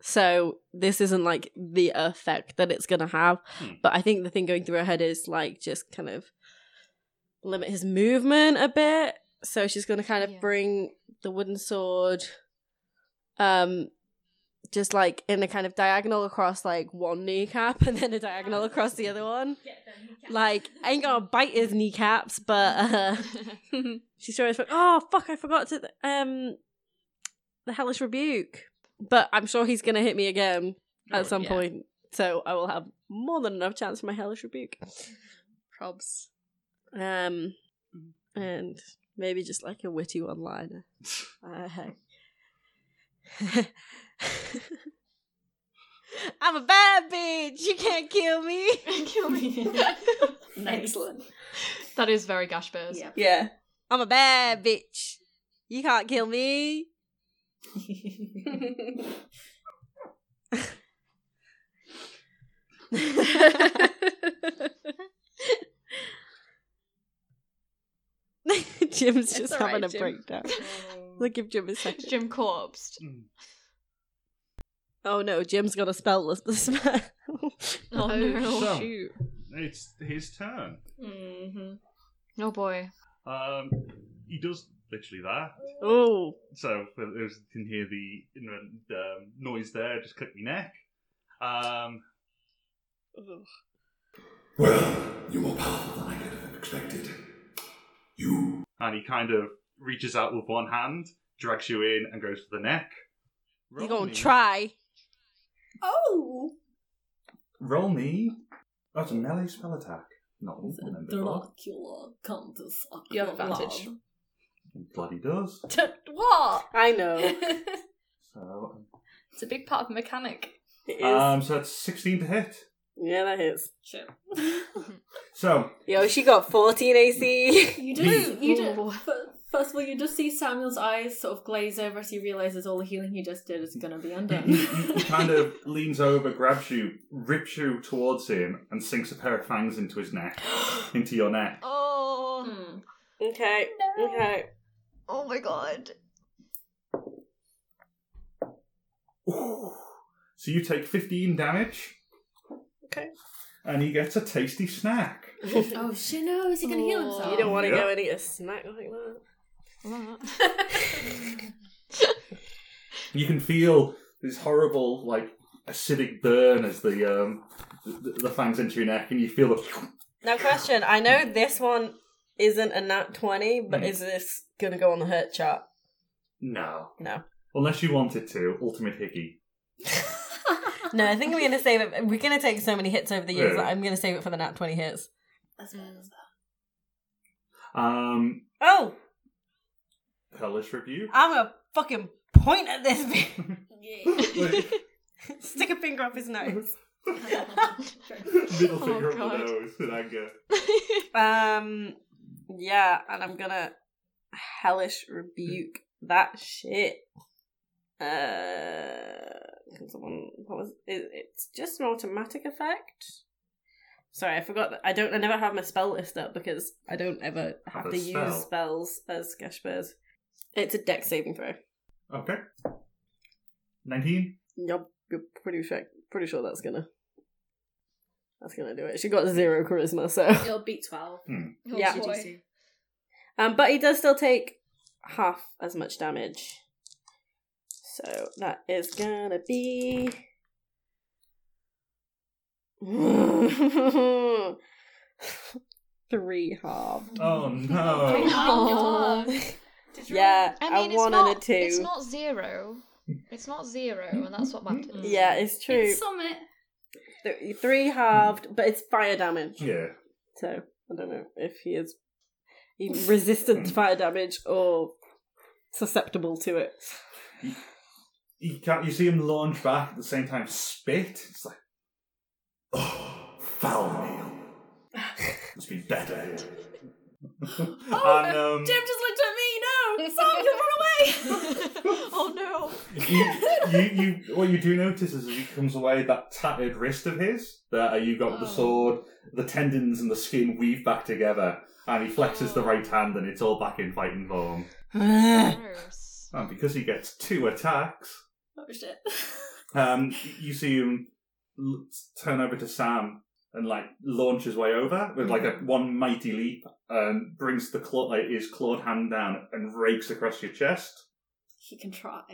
Speaker 9: so this isn't like the effect that it's going to have.
Speaker 15: Hmm.
Speaker 9: But I think the thing going through her head is like just kind of limit his movement a bit. So she's going to kind of
Speaker 4: Yeah.
Speaker 9: bring the wooden sword, um, just like in a kind of diagonal across like one kneecap [LAUGHS] and then a diagonal across the other one. Like, I ain't gonna bite his kneecaps, but
Speaker 3: [LAUGHS]
Speaker 9: uh, she's always like, oh fuck, I forgot to um the hellish rebuke. But I'm sure he's gonna hit me again at some
Speaker 16: yeah.
Speaker 9: point, so I will have more than enough chance for my hellish
Speaker 3: [LAUGHS]
Speaker 9: rebuke.
Speaker 16: Probs.
Speaker 9: Um,
Speaker 3: Mm-hmm.
Speaker 9: and maybe just like a witty
Speaker 3: [LAUGHS]
Speaker 9: one-liner. Uh, [LAUGHS] I'm a bad bitch. You can't kill me.
Speaker 3: Kill
Speaker 4: [LAUGHS]
Speaker 3: me. [LAUGHS]
Speaker 7: Excellent.
Speaker 4: That is very Gashbears. [LAUGHS]
Speaker 7: Yeah.
Speaker 3: yeah.
Speaker 9: I'm a bad bitch. You can't kill me. [LAUGHS] Jim's
Speaker 16: It's
Speaker 9: just
Speaker 16: all
Speaker 9: having
Speaker 16: right,
Speaker 9: a
Speaker 16: Jim.
Speaker 9: breakdown. We'll give Jim [LAUGHS] a second.
Speaker 4: Jim corpsed.
Speaker 5: Mm.
Speaker 9: Oh no, Jim's got a spell [LAUGHS] list this man.
Speaker 4: Oh, no.
Speaker 15: So-
Speaker 16: shoot.
Speaker 15: It's his turn.
Speaker 3: Mm-hmm.
Speaker 4: No Oh, boy.
Speaker 15: Um, he does literally that.
Speaker 9: oh,
Speaker 15: So for those who can hear the ignorant um, noise there, just click me neck. Um,
Speaker 8: Well, you're more powerful than I could have expected. You
Speaker 15: and he kind of reaches out with one hand, drags you in, and goes for the neck.
Speaker 9: you're
Speaker 15: Roll
Speaker 9: gonna
Speaker 15: me.
Speaker 9: try.
Speaker 7: oh!
Speaker 5: Roll me. That's a melee spell attack. Not one then before.
Speaker 7: Dracula, come to suck
Speaker 6: You have
Speaker 7: your
Speaker 6: advantage.
Speaker 7: blood.
Speaker 5: Bloody does.
Speaker 6: [LAUGHS] what?
Speaker 3: I know.
Speaker 6: it's
Speaker 5: So,
Speaker 6: a big part of the mechanic.
Speaker 3: It is.
Speaker 5: um, so that's 16 to hit.
Speaker 3: yeah, that is. [LAUGHS]
Speaker 7: Sure.
Speaker 5: So,
Speaker 3: Yo, she got 14 AC.
Speaker 7: You just, you
Speaker 4: Ooh.
Speaker 7: just, first of all, you just see Samuel's eyes sort of glaze over as he realizes all the healing he just did is going to be undone.
Speaker 5: Mm. he, he
Speaker 7: [LAUGHS]
Speaker 5: kind of leans over, grabs you, rips you towards him, and sinks a pair of fangs into
Speaker 3: [GASPS]
Speaker 5: his neck, into your neck.
Speaker 4: Oh.
Speaker 7: Hmm.
Speaker 3: [LAUGHS] okay. Okay.
Speaker 4: Oh my god.
Speaker 5: Ooh. So you take 15 damage.
Speaker 3: Okay.
Speaker 5: And he gets a tasty snack.
Speaker 7: oh shit! No, is he going to heal himself?
Speaker 3: You don't want to
Speaker 5: Yeah.
Speaker 3: go and eat a snack like that.
Speaker 5: You can feel this horrible, like, acidic burn as the um the, the fangs into your neck, and you feel the [LAUGHS]
Speaker 3: Now, question. I know this one isn't a nat 20, but
Speaker 5: Hmm.
Speaker 3: is this going to go on the hurt chart?
Speaker 5: no,
Speaker 3: No.
Speaker 5: unless you wanted to ultimate hickey.
Speaker 3: No, I think I'm going to save it. We're going to take so many hits over the years
Speaker 5: Yeah.
Speaker 3: that I'm going to save it for the nat 20 hits.
Speaker 7: That's fair, that's fair.
Speaker 5: Um,
Speaker 3: Oh, [LAUGHS]
Speaker 5: hellish review.
Speaker 3: I'm going to fucking point at this [LAUGHS] bitch.
Speaker 7: Yeah.
Speaker 5: [LAUGHS] Wait,
Speaker 3: Stick a finger up his [LAUGHS] nose.
Speaker 4: [LAUGHS]
Speaker 5: [LAUGHS] middle
Speaker 4: Oh,
Speaker 5: finger up
Speaker 4: God.
Speaker 5: the nose in anger.
Speaker 3: [LAUGHS] Um, yeah, and I'm going to hellish rebuke that shit. Uh, can someone? What was? It, it's just an automatic effect. Sorry, I forgot. That, I don't. I never have my spell list up because I don't ever have
Speaker 5: Have a
Speaker 3: to
Speaker 5: spell.
Speaker 3: use spells as Gashbears. It's a deck saving throw.
Speaker 5: Okay. 19?
Speaker 3: Yup, you're pretty sure. Pretty sure that's gonna. That's gonna do it. She got zero charisma,
Speaker 7: [LAUGHS]
Speaker 3: so.
Speaker 7: He'll beat twelve.
Speaker 16: Oh,
Speaker 3: Yeah.
Speaker 16: boy.
Speaker 3: Um, but he does still take half as much damage. So that is gonna be. [LAUGHS] Three halved.
Speaker 5: Oh
Speaker 4: Oh, [LAUGHS]
Speaker 5: no.
Speaker 4: God.
Speaker 3: Yeah,
Speaker 4: I mean,
Speaker 3: a
Speaker 4: it's
Speaker 3: one
Speaker 4: not,
Speaker 3: and a two.
Speaker 4: It's not zero. It's not zero, and that's what matters.
Speaker 7: [LAUGHS]
Speaker 3: Yeah, it's true.
Speaker 6: It's Summit.
Speaker 3: Th- three halved, but it's fire damage.
Speaker 5: Yeah.
Speaker 3: So I don't know if he is he
Speaker 4: [LAUGHS]
Speaker 3: resistant to fire damage or susceptible to it.
Speaker 5: You can't you see him launch back at the same time spit? It's like Oh foul meal. Must be better here. um, and
Speaker 4: Oh,
Speaker 5: um
Speaker 7: Jim Oh, just looked at me. No. [LAUGHS] no, Sam, you run away! [LAUGHS]
Speaker 3: oh no!
Speaker 5: you, you, you, what you do notice is as he comes away, that tattered wrist of his, that uh, you got with the
Speaker 6: Oh.
Speaker 5: sword, the tendons and the skin weave back together, and he flexes
Speaker 4: Oh.
Speaker 5: the right hand, and it's all back in fighting form.
Speaker 3: [LAUGHS]
Speaker 4: [LAUGHS] Gross.
Speaker 5: And Oh, because he gets two attacks,
Speaker 7: Oh shit. [LAUGHS]
Speaker 5: um, you see him l- turn over to Sam and like launch his way over with like a one mighty leap, um, brings the claw, like, his clawed hand down and rakes across your chest.
Speaker 7: He can try.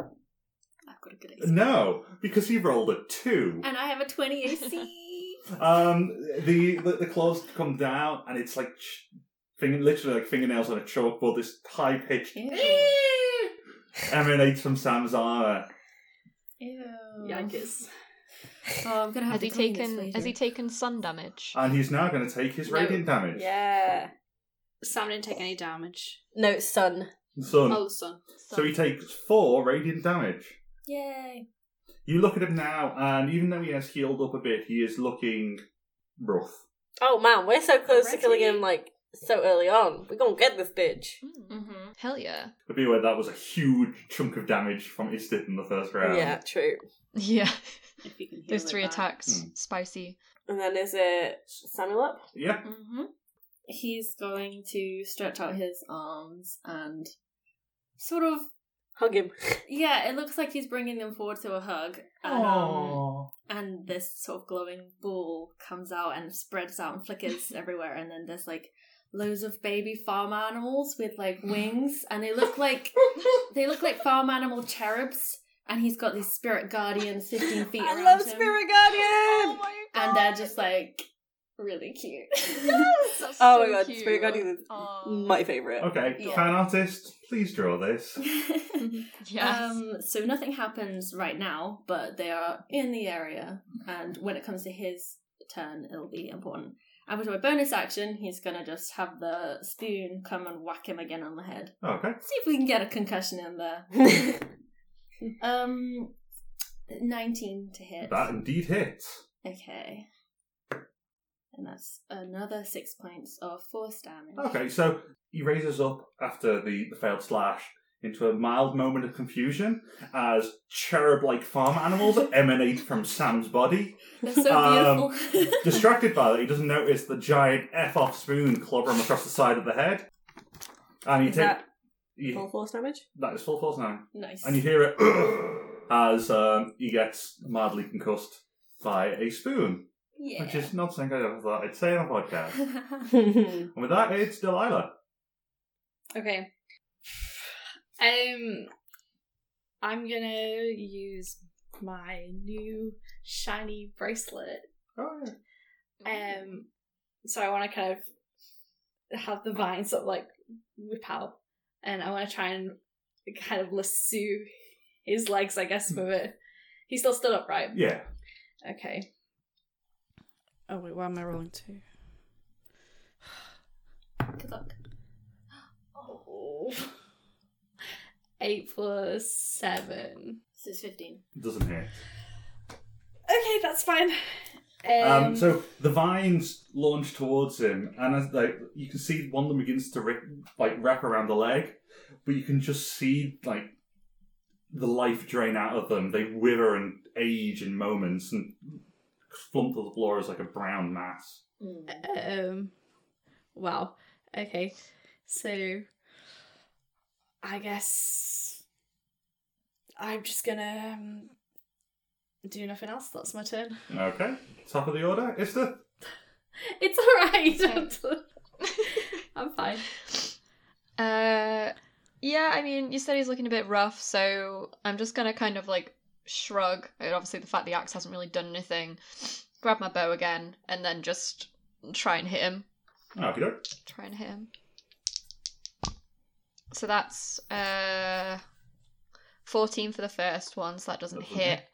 Speaker 7: I've got a good AC.
Speaker 5: No, because he rolled a two.
Speaker 7: And I have a 20 [LAUGHS] AC.
Speaker 5: Um, the, the the claws come down, and it's like ch- finger, literally like fingernails on a chalkboard. This high pitched
Speaker 7: Ew.
Speaker 5: emanates from Sam's armor.
Speaker 7: Yikes. Oh, I'm gonna
Speaker 4: Has
Speaker 7: have to
Speaker 4: he
Speaker 7: clean this
Speaker 4: taken?
Speaker 7: later.
Speaker 4: Has he taken sun damage?
Speaker 5: And he's now going to take his
Speaker 6: No.
Speaker 5: radiant damage.
Speaker 16: Yeah. Sam didn't take any damage.
Speaker 3: No, it's sun.
Speaker 5: Son.
Speaker 16: Oh, son.
Speaker 5: so he takes four radiant damage.
Speaker 7: Yay.
Speaker 5: You look at him now, and even though he has healed up a bit, he is looking rough.
Speaker 3: Oh man, we're so close to killing
Speaker 6: Already?
Speaker 3: him like so early on. We're gonna get this bitch.
Speaker 4: Mm,
Speaker 6: Mm-hmm.
Speaker 4: hell yeah. [LAUGHS]
Speaker 5: But be aware that was a huge chunk of damage from Istith in the first round.
Speaker 3: Yeah, true.
Speaker 4: Yeah.
Speaker 7: If you can heal
Speaker 4: Those
Speaker 7: it
Speaker 4: three
Speaker 7: back.
Speaker 4: attacks,
Speaker 5: Hmm.
Speaker 4: spicy.
Speaker 3: And then is it Samuel up?
Speaker 5: Yeah.
Speaker 6: Mm-hmm.
Speaker 7: He's going to stretch out his arms and sort of.
Speaker 3: Hug him.
Speaker 7: Yeah, it looks like he's bringing them forward to a hug. And, um, and this sort of glowing ball comes out and spreads out and
Speaker 3: [LAUGHS]
Speaker 7: flickers everywhere. And then there's like loads of baby farm animals with
Speaker 3: [LAUGHS]
Speaker 7: like wings. And they look like. They look like farm animal cherubs. And he's got these spirit guardians 15 feet
Speaker 3: I
Speaker 7: around
Speaker 3: love
Speaker 7: him.
Speaker 3: Spirit
Speaker 4: Oh
Speaker 9: Oh,
Speaker 3: Guardian.
Speaker 7: and they're just like really cute.
Speaker 4: That's
Speaker 3: Oh
Speaker 4: so
Speaker 3: my god,
Speaker 4: cute.
Speaker 3: Spirit Guardian is
Speaker 9: Oh.
Speaker 4: Aw.
Speaker 3: my favorite.
Speaker 5: Okay,
Speaker 7: Yeah.
Speaker 5: fan artist, please draw this.
Speaker 7: [LAUGHS]
Speaker 4: Yes.
Speaker 7: Um, so nothing happens right now, but they are in the area, and when it comes to his turn, it'll be important. And with my bonus action, he's gonna just have the spoon come and whack him again on the head.
Speaker 5: Okay.
Speaker 7: See if we can get a concussion in there.
Speaker 5: [LAUGHS]
Speaker 7: um, nineteen to hit.
Speaker 5: That indeed hits.
Speaker 7: Okay. And that's another six points of force damage.
Speaker 5: Okay, so he raises up after the, the failed slash into a mild moment of confusion as cherub like farm animals emanate from Sam's body.
Speaker 7: They're so
Speaker 5: Um,
Speaker 7: beautiful.
Speaker 5: Distracted by that, he doesn't notice the giant F off spoon clobber him across the side of the head. And you
Speaker 3: Is
Speaker 5: take.
Speaker 3: that
Speaker 5: you-
Speaker 3: Full force damage.
Speaker 5: that is full force now.
Speaker 7: [LAUGHS] nice.
Speaker 5: And you hear it [CLEARS THROAT] as um, he gets mildly concussed by a spoon,
Speaker 7: yeah.
Speaker 5: which is not something I ever thought I'd say on a podcast.
Speaker 3: Did
Speaker 5: and with that, it's Delilah.
Speaker 16: Okay. Um, I'm gonna use my new shiny bracelet.
Speaker 5: Oh, yeah.
Speaker 16: Um, so I want to kind of have the vines sort of like whip out, and I want to try and kind of lasso his legs, I guess,
Speaker 9: Hmm.
Speaker 16: with it. He's still stood upright.
Speaker 5: Yeah.
Speaker 16: Okay.
Speaker 9: Oh wait, why am I rolling two?
Speaker 7: [LAUGHS] Good luck.
Speaker 16: Oh. Eight plus seven.
Speaker 7: This is 15.
Speaker 5: It doesn't hit.
Speaker 16: Okay, that's fine.
Speaker 5: Um, so the vines launch towards him, and as like you can see, one of them begins to rip, like wrap around the leg, but you can just see like the life drain out of them. They wither and age in moments, and flump to the floor as like a brown mass.
Speaker 7: Mm.
Speaker 16: Um, wow. Okay. So, I guess I'm just gonna um, do nothing else. That's my
Speaker 6: [LAUGHS]
Speaker 16: turn.
Speaker 5: Okay, top of the order, Ista.
Speaker 16: It's alright. I'm,
Speaker 4: Okay.
Speaker 6: [LAUGHS]
Speaker 16: done. I'm fine.
Speaker 4: Uh, yeah, I mean, you said he's looking a bit rough, so I'm just gonna kind of like shrug. at Obviously, the fact the axe hasn't really done anything. Grab my bow again, and then just try and hit him.
Speaker 5: Okay,
Speaker 4: Try and hit him. So that's uh, 14 for the first one, so that doesn't
Speaker 5: Doesn't
Speaker 4: hit.
Speaker 5: hit.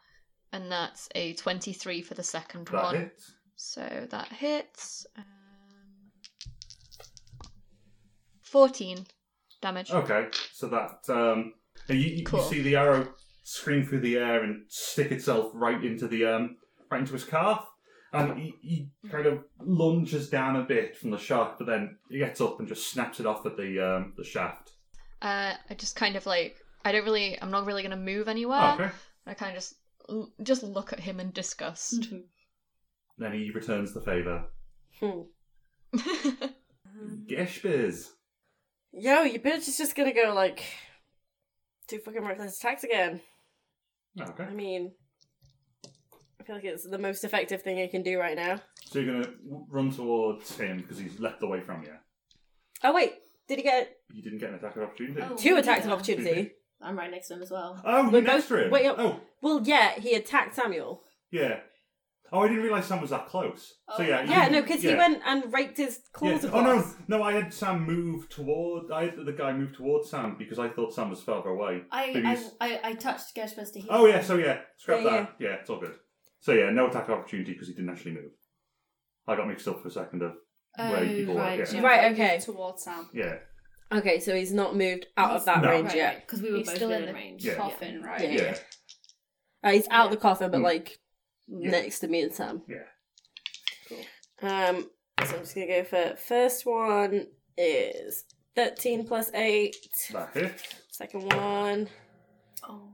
Speaker 4: And that's a 23 for the second
Speaker 5: that
Speaker 4: one.
Speaker 5: hits.
Speaker 4: So that hits. Um, 14 damage.
Speaker 5: Okay, so that um, and you, you-
Speaker 4: Cool.
Speaker 5: you see the arrow scream through the air and stick itself right into the um, right into his calf, and he, he kind of lunges down a bit from the shaft, but then he gets up and just snaps it off at the um, the shaft.
Speaker 4: Uh, I just kind of like I don't really I'm not really gonna move anywhere.
Speaker 5: Oh, okay.
Speaker 4: I kind of just l- just look at him in
Speaker 7: [LAUGHS]
Speaker 4: disgust.
Speaker 5: Then he returns the favour.
Speaker 9: Hmm.
Speaker 5: Geshbiz.
Speaker 9: Yo, your bitch is just gonna go like do fucking reckless attacks again.
Speaker 5: Okay.
Speaker 9: I mean, I feel like it's the most effective thing I can do right now.
Speaker 5: So you're gonna w- run towards him because he's leapt away from you.
Speaker 9: Oh wait, did he get
Speaker 5: You didn't get an attack of opportunity.
Speaker 7: Oh.
Speaker 9: two attacks of
Speaker 7: yeah.
Speaker 9: opportunity?
Speaker 7: [LAUGHS] I'm right next to him as well.
Speaker 5: Oh, you're
Speaker 9: We're
Speaker 5: next
Speaker 9: both-
Speaker 5: to him.
Speaker 9: wait, oh.
Speaker 5: Oh,
Speaker 9: Well, yeah, he attacked Samuel.
Speaker 5: yeah. Oh, I didn't realise Sam was that close. so
Speaker 7: Oh,
Speaker 5: yeah.
Speaker 9: Yeah,
Speaker 5: you-
Speaker 9: no, because he
Speaker 5: yeah.
Speaker 9: went and raked his
Speaker 5: Yeah.
Speaker 9: claws
Speaker 5: Oh no,
Speaker 9: across.
Speaker 5: no! I had Sam move toward. I had the guy move towards Sam because I thought Sam was further away. Maybe
Speaker 7: I
Speaker 5: he's-
Speaker 7: I, I, I touched Gershmaster here.
Speaker 5: Oh yeah, so yeah, scrap
Speaker 9: Yeah,
Speaker 5: that. Yeah. it's all good. So yeah, no attack of opportunity because he didn't actually move. I got mixed up for a second of where
Speaker 7: Oh,
Speaker 5: people were. Yeah.
Speaker 9: Right, okay.
Speaker 6: Towards Sam.
Speaker 5: yeah.
Speaker 9: Okay, so he's not moved out of that
Speaker 5: No.
Speaker 9: range yet.
Speaker 7: Because we were
Speaker 17: He's
Speaker 7: both
Speaker 17: still
Speaker 7: good
Speaker 17: in the
Speaker 7: range.
Speaker 5: Yeah.
Speaker 17: coffin, right?
Speaker 9: Yeah.
Speaker 5: yeah, yeah,
Speaker 9: Uh, he's out of the coffin, but
Speaker 5: Hmm.
Speaker 9: like
Speaker 5: Yeah.
Speaker 9: next to me and Sam.
Speaker 5: Yeah.
Speaker 9: Um, so I'm just gonna go for first one is thirteen plus eight.
Speaker 5: That hit.
Speaker 9: Second one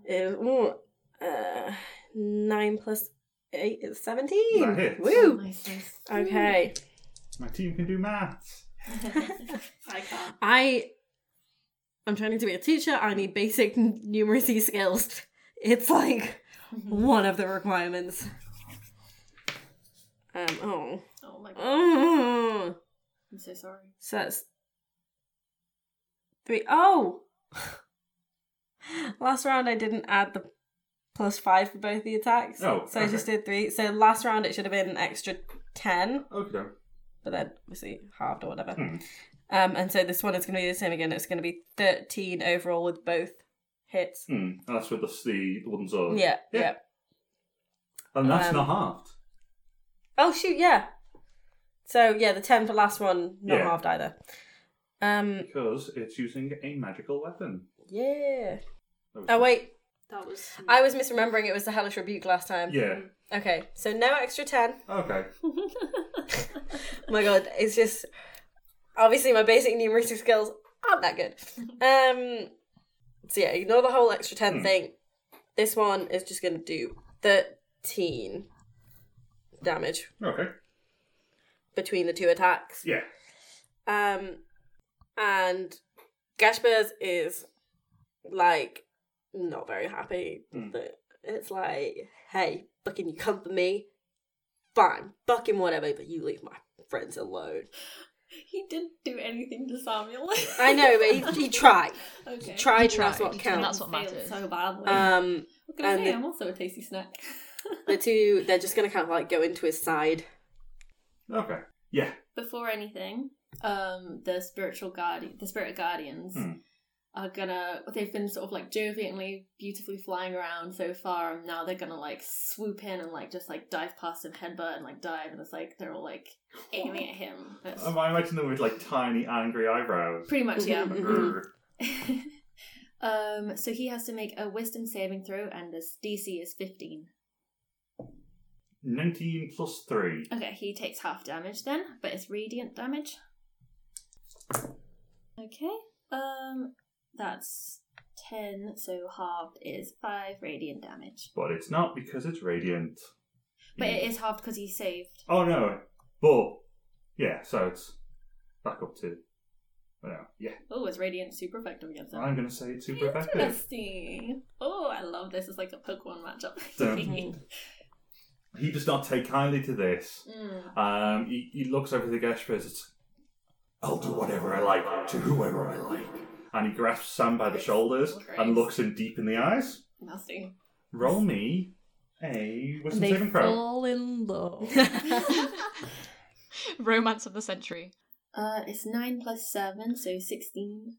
Speaker 9: is ooh, uh, nine plus eight is seventeen.
Speaker 5: That hits.
Speaker 9: Woo!
Speaker 7: Nice, nice.
Speaker 9: Okay,
Speaker 5: My team can do maths.
Speaker 7: I can't.
Speaker 9: I I'm trying to be a teacher. I need basic [LAUGHS] n- numeracy skills. It's like one of the requirements. Um. Oh.
Speaker 7: Oh my god.
Speaker 9: Oh.
Speaker 7: I'm so sorry. [LAUGHS]
Speaker 9: So that's three. Oh! [LAUGHS] last round I didn't add the plus five for both the attacks.
Speaker 5: Oh,
Speaker 9: So I
Speaker 5: okay.
Speaker 9: just did three. So last round it should have been an extra 10,
Speaker 5: Okay.
Speaker 9: but then obviously halved or whatever.
Speaker 5: Hmm.
Speaker 9: Um, and so this one is going to be the same again. It's going to be 13 overall with both hits.
Speaker 5: Hmm. and That's with the the, the wooden sword.
Speaker 9: Yeah, yeah.
Speaker 5: And that's
Speaker 9: Um,
Speaker 5: not halved.
Speaker 9: Oh, shoot, yeah. So yeah, the 10 for last one, not
Speaker 5: Yeah.
Speaker 9: halved either. Um,
Speaker 5: Because it's using a magical weapon.
Speaker 9: yeah. Oh, wait.
Speaker 7: That was.
Speaker 9: I was misremembering it was the Hellish Rebuke last time.
Speaker 5: Yeah.
Speaker 9: Okay, so no extra 10.
Speaker 5: Okay.
Speaker 9: my god, it's just obviously my basic numeracy skills aren't that good. Um so yeah, ignore the whole extra 10
Speaker 5: Hmm.
Speaker 9: thing. This one is just going to do 13 damage
Speaker 5: Okay.
Speaker 9: between the two attacks.
Speaker 5: Yeah.
Speaker 9: Um and Gashbers is like not very happy
Speaker 5: Hmm.
Speaker 9: with it. It's like, hey, fucking you come for me. Fine, fucking whatever, but you leave my friends alone.
Speaker 7: He didn't do anything to Samuel. [LAUGHS]
Speaker 9: I know, but
Speaker 5: [LAUGHS]
Speaker 9: he, he tried.
Speaker 7: okay.
Speaker 9: Tried,
Speaker 4: He
Speaker 9: and that's
Speaker 4: tried,
Speaker 9: what
Speaker 4: and
Speaker 9: counts.
Speaker 4: that's what
Speaker 7: Failed
Speaker 4: matters.
Speaker 7: So badly.
Speaker 9: Um,
Speaker 7: what can I
Speaker 9: and
Speaker 7: say?
Speaker 9: the-
Speaker 7: I'm also a tasty snack. [LAUGHS]
Speaker 9: the two, they're just gonna kind of like go into his side.
Speaker 5: Okay. Yeah.
Speaker 7: Before anything, um, the spiritual guardian, the spirit guardians,
Speaker 5: Hmm.
Speaker 7: are gonna. They've been sort of like jovially, beautifully flying around so far, and now they're gonna like swoop in and like just like dive past him, headbutt, and like dive, and it's like they're all like aiming at him. That's
Speaker 5: Um, I imagine them with like tiny angry eyebrows.
Speaker 7: pretty
Speaker 5: [LAUGHS]
Speaker 7: much yeah. [LAUGHS] Mm-hmm.
Speaker 9: Mhm.
Speaker 5: Grr.
Speaker 7: um, so he has to make a wisdom saving throw, and his DC is 15.
Speaker 5: 19 plus 3.
Speaker 7: Okay, he takes half damage then, but it's radiant damage. Okay, um, that's 10, so halved is 5 radiant damage.
Speaker 5: But it's not because it's radiant.
Speaker 7: But
Speaker 5: Hmm.
Speaker 7: it is halved because he saved.
Speaker 5: Oh no. But, yeah, so it's back up to. Well, no. Yeah.
Speaker 7: Oh, it's radiant super effective against him.
Speaker 5: I'm going to say it's super effective.
Speaker 7: Interesting. Oh, I love this. It's like a Pokemon matchup.
Speaker 5: [LAUGHS]
Speaker 7: [LAUGHS]
Speaker 5: Damn. He does not take kindly to this.
Speaker 7: Mm.
Speaker 5: Um, he, he looks over the Geshpers. It's, I'll do whatever I like to whoever I like. And he grasps Sam by the shoulders and looks him deep in the eyes.
Speaker 7: Nasty.
Speaker 5: Roll me a wisdom
Speaker 3: They
Speaker 5: saving throw.
Speaker 3: fall in love. Oh.
Speaker 9: [LAUGHS]
Speaker 4: Romance of the century.
Speaker 7: Uh, it's 9 plus 7, so 16.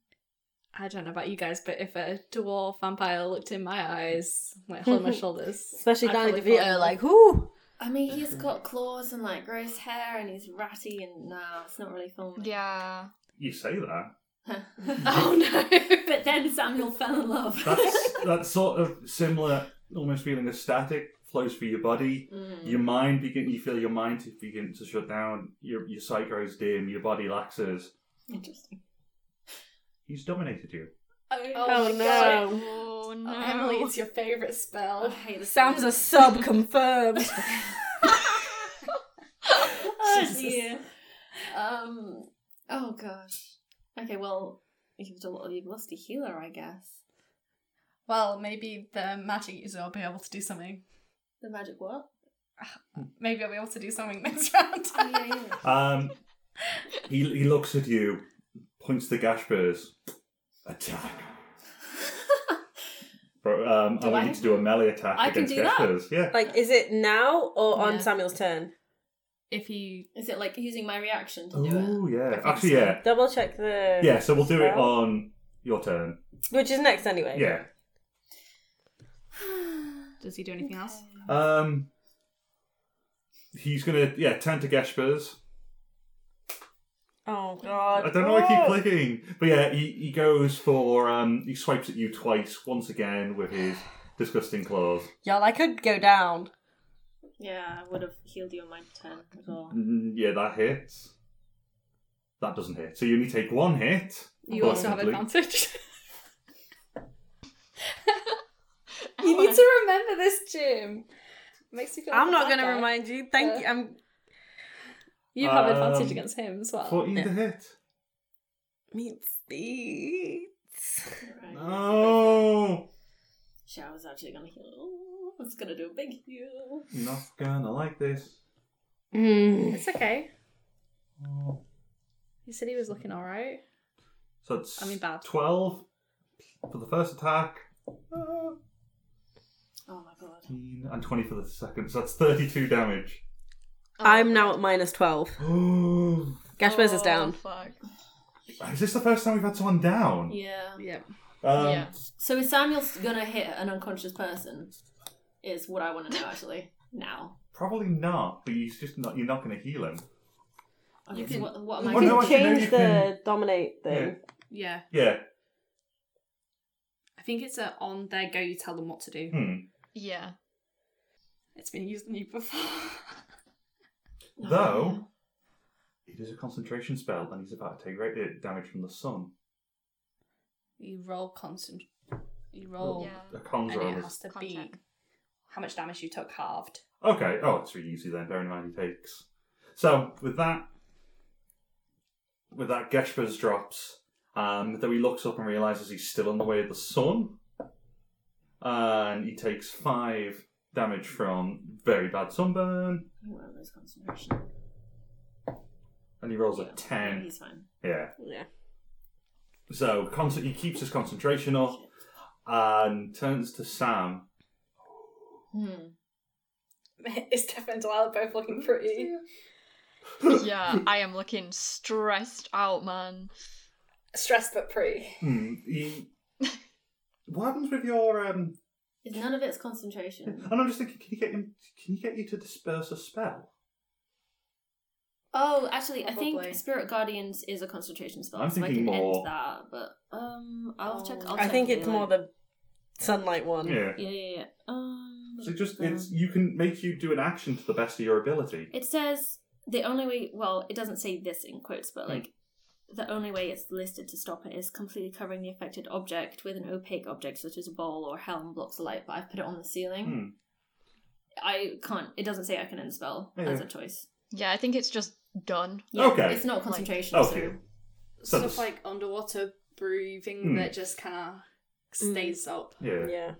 Speaker 6: I don't know about you guys, but if a dwarf vampire looked in my eyes, like hold my shoulders, I'd probably fall in love.
Speaker 9: whoo!
Speaker 7: I mean, he's got claws and like gross hair, and he's ratty, and nah, it's not really filming.
Speaker 4: Yeah.
Speaker 5: You say that.
Speaker 7: oh no! But then Samuel fell in love.
Speaker 5: That's [LAUGHS] that sort of similar, almost feeling of static flows through your body.
Speaker 7: Mm.
Speaker 5: Your mind begin. You feel your mind to begin to shut down. Your your sight grows dim. Your body laxes.
Speaker 7: Interesting.
Speaker 5: He's dominated you.
Speaker 6: Oh,
Speaker 9: Oh,
Speaker 6: my
Speaker 9: no.
Speaker 6: God.
Speaker 4: Oh no.
Speaker 6: Oh, Emily, it's your favourite spell.
Speaker 7: I hate this.
Speaker 3: Sam's a sub [LAUGHS] confirmed.
Speaker 7: [LAUGHS] oh dear. Um. Oh gosh. Okay. Well, you've done what you've lost a healer, I guess.
Speaker 6: Well, maybe the magic user will be able to do something.
Speaker 7: The magic what?
Speaker 6: Maybe I'll be able to
Speaker 16: [LAUGHS]
Speaker 6: do something next round.
Speaker 7: Oh, yeah, yeah.
Speaker 5: Um, he, he looks at you, points to Gashbur's. Attack. Bro, um, I
Speaker 6: Do I-
Speaker 5: want you to do a melee attack
Speaker 6: I can
Speaker 5: against
Speaker 6: do that.
Speaker 5: Gashbur's. Yeah.
Speaker 3: like, is it now or on
Speaker 6: Yeah.
Speaker 3: Samuel's turn?
Speaker 6: if you
Speaker 7: [LAUGHS] Is it like using my reaction to do it?
Speaker 5: Oh, yeah.
Speaker 6: think
Speaker 5: Actually,
Speaker 6: so.
Speaker 5: yeah.
Speaker 3: Double check the.
Speaker 5: Yeah, so we'll do it
Speaker 3: spell.
Speaker 5: on your turn.
Speaker 3: Which is next anyway.
Speaker 5: Yeah.
Speaker 16: [SIGHS] Does he do anything else?
Speaker 5: Um, he's gonna yeah turn to Geshpers.
Speaker 3: Oh god.
Speaker 5: I don't know. I keep
Speaker 3: Oh.
Speaker 5: clicking, but yeah, he, he goes for um he swipes at you twice, once again with his disgusting claws.
Speaker 3: Y'all, I could go down.
Speaker 7: Yeah, I would have healed you on my turn as well.
Speaker 5: Mm, yeah, that hits. That doesn't hit. So you only take one hit.
Speaker 16: You also have
Speaker 5: unfortunately.
Speaker 16: advantage.
Speaker 6: [LAUGHS] You need to remember this, Jim. Makes me feel.
Speaker 9: I'm not
Speaker 6: like a
Speaker 9: going to
Speaker 6: bad guy.
Speaker 9: remind you. Thank you. I'm.
Speaker 6: You have
Speaker 5: Um,
Speaker 6: advantage against him as well.
Speaker 5: Fourteen to hit.
Speaker 9: Meat speeds.
Speaker 7: Right.
Speaker 5: No,
Speaker 7: Shit, I was actually gonna heal. Oh, I was gonna do a big heal.
Speaker 5: not gonna like this.
Speaker 16: It's okay.
Speaker 5: Oh.
Speaker 16: You said he was looking alright.
Speaker 5: So it's
Speaker 16: I mean, bad.
Speaker 5: twelve for the first attack. Ah.
Speaker 7: Oh my god.
Speaker 5: 15 and 20 for the second, so that's
Speaker 16: [GASPS]
Speaker 5: 32 damage.
Speaker 4: Oh,
Speaker 3: I'm now at minus 12. Gashmez is down.
Speaker 4: Oh, Fuck.
Speaker 5: Is this the first time we've had someone down?
Speaker 7: Yeah.
Speaker 16: Yeah.
Speaker 5: Um,
Speaker 4: yeah.
Speaker 7: So is Samuel gonna hit an unconscious person? Is what I want to know actually now.
Speaker 5: Probably not, but he's just not. You're not going to heal him.
Speaker 7: Okay, so what, what am
Speaker 3: You
Speaker 7: I
Speaker 5: Oh,
Speaker 3: can
Speaker 5: no, actually, no,
Speaker 3: change
Speaker 5: you
Speaker 3: the
Speaker 5: can-
Speaker 3: dominate thing.
Speaker 16: Yeah.
Speaker 5: Yeah.
Speaker 16: I think it's a on their go, you tell them what to do.
Speaker 5: Hmm.
Speaker 4: Yeah.
Speaker 16: It's been used on you before. [LAUGHS]
Speaker 5: Though it is a concentration spell, and he's about to take radiant damage from the sun.
Speaker 16: you roll constant. You roll.
Speaker 4: Yeah.
Speaker 5: A cons
Speaker 16: And
Speaker 5: roll
Speaker 16: it
Speaker 5: is-
Speaker 16: has to
Speaker 4: Con
Speaker 16: be
Speaker 5: [LAUGHS]
Speaker 4: check.
Speaker 16: how much damage you took halved.
Speaker 5: Okay. Oh, it's really easy then. Bearing in mind he takes. So with that, with that, Geshpers drops. Um, though he looks up and realizes he's still on the way of the sun, and he takes five damage from very bad sunburn,
Speaker 7: You won't lose concentration.
Speaker 5: and he rolls a
Speaker 7: Yeah,
Speaker 5: ten.
Speaker 7: He's fine.
Speaker 5: Yeah.
Speaker 9: Yeah.
Speaker 5: So con- he keeps his concentration up, and turns to Sam.
Speaker 7: Hmm.
Speaker 6: It's Steph and Delilah both looking pretty.
Speaker 4: Yeah. I am looking stressed out, man.
Speaker 6: Stressed but pretty.
Speaker 5: Hmm, he. [LAUGHS] What happens with your um?
Speaker 7: Is none of it's concentration?
Speaker 5: [LAUGHS] And I'm just thinking, can you get him? Can you get you to disperse a spell?
Speaker 7: Oh, actually, I
Speaker 6: Probably.
Speaker 7: think Spirit Guardians is a concentration spell.
Speaker 5: I'm
Speaker 7: so I
Speaker 5: thinking
Speaker 7: can
Speaker 5: more-
Speaker 7: end that, but um, I'll check. I'll
Speaker 3: I
Speaker 7: check
Speaker 3: think
Speaker 7: with
Speaker 3: it's
Speaker 7: Leland.
Speaker 3: more the sunlight one.
Speaker 5: Yeah.
Speaker 7: Yeah, yeah, yeah. Um,
Speaker 5: So just it's you can make you do an action to the best of your ability.
Speaker 7: It says the only way. Well, it doesn't say this in quotes,
Speaker 5: Hmm.
Speaker 7: but like the only way it's listed to stop it is completely covering the affected object with an opaque object such as a bowl or helm blocks the light. But I've put it on the ceiling.
Speaker 5: Hmm.
Speaker 7: I can't. It doesn't say I can end the spell
Speaker 5: Yeah.
Speaker 7: as a choice.
Speaker 4: Yeah. I think it's just done.
Speaker 5: Okay.
Speaker 7: It's not concentration.
Speaker 5: Oh, Okay. So
Speaker 7: So
Speaker 16: Stuff
Speaker 5: this-
Speaker 16: like underwater breathing
Speaker 5: Hmm.
Speaker 16: that just kind of stays up.
Speaker 5: yeah.
Speaker 3: Yeah.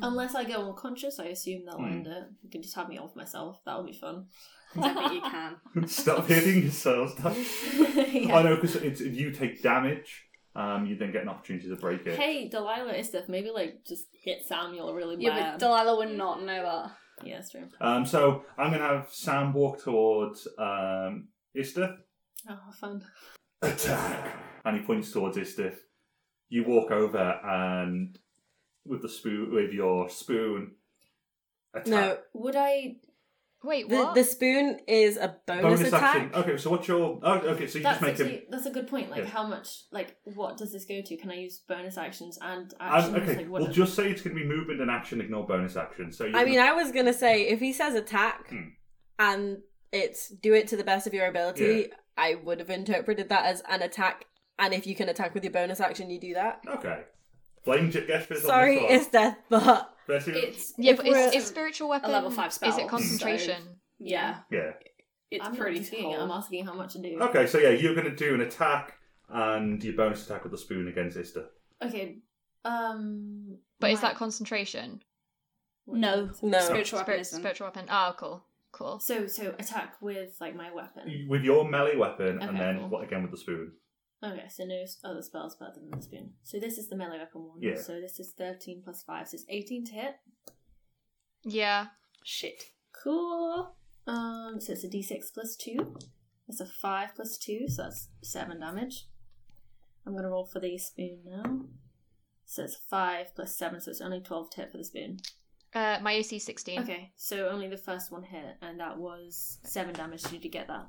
Speaker 7: unless I go unconscious, I assume that'll
Speaker 5: Hmm.
Speaker 7: end it. You can just have me off myself. That'll be fun.
Speaker 16: I think you can.
Speaker 5: [LAUGHS] Stop hitting [LAUGHS] yourself. Stop.
Speaker 7: [LAUGHS]
Speaker 5: [LAUGHS]
Speaker 7: Yeah.
Speaker 5: I know because it's if you take damage, um, you then get an opportunity to break it.
Speaker 7: Hey, Delilah and stuff. Maybe like just hit Samuel really
Speaker 16: Yeah, but
Speaker 7: bad.
Speaker 16: Delilah would not know that.
Speaker 7: yeah, that's true.
Speaker 5: Um, so I'm gonna have Sam walk towards um Istith.
Speaker 7: Oh, fun.
Speaker 5: Attack. And he points towards Istith. You walk over and with the spoon with your spoon. Attack.
Speaker 3: No,
Speaker 7: Would I?
Speaker 4: Wait.
Speaker 3: the,
Speaker 4: What?
Speaker 3: the spoon is a bonus, attack.
Speaker 5: Okay, so what's your? Oh, okay, so you
Speaker 7: That's
Speaker 5: just make him.
Speaker 7: actually, that's a good point. Like,
Speaker 5: Yeah.
Speaker 7: how much? Like, what does this go to? Can I use bonus actions and
Speaker 5: Um,
Speaker 7: actions?
Speaker 5: okay,
Speaker 7: like, what
Speaker 5: we'll just say it's going to be movement and action, ignore bonus action. So you
Speaker 3: I
Speaker 5: can-
Speaker 3: mean, I was going to say if he says attack
Speaker 5: Hmm.
Speaker 3: and it's do it to the best of your ability, I would have interpreted that as an attack And if you can attack with your bonus action, you do that.
Speaker 5: Okay. Blame Chip Gaspers
Speaker 3: Sorry,
Speaker 5: on
Speaker 3: it's death, but
Speaker 5: this one. It's...
Speaker 3: it's
Speaker 4: Yeah,
Speaker 3: if
Speaker 4: but
Speaker 3: we're-
Speaker 4: it's, it's spiritual weapon.
Speaker 6: level five spell,
Speaker 4: Is
Speaker 6: so-
Speaker 4: it concentration?
Speaker 7: Yeah.
Speaker 5: Yeah.
Speaker 6: It's
Speaker 7: I'm
Speaker 6: pretty
Speaker 7: not asking,
Speaker 6: tall.
Speaker 7: I'm asking how much to do.
Speaker 5: Okay, so yeah, you're going to do an attack and your bonus attack with the spoon against Ista.
Speaker 7: Okay. Um.
Speaker 4: But is
Speaker 7: my-
Speaker 4: that concentration?
Speaker 7: no?
Speaker 3: no.
Speaker 6: Spiritual
Speaker 4: Spirit,
Speaker 6: weaponism.
Speaker 4: spiritual weapon. Ah, cool. Cool.
Speaker 7: So so attack with like my weapon.
Speaker 5: With your melee weapon
Speaker 7: Okay,
Speaker 5: and then
Speaker 7: cool.
Speaker 5: what again with the spoon?
Speaker 7: Okay, so no s- other spells other than the spoon. So this is the melee weapon one.
Speaker 5: Yeah.
Speaker 7: So this is thirteen plus five, so it's eighteen to hit.
Speaker 4: Yeah.
Speaker 7: Shit. Cool. Um. So it's a D six plus two. It's a five plus two, so that's seven damage. I'm gonna roll for the spoon now. So it's five plus seven, so it's only twelve to hit for the spoon.
Speaker 4: Uh, my AC is 16.
Speaker 7: Okay, so only the first one hit, and that was seven damage. Did you get that?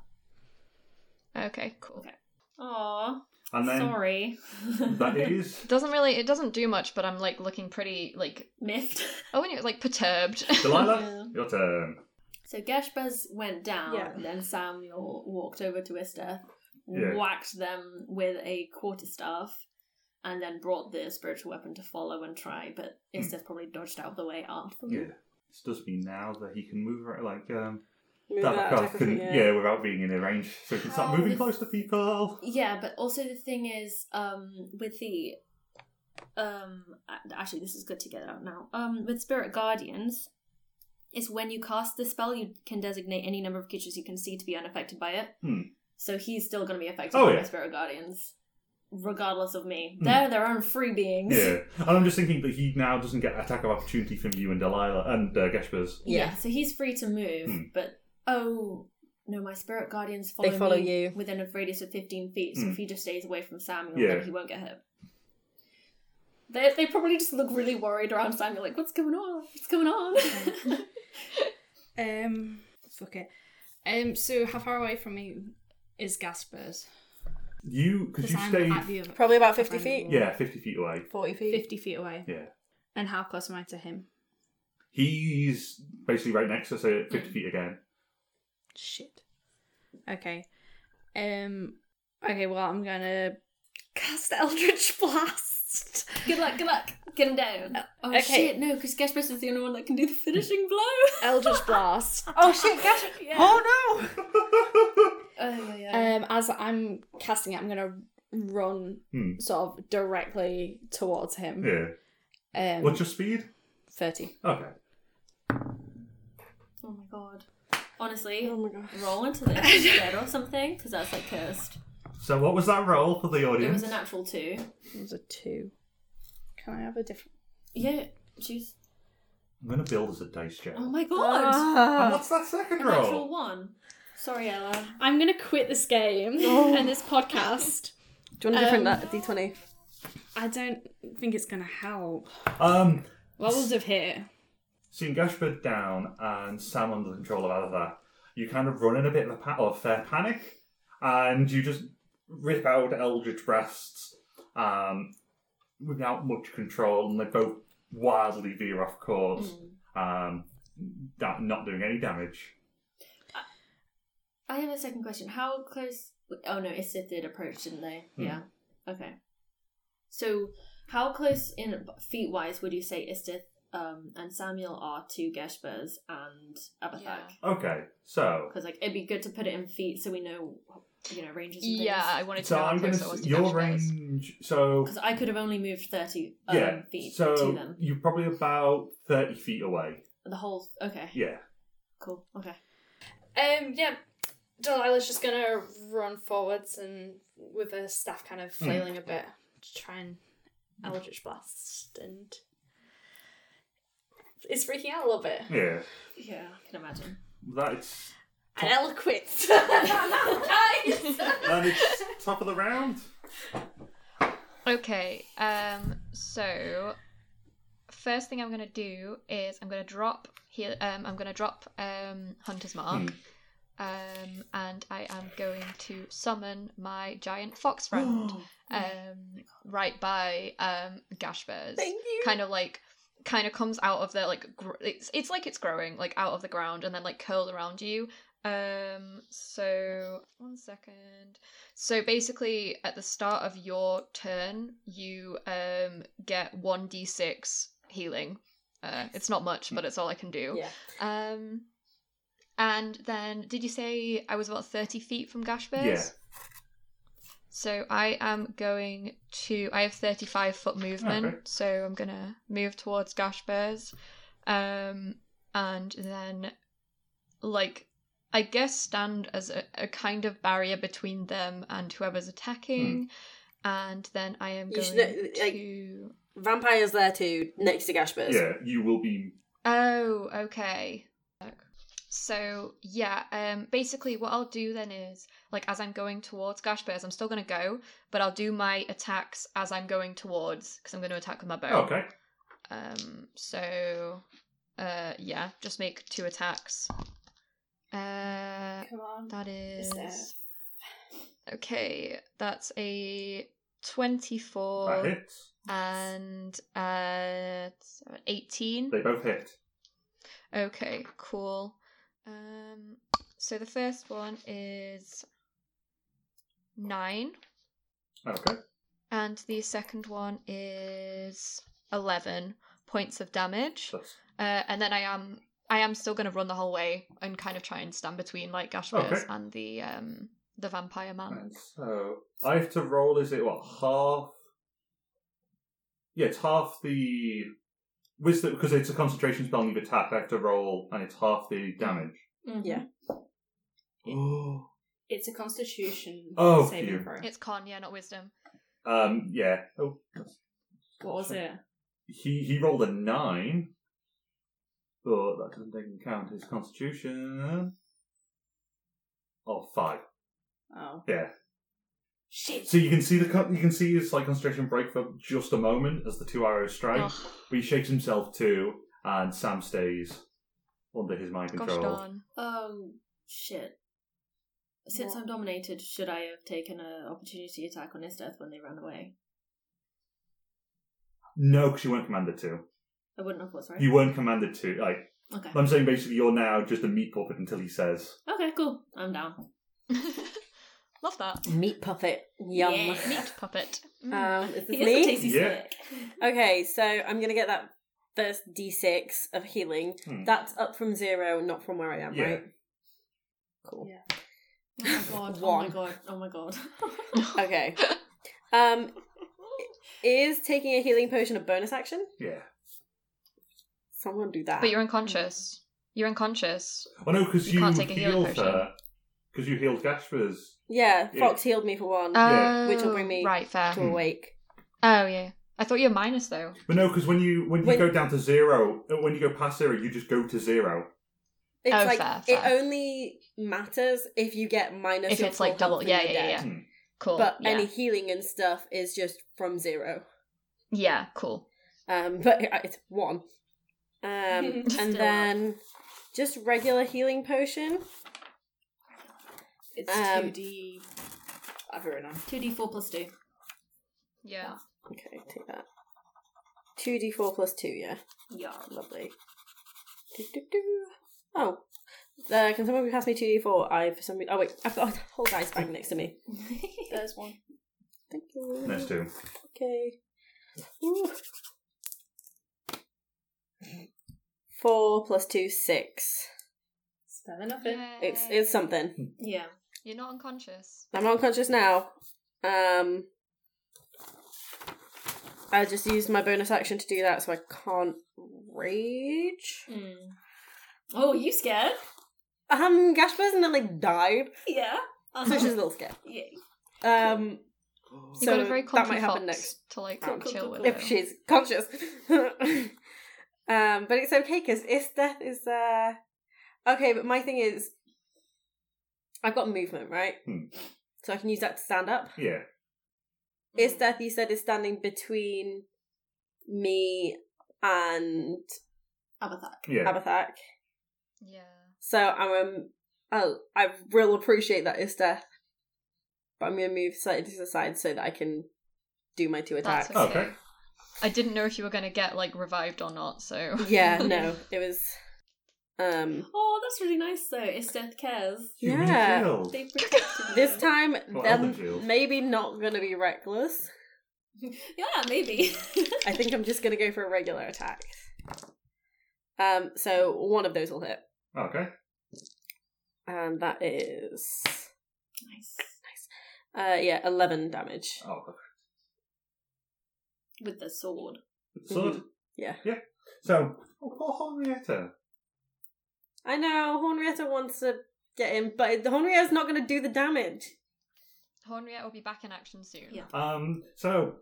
Speaker 4: Okay, cool.
Speaker 7: Okay. Aww,
Speaker 5: And then
Speaker 7: sorry. [LAUGHS]
Speaker 5: that is
Speaker 4: [LAUGHS] It doesn't really, it doesn't do much, but I'm like looking pretty, like,
Speaker 7: miffed.
Speaker 4: oh, and it was like perturbed. [LAUGHS]
Speaker 5: Delilah. your turn.
Speaker 7: So Geshbaz went down,
Speaker 3: Yeah.
Speaker 7: and then Samuel walked over to Isteth,
Speaker 5: Yeah.
Speaker 7: whacked them with a quarterstaff, and then brought the spiritual weapon to follow and try. But Isteth probably dodged out of the way after.
Speaker 5: Hmm. Yeah. This does mean now that he can move around like um
Speaker 3: Move out,
Speaker 5: Dabakov
Speaker 3: attack with
Speaker 5: can
Speaker 3: your-
Speaker 5: yeah, without being in a range. So he can
Speaker 7: How
Speaker 5: start moving
Speaker 7: is-
Speaker 5: close to people.
Speaker 7: Yeah, but also the thing is, um, with the, um, a- actually this is good to get out now. Um, with spirit guardians, is when you cast the spell, you can designate any number of creatures you can see to be unaffected by it.
Speaker 5: Hmm.
Speaker 7: So he's still going to be affected
Speaker 5: Oh,
Speaker 7: by
Speaker 5: yeah.
Speaker 7: my spirit guardians, regardless of me.
Speaker 5: Hmm.
Speaker 7: They're their own free beings.
Speaker 5: Yeah. And I'm just thinking that he now doesn't get attack of opportunity from you and Delilah and uh, Geshbaz.
Speaker 7: Yeah,
Speaker 3: Yeah.
Speaker 7: so he's free to move,
Speaker 5: Hmm.
Speaker 7: but oh no, my spirit guardians follow,
Speaker 3: follow
Speaker 7: me
Speaker 3: you.
Speaker 7: within a radius of fifteen feet. So
Speaker 5: Hmm.
Speaker 7: if he just stays away from Samuel,
Speaker 5: Yeah.
Speaker 7: then he won't get hit. They, they probably just look really worried around Samuel, like what's going on? What's going on? [LAUGHS]
Speaker 16: [LAUGHS] Um, fuck it. Um, so how far away from me is Gaspers?
Speaker 5: You because you
Speaker 16: I'm at
Speaker 5: stayed
Speaker 16: the other,
Speaker 3: Probably about
Speaker 16: at the
Speaker 3: 50
Speaker 16: other
Speaker 3: feet.
Speaker 16: wall.
Speaker 5: yeah, fifty feet away.
Speaker 3: 40 feet.
Speaker 16: fifty feet away.
Speaker 5: Yeah.
Speaker 16: And how close am I to him?
Speaker 5: He's basically right next to us, so fifty feet again. [LAUGHS]
Speaker 16: Shit. Okay. Um. Okay. Well, I'm gonna cast Eldritch [LAUGHS] Blast.
Speaker 7: good luck, good luck. Get him down. Oh
Speaker 16: Okay.
Speaker 7: shit, no, because Gaspers is the only one that can do the finishing blow.
Speaker 16: Eldritch
Speaker 3: [LAUGHS]
Speaker 16: Blast.
Speaker 3: Oh shit, gosh.
Speaker 9: Oh
Speaker 7: [LAUGHS] Oh yeah, yeah.
Speaker 16: Um, as I'm casting it, I'm gonna run
Speaker 5: Hmm.
Speaker 16: sort of directly towards him.
Speaker 5: Yeah.
Speaker 16: Um,
Speaker 5: What's your speed?
Speaker 16: thirty?
Speaker 5: Okay.
Speaker 7: oh my god. Honestly,
Speaker 9: no! Oh my god.
Speaker 7: roll into this instead or something, because that's like cursed.
Speaker 5: So what was that roll for the
Speaker 7: It
Speaker 5: audience?
Speaker 7: was a natural two.
Speaker 16: It was a two. Can I have a different?
Speaker 7: Yeah, choose.
Speaker 5: I'm gonna build as a dice check.
Speaker 7: Oh my god.
Speaker 5: And what's that second
Speaker 7: An actual
Speaker 5: roll?
Speaker 7: one. Sorry, Ella.
Speaker 16: I'm gonna quit this [LAUGHS] game and this podcast.
Speaker 9: Do you want a different
Speaker 16: Um,
Speaker 9: um, d20?
Speaker 16: I don't think it's gonna help.
Speaker 5: Um,
Speaker 16: Levels of here.
Speaker 5: seeing Gashford down and Sam under the control of Alatha, you kind of run in a bit of a pa- of fair panic, and you just rip out Eldritch breasts um, without much control, and they both wildly veer off course,
Speaker 4: Mm.
Speaker 5: um, da- not doing any damage.
Speaker 7: I have a second question. How close? Oh no, Issa did approach, didn't they?
Speaker 5: Hmm.
Speaker 7: Yeah. Okay. So, how close in feet wise would you say Istith um, and Samuel are to Geshbaz and Abathag?
Speaker 4: Yeah.
Speaker 5: Okay, so
Speaker 7: Because like it'd be good to put it in feet so we know, you know, ranges. And
Speaker 4: Yeah, I wanted to
Speaker 5: so
Speaker 4: know how
Speaker 5: I'm gonna
Speaker 4: close I was
Speaker 5: s-
Speaker 4: to
Speaker 5: your
Speaker 4: Dashbo's.
Speaker 5: range. So
Speaker 7: Because I could have only moved thirty um,
Speaker 5: yeah,
Speaker 7: feet to
Speaker 5: so
Speaker 7: them.
Speaker 5: you're probably about thirty feet away.
Speaker 7: The whole. Okay.
Speaker 5: Yeah.
Speaker 7: Cool. Okay.
Speaker 16: Um, yeah, Delilah's just gonna run forwards and with her staff kind
Speaker 5: Mm.
Speaker 16: of flailing a bit to try and Eldritch Blast and it's freaking out a little bit.
Speaker 5: Yeah,
Speaker 7: Yeah, I can imagine.
Speaker 5: that's
Speaker 16: And Ella
Speaker 5: [LAUGHS]
Speaker 16: quits. [LAUGHS]
Speaker 5: and
Speaker 4: [LAUGHS]
Speaker 5: it's top of the round.
Speaker 4: Okay, um, so first thing I'm gonna do is I'm gonna drop here. Um, I'm gonna drop um Hunter's
Speaker 5: Hmm.
Speaker 4: Mark. Um, and I am going to summon my giant fox
Speaker 5: [GASPS]
Speaker 4: friend, um, right by um Gashbears.
Speaker 3: Thank you.
Speaker 4: Kind of like, kind of comes out of the like. Gr- it's it's like it's growing like out of the ground and then like curls around you Um, so one second. So basically, at the start of your turn, you um get one d six healing. Uh, it's not much, but it's all I can do.
Speaker 3: Yeah.
Speaker 4: Um, and then did you say I was about thirty feet from Gashbears?
Speaker 5: Yeah.
Speaker 4: So I am going to. I have thirty-five foot movement,
Speaker 5: Okay.
Speaker 4: so I'm gonna move towards Gashbears, um, and then, like, I guess stand as a, a kind of barrier between them and whoever's attacking, and then I am
Speaker 3: You
Speaker 4: going
Speaker 3: should know- like-
Speaker 4: to.
Speaker 3: Vampire's there too, next to Gashbers.
Speaker 5: Yeah, you will be.
Speaker 4: Oh, okay. So yeah, um basically what I'll do then is like as I'm going towards Gash Bears, I'm still gonna go, but I'll do my attacks as I'm going towards because I'm gonna attack with my bow.
Speaker 5: oh, Okay.
Speaker 4: Um so uh yeah, just make two attacks. Uh
Speaker 6: Come on.
Speaker 4: that
Speaker 6: Is there-
Speaker 4: is okay, that's a twenty-four
Speaker 5: That hits.
Speaker 4: and uh eighteen.
Speaker 5: They both hit.
Speaker 4: Okay, cool. Um, so the first one is nine,
Speaker 5: Okay.
Speaker 4: and the second one is eleven points of damage.
Speaker 5: That's,
Speaker 4: Uh, and then I am I am still going to run the whole way and kind of try and stand between like Gashbears
Speaker 5: Okay.
Speaker 4: and the um the vampire man.
Speaker 5: and so I have to roll. Is it what half? Yeah, it's half the wisdom because it's a concentration spell and you've attacked. I have to roll, and it's half the damage.
Speaker 3: Yeah.
Speaker 7: Mm-hmm.
Speaker 5: Oh.
Speaker 6: It's a constitution
Speaker 5: Oh,
Speaker 6: saving
Speaker 5: phew.
Speaker 6: throw.
Speaker 4: It's con, yeah, not wisdom.
Speaker 5: Um. Yeah. Oh.
Speaker 6: What was it?
Speaker 5: He he rolled a nine, but that doesn't take into account his constitution. Oh, five.
Speaker 6: Oh.
Speaker 5: Yeah.
Speaker 6: Shit.
Speaker 5: So you can see the con- you can see his like concentration break for just a moment as the two arrows strike,
Speaker 4: Ugh.
Speaker 5: but he shakes himself too, and Sam stays under his mind
Speaker 4: Gosh
Speaker 5: control.
Speaker 4: darn. [LAUGHS]
Speaker 7: Oh shit. Since I'm dominated, should I have taken an opportunity attack on his death when they ran away?
Speaker 5: No, because you weren't commanded to.
Speaker 7: I wouldn't have. What's right?
Speaker 5: You weren't commanded to. Like
Speaker 7: Okay.
Speaker 5: I'm saying, basically, you're now just a meat puppet until he says.
Speaker 7: Okay. Cool. I'm down.
Speaker 4: Love that
Speaker 3: Meat puppet. Yum.
Speaker 6: Yeah.
Speaker 4: meat puppet.
Speaker 3: [LAUGHS]
Speaker 4: Mm. [LAUGHS]
Speaker 3: Um, is this
Speaker 6: He is a
Speaker 3: me?
Speaker 6: tasty
Speaker 5: Yeah.
Speaker 6: stick.
Speaker 3: Okay, so I'm gonna get that first d6 of healing.
Speaker 5: Hmm.
Speaker 3: That's up from zero, not from where I am,
Speaker 5: Yeah.
Speaker 3: right? Cool.
Speaker 7: Oh my god. Oh my
Speaker 3: One.
Speaker 7: god. Oh my god.
Speaker 4: [LAUGHS]
Speaker 3: Okay. Um, is taking a healing potion a bonus action?
Speaker 5: Yeah.
Speaker 3: Someone do that.
Speaker 4: But you're unconscious. You're unconscious.
Speaker 5: Oh no, because
Speaker 4: You
Speaker 5: you,
Speaker 4: can't take a healing
Speaker 5: healed
Speaker 4: potion.
Speaker 5: her. Because you healed Gashper's.
Speaker 3: yeah,
Speaker 5: Yeah. Hmm.
Speaker 3: Fox healed me for one
Speaker 5: Yeah.
Speaker 3: Which will
Speaker 4: Oh,
Speaker 3: bring me
Speaker 4: right fair.
Speaker 3: to awake.
Speaker 4: Oh yeah. I thought you were minus though.
Speaker 5: But no, because when you when you
Speaker 3: When-
Speaker 5: go down to zero, uh, when you go past zero, you just go to zero.
Speaker 3: It's
Speaker 4: Oh,
Speaker 3: like
Speaker 4: fair,
Speaker 3: it
Speaker 4: fair.
Speaker 3: only matters if you get minus.
Speaker 4: If
Speaker 3: your
Speaker 4: it's, like,
Speaker 3: full
Speaker 4: double-
Speaker 3: health in
Speaker 4: yeah,
Speaker 3: the
Speaker 4: yeah,
Speaker 3: day.
Speaker 4: yeah.
Speaker 5: Hmm.
Speaker 4: Cool.
Speaker 3: But
Speaker 4: yeah.
Speaker 3: any healing and stuff is just from zero.
Speaker 4: Yeah, cool.
Speaker 3: Um, [LAUGHS] but it's one. Um,
Speaker 6: Still up.
Speaker 3: and then just regular healing potion.
Speaker 6: It's
Speaker 3: Um,
Speaker 6: 2D. I've written on.
Speaker 7: Two D four plus two.
Speaker 4: Yeah.
Speaker 3: Okay, take that. Two d four plus two. Yeah.
Speaker 7: Yeah. [LAUGHS]
Speaker 3: Lovely. Do-do-do. Oh, uh, can someone pass me two d four? I for some reason. Oh wait, I've [LAUGHS] got a whole dice bag next to me.
Speaker 6: There's one.
Speaker 3: Thank you.
Speaker 5: Next two.
Speaker 3: Okay. Ooh. Four plus two, six.
Speaker 6: Still nothing.
Speaker 3: It's
Speaker 4: Uh,
Speaker 3: it's something.
Speaker 7: Yeah.
Speaker 4: You're not unconscious.
Speaker 3: I'm unconscious now. Um, I just used my bonus action to do that, so I can't rage.
Speaker 7: Mm. Oh, are you scared?
Speaker 3: Um, Gashper's and then like died,
Speaker 4: [LAUGHS]
Speaker 7: Yeah.
Speaker 3: so
Speaker 9: [LAUGHS]
Speaker 7: Uh-huh.
Speaker 3: she's a little scared.
Speaker 7: Yeah.
Speaker 3: Um,
Speaker 4: You
Speaker 3: so
Speaker 4: got a very
Speaker 3: that
Speaker 4: comfy
Speaker 3: might happen
Speaker 4: fox
Speaker 3: next
Speaker 4: to like
Speaker 3: Cool,
Speaker 7: cool,
Speaker 4: chill
Speaker 7: cool,
Speaker 4: with.
Speaker 7: cool.
Speaker 3: if
Speaker 4: though.
Speaker 3: she's conscious. [LAUGHS] um, but it's okay because if death is uh okay. But my thing is, I've got movement, right?
Speaker 5: Hmm.
Speaker 3: So I can use that to stand up.
Speaker 5: Yeah.
Speaker 3: Is death? You said is standing between me and
Speaker 7: Abathak.
Speaker 5: Yeah.
Speaker 3: Abathak.
Speaker 4: Yeah.
Speaker 3: So I'm um, I I will appreciate that is death, but I'm gonna move slightly to the side so that I can do my two attacks.
Speaker 4: That's
Speaker 5: Okay.
Speaker 4: okay.
Speaker 5: Oh.
Speaker 4: [LAUGHS] I didn't know if you were gonna get like revived or not, so
Speaker 3: yeah, no, it was. Um,
Speaker 7: Oh, that's really nice though. It's Death Cares.
Speaker 5: Human
Speaker 3: Yeah.
Speaker 5: shield.
Speaker 7: They protected
Speaker 3: this time,
Speaker 5: Well,
Speaker 3: they're
Speaker 5: Elven Shield.
Speaker 3: maybe not gonna be reckless.
Speaker 7: [LAUGHS] Yeah, maybe. [LAUGHS]
Speaker 3: I think I'm just gonna go for a regular attack. Um, so one of those will hit,
Speaker 5: Okay.
Speaker 3: and that is
Speaker 7: nice.
Speaker 3: uh, yeah, eleven damage.
Speaker 5: Oh, perfect.
Speaker 7: With the sword.
Speaker 5: Sword.
Speaker 3: Mhm. Yeah,
Speaker 5: So, oh, poor Henrietta.
Speaker 3: I know Henrietta wants to get in, but the Henrietta's not gonna do the damage.
Speaker 4: Henriette will be back in action soon. [LAUGHS]
Speaker 7: Yeah.
Speaker 5: Um, so.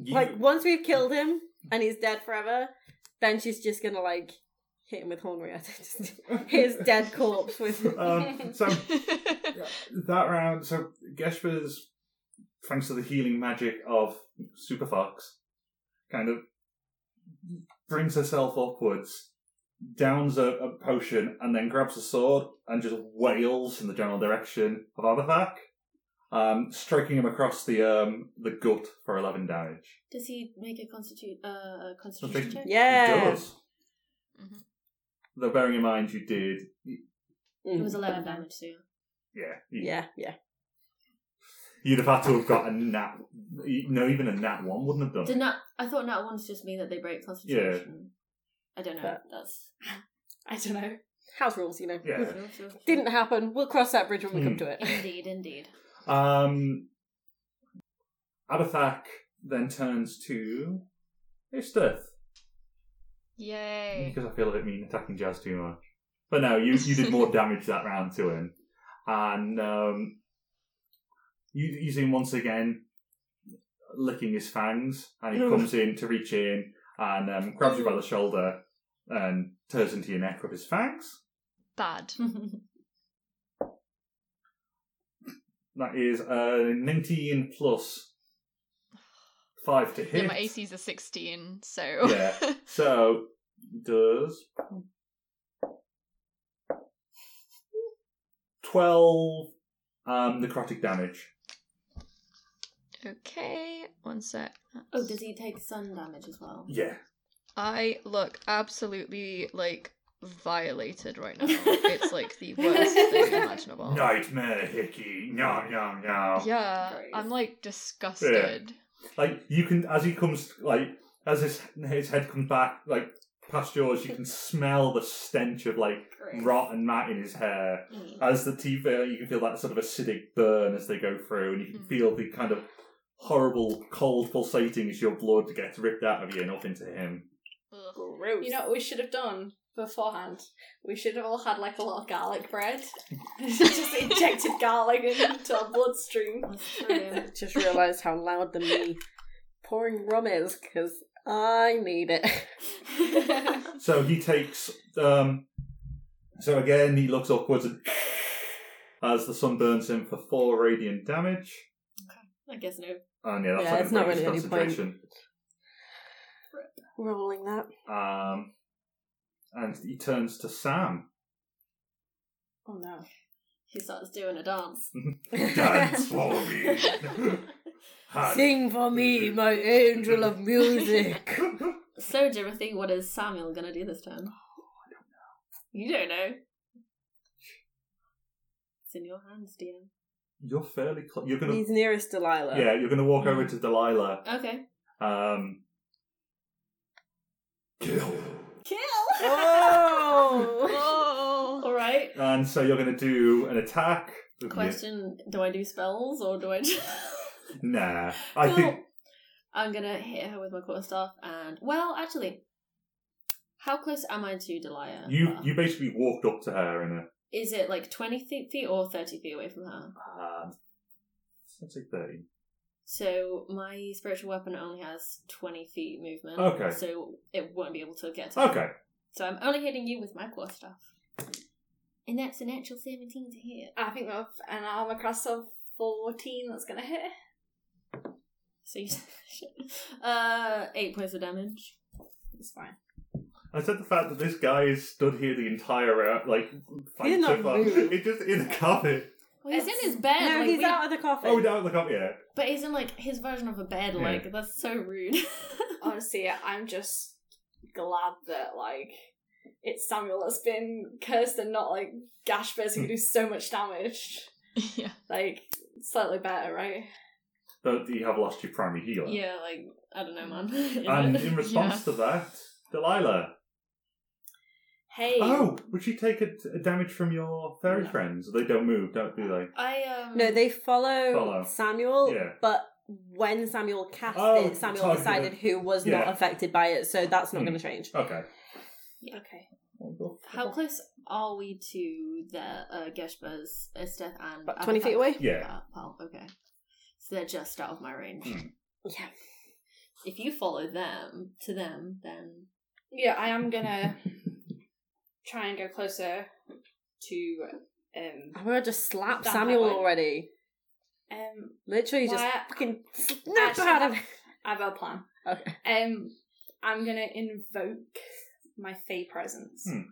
Speaker 5: You,
Speaker 3: Like once we've killed him and he's dead forever, then she's just gonna like hit him with Henrietta, [LAUGHS] just his dead corpse with.
Speaker 5: [LAUGHS] um, so, that round, so Gesper's, thanks to the healing magic of Super Fox, kind of brings herself upwards, downs a, a potion, and then grabs a sword and just wails in the general direction of Abathak, um, striking him across the um, the gut for 11 damage.
Speaker 7: Does he make a constitute uh
Speaker 5: So
Speaker 7: constitution
Speaker 5: big-
Speaker 7: check?
Speaker 5: He
Speaker 3: Yeah.
Speaker 5: does.
Speaker 4: Mhm.
Speaker 5: Though bearing in mind you did,
Speaker 7: It
Speaker 3: Mm.
Speaker 7: was eleven damage, so yeah.
Speaker 5: yeah, you,
Speaker 3: Yeah, yeah.
Speaker 5: you'd have had to have got a nat, no, even a nat one wouldn't have done. it.
Speaker 7: Did not I thought nat ones just mean that they break constitution. I don't know.
Speaker 3: But-
Speaker 7: That's
Speaker 6: I don't know.
Speaker 3: House rules, you know.
Speaker 5: Yeah.
Speaker 7: [LAUGHS]
Speaker 3: Didn't happen. We'll cross that bridge when we come
Speaker 5: Hmm.
Speaker 3: to it. [LAUGHS]
Speaker 7: Indeed, indeed.
Speaker 5: Um, Abathak then turns to Isteth.
Speaker 4: Yay.
Speaker 5: Because I feel a bit mean attacking Jazz too much. But no, you, you did more damage that round to him. And um, you, you see him once again licking his fangs, and he
Speaker 3: No.
Speaker 5: comes in to reach in and um, grabs you by the shoulder and tears into your neck with his fangs.
Speaker 4: Bad.
Speaker 7: Oh,
Speaker 5: That is a 19 plus 5 to hit.
Speaker 4: Yeah, my ACs are 16, so.
Speaker 5: Yeah. So does twelve um, necrotic damage.
Speaker 4: okay, one sec.
Speaker 7: oh, does he take sun damage as well?
Speaker 5: Yeah.
Speaker 4: I look absolutely like violated right now. it's like the worst thing imaginable.
Speaker 5: Nightmare Hickey. No, no, no.
Speaker 4: Yeah,
Speaker 7: Christ.
Speaker 4: I'm like disgusted.
Speaker 5: Like you can, as he comes, like as his his head comes back, like past yours, you can smell the stench of like
Speaker 7: Gross.
Speaker 5: rot and mat in his hair.
Speaker 7: Mm.
Speaker 5: As the teeth, uh, you can feel that sort of acidic burn as they go through, and you can
Speaker 4: Mm.
Speaker 5: feel the kind of horrible cold pulsating as your blood gets ripped out of you and up into him.
Speaker 4: Ugh.
Speaker 3: Gross.
Speaker 6: You know what we should have done beforehand? We should have all had like a lot of garlic bread. [LAUGHS] Just injected garlic into our bloodstream.
Speaker 7: That's true. [LAUGHS]
Speaker 3: just realised how loud the me pouring rum is because I need it. [LAUGHS]
Speaker 5: So he takes. Um, so again, he looks upwards and [LAUGHS] as the sun burns him for four radiant damage.
Speaker 7: I guess no.
Speaker 5: And yeah, that's
Speaker 3: Yeah,
Speaker 5: like
Speaker 3: it's
Speaker 5: a
Speaker 3: not
Speaker 5: break his
Speaker 3: really any point.
Speaker 5: concentration.
Speaker 3: Rolling that.
Speaker 5: Um, and he turns to Sam.
Speaker 6: Oh no.
Speaker 7: He starts doing a dance.
Speaker 5: [LAUGHS] Dance for me. Hand.
Speaker 3: Sing for me, my angel of music.
Speaker 7: [LAUGHS] So, Dorothy, what is Samuel gonna do this time?
Speaker 5: Oh,
Speaker 7: You don't know. It's in your hands, DM.
Speaker 5: [LAUGHS] You're fairly. Cl- you're gonna.
Speaker 3: He's uh, nearest Delilah.
Speaker 5: Yeah, you're gonna walk over to Delilah.
Speaker 7: Okay.
Speaker 5: Um,
Speaker 8: Kill.
Speaker 7: Kill.
Speaker 3: Oh!
Speaker 7: All right.
Speaker 5: and so you're gonna do an attack. with your-
Speaker 7: Question: Do I do spells or do I? Just...
Speaker 5: Nah, I
Speaker 7: Cool.
Speaker 5: think
Speaker 7: I'm gonna hit her with my quarterstaff, and well, actually, how close am I to Delia?
Speaker 5: you you basically walked up to her in a
Speaker 7: Is it like twenty th- feet or thirty feet away from her?
Speaker 5: Um, let's say 30.
Speaker 7: So my spiritual weapon only has twenty feet movement.
Speaker 5: Okay.
Speaker 7: So it won't be able to get to. her.
Speaker 5: Okay.
Speaker 7: So I'm only hitting you with my quarterstaff. And that's a natural 17 to hit.
Speaker 6: I think with an armor class of 14, that's gonna hit.
Speaker 7: So you [LAUGHS] uh, 8 points of damage. It's fine.
Speaker 5: I said the fact that this guy has stood here the entire round, like, fight
Speaker 3: not
Speaker 5: so far.
Speaker 3: moved.
Speaker 5: It just in the carpet.
Speaker 7: Well, he's
Speaker 6: That's-
Speaker 7: in his bed.
Speaker 3: No,
Speaker 7: like,
Speaker 3: he's
Speaker 7: we-
Speaker 3: out of the coffin.
Speaker 5: Oh, down the carpet, yeah.
Speaker 7: But he's in like his version of a bed.
Speaker 5: Yeah.
Speaker 7: Like, that's so rude. [LAUGHS]
Speaker 6: Honestly, I'm just glad that like it's Samuel that's been cursed and not like Gashbers who can do so much damage.
Speaker 4: [LAUGHS] Yeah.
Speaker 6: Like slightly better, right?
Speaker 5: But you have lost your primary healer.
Speaker 7: Yeah, like I don't know, man. [LAUGHS]
Speaker 5: And Um, in response to that, Delilah.
Speaker 6: Hey.
Speaker 5: Oh, would you take a, a damage from your fairy friends? They don't move, don't do they?
Speaker 6: I um
Speaker 3: No, they follow,
Speaker 5: Follow.
Speaker 3: Samuel,
Speaker 5: Yeah.
Speaker 3: but when Samuel cast
Speaker 5: Oh,
Speaker 3: it, Samuel
Speaker 5: targeted.
Speaker 3: decided who was not
Speaker 5: Yeah.
Speaker 3: affected by it, so that's not
Speaker 5: Hmm.
Speaker 3: going to change.
Speaker 5: Okay.
Speaker 7: okay.
Speaker 5: Oh,
Speaker 7: How close are we to the uh, Geshba's Esteth and
Speaker 3: About 20 feet away?
Speaker 5: Yeah.
Speaker 7: Well, okay. So they're just out of my range.
Speaker 5: Hmm.
Speaker 7: Yeah. If you follow them to them, then
Speaker 6: Yeah, I am gonna try and go closer to um
Speaker 3: I'm going to just slap
Speaker 6: Stab
Speaker 3: Samuel
Speaker 6: that way.
Speaker 3: already.
Speaker 6: um
Speaker 3: Literally just
Speaker 6: Why-
Speaker 3: fucking
Speaker 6: I
Speaker 3: snap
Speaker 6: actually
Speaker 3: out of
Speaker 6: have- I have a plan.
Speaker 3: Okay.
Speaker 6: Um I'm gonna invoke my Fey presence.
Speaker 5: Hmm.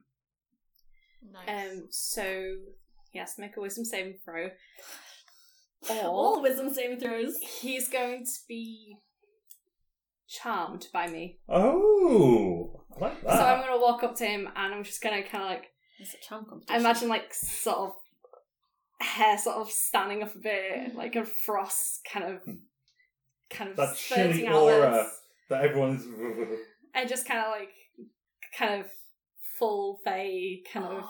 Speaker 4: Nice.
Speaker 6: Um so yes, make a wisdom saving throw.
Speaker 7: all
Speaker 6: Or
Speaker 7: wisdom saving throws.
Speaker 6: he's going to be charmed by me.
Speaker 5: Oh, I like that.
Speaker 6: So I'm gonna walk up to him and I'm just gonna kinda like
Speaker 7: It's a charm competition.
Speaker 6: I imagine like sort of hair sort of standing up a bit, like a frost kind of kind of
Speaker 5: Hmm. That
Speaker 6: spurting
Speaker 5: chilly
Speaker 6: out
Speaker 5: aura.
Speaker 6: there.
Speaker 5: That everyone's. [LAUGHS]
Speaker 6: and just kind of like kind of full fey kind
Speaker 7: [GASPS]
Speaker 6: of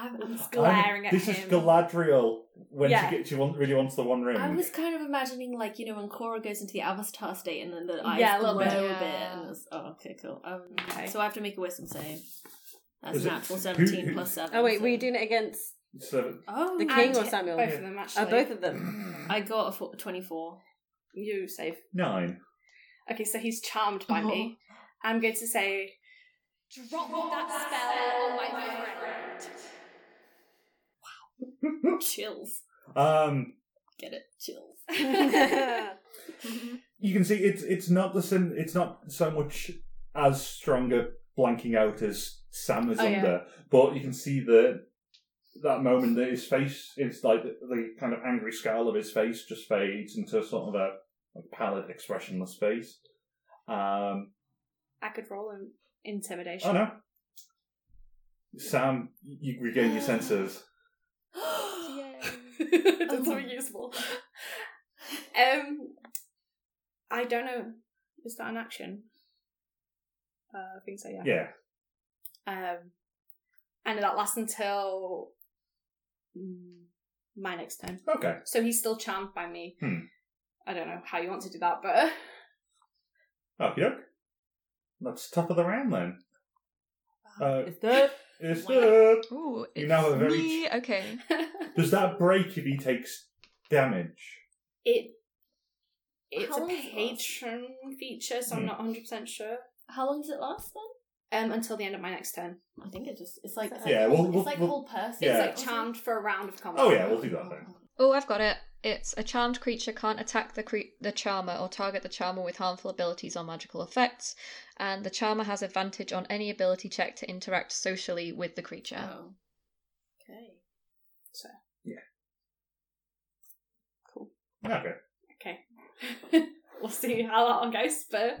Speaker 7: Oh, I, I was
Speaker 6: glaring at
Speaker 5: this
Speaker 6: him.
Speaker 5: is Galadriel when
Speaker 6: Yeah.
Speaker 5: she gets she want, really wants the One Ring. [LAUGHS]
Speaker 7: I was kind of imagining, like, you know, when Korra goes into the Avatar state and then the eyes
Speaker 6: Yeah, a
Speaker 7: glow
Speaker 6: little
Speaker 7: a
Speaker 6: bit.
Speaker 7: bit.
Speaker 4: Yeah.
Speaker 7: and it's- oh, okay, cool. Um,
Speaker 6: Okay.
Speaker 7: So I have to make a wisdom save. That's
Speaker 5: Was
Speaker 7: a
Speaker 5: it-
Speaker 7: natural
Speaker 5: who-
Speaker 7: 17
Speaker 5: who-
Speaker 7: plus 7.
Speaker 3: Oh, wait,
Speaker 7: so-
Speaker 3: were you doing it against
Speaker 6: [CLEARS THROAT]
Speaker 5: So,
Speaker 7: Oh,
Speaker 3: the
Speaker 6: And
Speaker 3: king or
Speaker 6: hit-
Speaker 3: Samuel?
Speaker 6: Both of them actually.
Speaker 3: Oh, both of them.
Speaker 7: I got a fo- 24.
Speaker 6: you save.
Speaker 5: nine.
Speaker 6: Okay, so he's charmed by me. I'm going to say, drop that spell on my friend.
Speaker 7: Chills.
Speaker 5: Um,
Speaker 7: Get it? Chills.
Speaker 5: you can see it's it's not the sim, it's not so much as stronger blanking out as Sam is
Speaker 6: Oh, yeah.
Speaker 5: under, but you can see the that moment that his face is like the, the kind of angry scowl of his face just fades into sort of a like, pallid, expressionless face. Um,
Speaker 6: I could roll an intimidation.
Speaker 5: oh no, Sam, you regain
Speaker 6: [GASPS]
Speaker 5: your senses.
Speaker 6: [LAUGHS] That's so useful. Um, I don't know. Is that an action? Uh, I think so. Yeah.
Speaker 5: Yeah,
Speaker 6: Um, and that lasts until mm, my next turn.
Speaker 5: okay.
Speaker 6: So he's still charmed by me.
Speaker 5: Hmm.
Speaker 6: I don't know how you want to do that, but [LAUGHS]
Speaker 5: Okay, doke. That's top of the round then. Uh,
Speaker 3: It's the
Speaker 5: it's the-
Speaker 4: Ooh,
Speaker 5: You
Speaker 4: it's
Speaker 5: now have a very
Speaker 4: me. Okay.
Speaker 5: Does that break if he takes damage?
Speaker 6: it it's
Speaker 7: How
Speaker 6: a
Speaker 7: long does it last?
Speaker 6: patron feature, so I'm
Speaker 5: Hmm.
Speaker 6: not 100 percent sure.
Speaker 7: How long does it last then?
Speaker 6: Um, until the end of my next turn.
Speaker 7: I think it just. It's like.
Speaker 5: It's like Yeah, whole- we'll- it's we'll-
Speaker 7: It's
Speaker 5: like
Speaker 7: like
Speaker 5: we'll-
Speaker 7: whole person.
Speaker 5: yeah.
Speaker 6: It's like charmed for a round of combat.
Speaker 5: Oh yeah, we'll do that then.
Speaker 4: Oh, I've got it. It's a charmed creature can't attack the cre- the charmer or target the charmer with harmful abilities or magical effects, and the charmer has advantage on any ability check to interact socially with the creature.
Speaker 7: Oh. Okay.
Speaker 5: Okay.
Speaker 7: [LAUGHS]
Speaker 6: Okay. we'll see how that one goes, but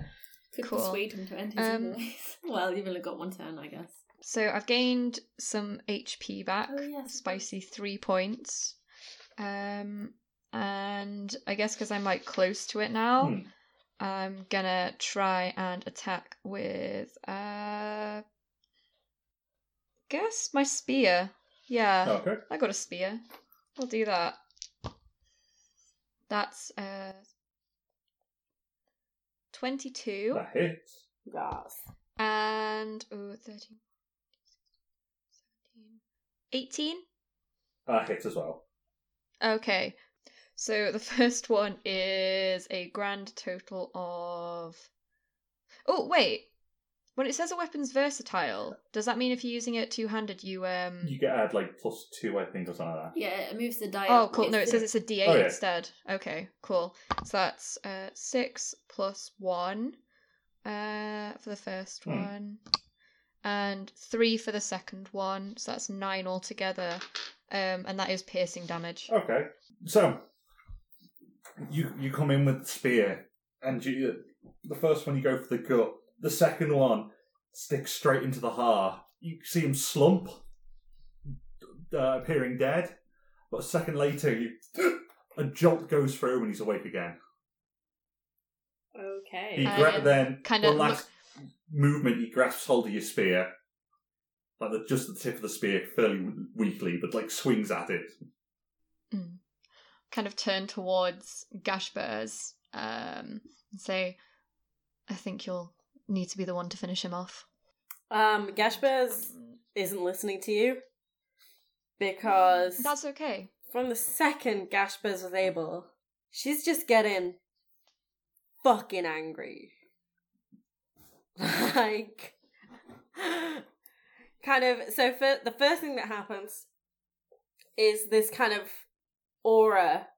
Speaker 7: Could
Speaker 4: Cool.
Speaker 7: persuade him to end his
Speaker 4: Um,
Speaker 7: ways. [LAUGHS] well, you've only got one turn, I guess.
Speaker 4: So I've gained some HP back,
Speaker 7: Oh, yes.
Speaker 4: spicy three points, um, and I guess because I'm like close to it now,
Speaker 5: Hmm.
Speaker 4: I'm gonna try and attack with, uh, guess my spear. Yeah.
Speaker 5: Okay.
Speaker 4: I got a spear. We'll do that. That's uh twenty-two
Speaker 5: That hits.
Speaker 4: and oh, 13, 17, 18.
Speaker 5: That hits as well.
Speaker 4: Okay. So the [LAUGHS] first one is a grand total of Oh wait. When it says a weapon's versatile, does that mean if you're using it two-handed you um
Speaker 5: You get add like plus two, I think, or something like that.
Speaker 7: Yeah, it moves the die.
Speaker 4: Oh,
Speaker 7: up.
Speaker 4: cool. No, it
Speaker 7: It's [LAUGHS]
Speaker 4: says it's a D8
Speaker 5: Oh, yeah.
Speaker 4: instead. Okay, cool. So that's uh, 6 plus 1 uh, for the first
Speaker 5: Hmm.
Speaker 4: one, and 3 for the second one. So that's 9 altogether. Um, and that is piercing damage.
Speaker 5: Okay. So you you come in with the spear, and you the first one you go for the gut. The second one sticks straight into the heart, you see him slump, uh, appearing dead. But a second later, you, a jolt goes through and he's awake again. He
Speaker 7: Okay.
Speaker 5: gra-
Speaker 4: Um,
Speaker 5: then
Speaker 4: kinda
Speaker 5: one last movement. He grasps hold of your spear, like the, just the tip of the spear, fairly weakly, but like swings at it.
Speaker 4: kind of turn towards Gashburz um, and say, I think you'll need to be the one to finish him off. Um,
Speaker 9: Um, Gashbears isn't listening to you because
Speaker 4: That's okay.
Speaker 9: from the second Gashbears was able, she's just getting fucking angry. [LAUGHS] Like, kind
Speaker 5: [LAUGHS]
Speaker 9: of. So, for the first thing that happens is this kind of aura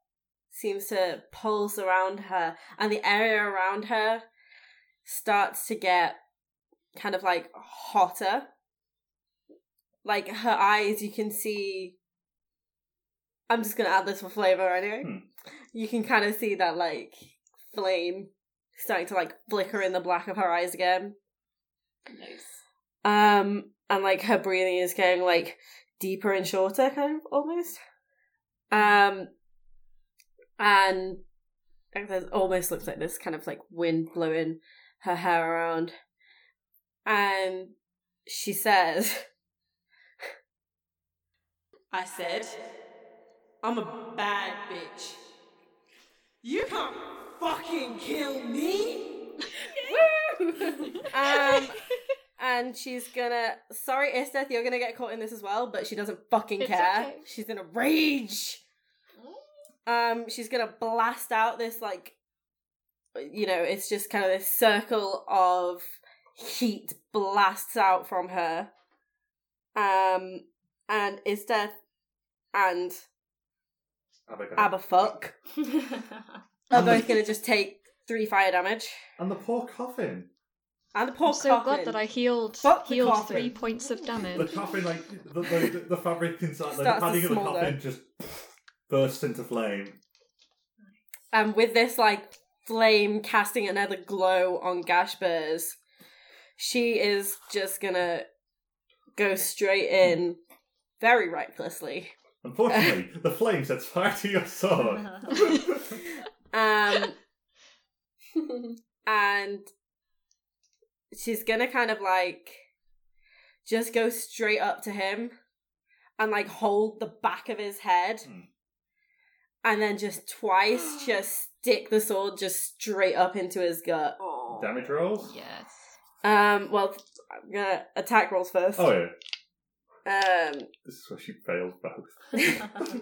Speaker 9: seems to pulse around her, and the area around her starts to get kind of like hotter. Like her eyes, you can see. I'm just gonna add this for flavor anyway.
Speaker 5: Hmm.
Speaker 9: You can kind of see that like flame starting to like flicker in the black of her eyes again.
Speaker 7: Nice.
Speaker 9: Um, and like her breathing is getting like deeper and shorter, kind of almost. Um, and like, there's almost looks like this kind of like wind blowing her hair around, and she says, [LAUGHS] "I said, I'm a bad bitch. You can't fucking kill me." um, and she's gonna. Sorry, Isteth, you're gonna get caught in this as well, but she doesn't fucking
Speaker 4: It's
Speaker 9: care.
Speaker 4: okay.
Speaker 9: She's in a rage. Um, she's gonna blast out this like, you know, it's just kind of this circle of heat blasts out from her. Um, and Isteth and
Speaker 5: Have a go.
Speaker 9: Abba fuck are both gonna just take three fire damage.
Speaker 5: And the poor coffin.
Speaker 9: And the
Speaker 4: I'm
Speaker 9: poor
Speaker 4: so glad
Speaker 9: coffin-
Speaker 4: that I healed
Speaker 9: Fuck the
Speaker 4: healed
Speaker 9: coffin.
Speaker 4: three points of
Speaker 5: The
Speaker 4: damage.
Speaker 5: coffin, like the the, the, the fabric inside, like, the
Speaker 9: Starts to
Speaker 5: padding of the
Speaker 9: smolder.
Speaker 5: coffin, just bursts into flame.
Speaker 9: and um, with this like flame casting another glow on Gashburz, she is just gonna go straight in very recklessly. [LAUGHS]
Speaker 5: Unfortunately, the flame sets fire to your sword.
Speaker 9: Um [LAUGHS] and she's gonna kind of like just go straight up to him and like hold the back of his head
Speaker 5: Hmm.
Speaker 9: and then just twice just stick the sword just straight up into his gut.
Speaker 5: Damage rolls.
Speaker 4: Yes.
Speaker 9: Um. Well, I'm gonna attack rolls first.
Speaker 5: Oh yeah,
Speaker 9: Um.
Speaker 5: this is where she failed both.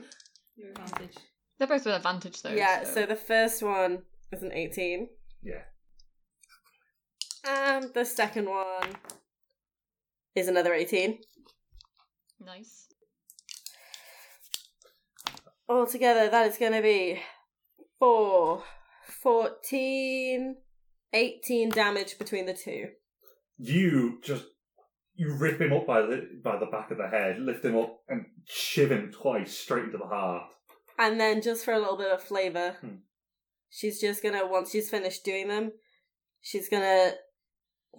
Speaker 7: Your advantage.
Speaker 4: They're both with advantage though.
Speaker 9: yeah. So. the first one is an eighteen.
Speaker 5: Yeah.
Speaker 9: Um. The second one is another eighteen.
Speaker 4: nice.
Speaker 9: Altogether, that is gonna be four, 14, 18 damage between the two.
Speaker 5: You just you rip him up by the by the back of the head, lift him up, and shiv him twice straight into the heart.
Speaker 9: And then just for a little bit of flavour,
Speaker 5: Hmm.
Speaker 9: she's just gonna once she's finished doing them, she's gonna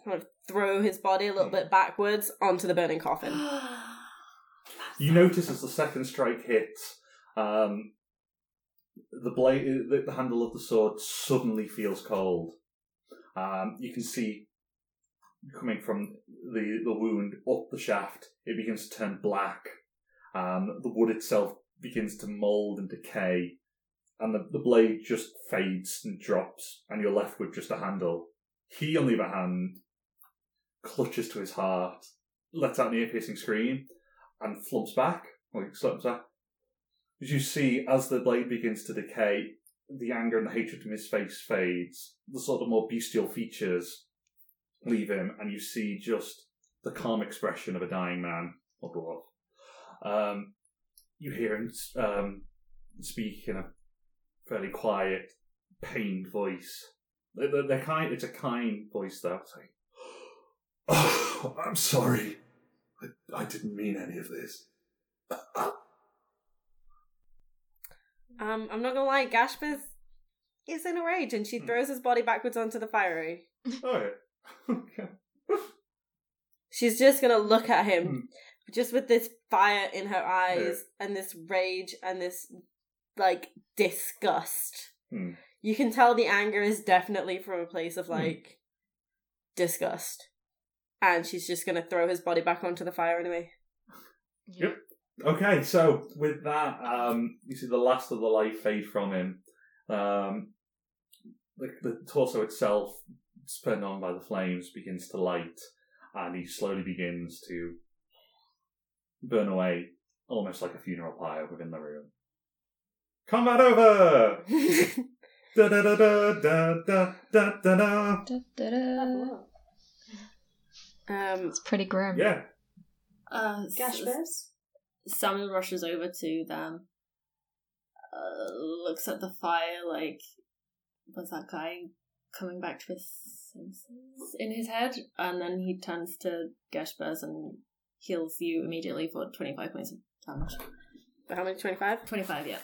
Speaker 9: kind of throw his body a little
Speaker 5: Hmm.
Speaker 9: bit backwards onto the burning coffin.
Speaker 5: You notice as the second strike hits, um, the blade, the, the handle of the sword suddenly feels cold. Um, you can see coming from the the wound up the shaft, it begins to turn black. Um, the wood itself begins to mold and decay, and the, the blade just fades and drops, and you're left with just a handle. He, on the other hand, clutches to his heart, lets out an ear-piercing scream, and flumps back, or he slumps back. As you see, as the blade begins to decay, the anger and the hatred in his face fades. The sort of more bestial features leave him, and you see just the calm expression of a dying man or dwarf. Um, you hear him um, speak in a fairly quiet, pained voice. They're, they're- they're kind. It's a kind voice, though. It's like, [SIGHS]
Speaker 18: Oh, I'm sorry. I, I didn't mean any of
Speaker 5: [LAUGHS]
Speaker 18: this.
Speaker 9: Um, I'm not gonna lie, Gashbeth is in a rage and she
Speaker 5: Hmm.
Speaker 9: throws his body backwards onto the fiery.
Speaker 5: "Oh, yeah."
Speaker 3: She's just gonna look at him, just with this fire in her eyes and this rage and this like disgust.
Speaker 5: Hmm.
Speaker 3: You can tell the anger is definitely from a place of like disgust, and she's just gonna throw his body back onto the fire anyway.
Speaker 5: Yep. [LAUGHS] Okay, so with that, um, you see the last of the light fade from him. Um, the, the torso itself, spurned on by the flames, begins to light, and he slowly begins to burn away, almost like a funeral pyre within the room. Combat over!
Speaker 9: um,
Speaker 5: da da da da da da da da da.
Speaker 4: Da-da-da.
Speaker 3: Um,
Speaker 4: It's pretty grim.
Speaker 5: Yeah.
Speaker 7: Uh,
Speaker 4: [LAUGHS]
Speaker 7: s-
Speaker 6: Gash bears?
Speaker 7: Salmon rushes over to them, uh, looks at the fire like, was that guy coming back to his senses in his head? And then he turns to Gashbers and heals you immediately for 25 points of damage.
Speaker 3: How many? Twenty five.
Speaker 7: 25, yeah.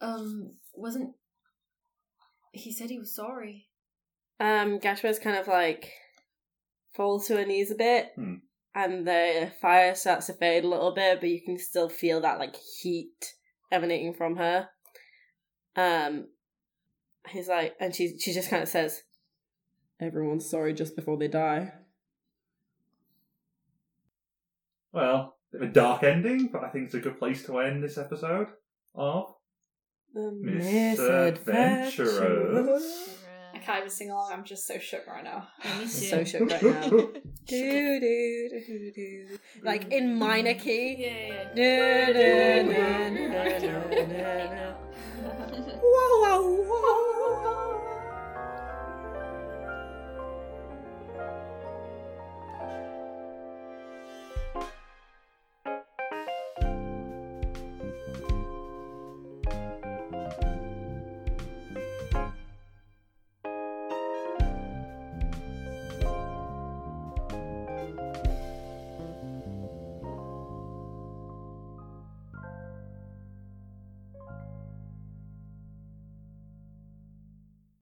Speaker 7: Um, wasn't. He said he was sorry.
Speaker 3: Um, Gashwa's kind of like falls to her knees a bit,
Speaker 5: Hmm.
Speaker 3: and the fire starts to fade a little bit, but you can still feel that like heat emanating from her. Um, he's like, and she she just kind of says, "Everyone's sorry just before they die."
Speaker 5: Well, bit of a dark ending, but I think it's a good place to end this episode of
Speaker 3: The
Speaker 5: Misadventurers.
Speaker 6: I can't even sing along. I'm just so shook right now.
Speaker 7: Me too.
Speaker 3: So shook right now. do do do do do, like in minor key.
Speaker 7: Yeah, yeah.
Speaker 3: Do, do, do,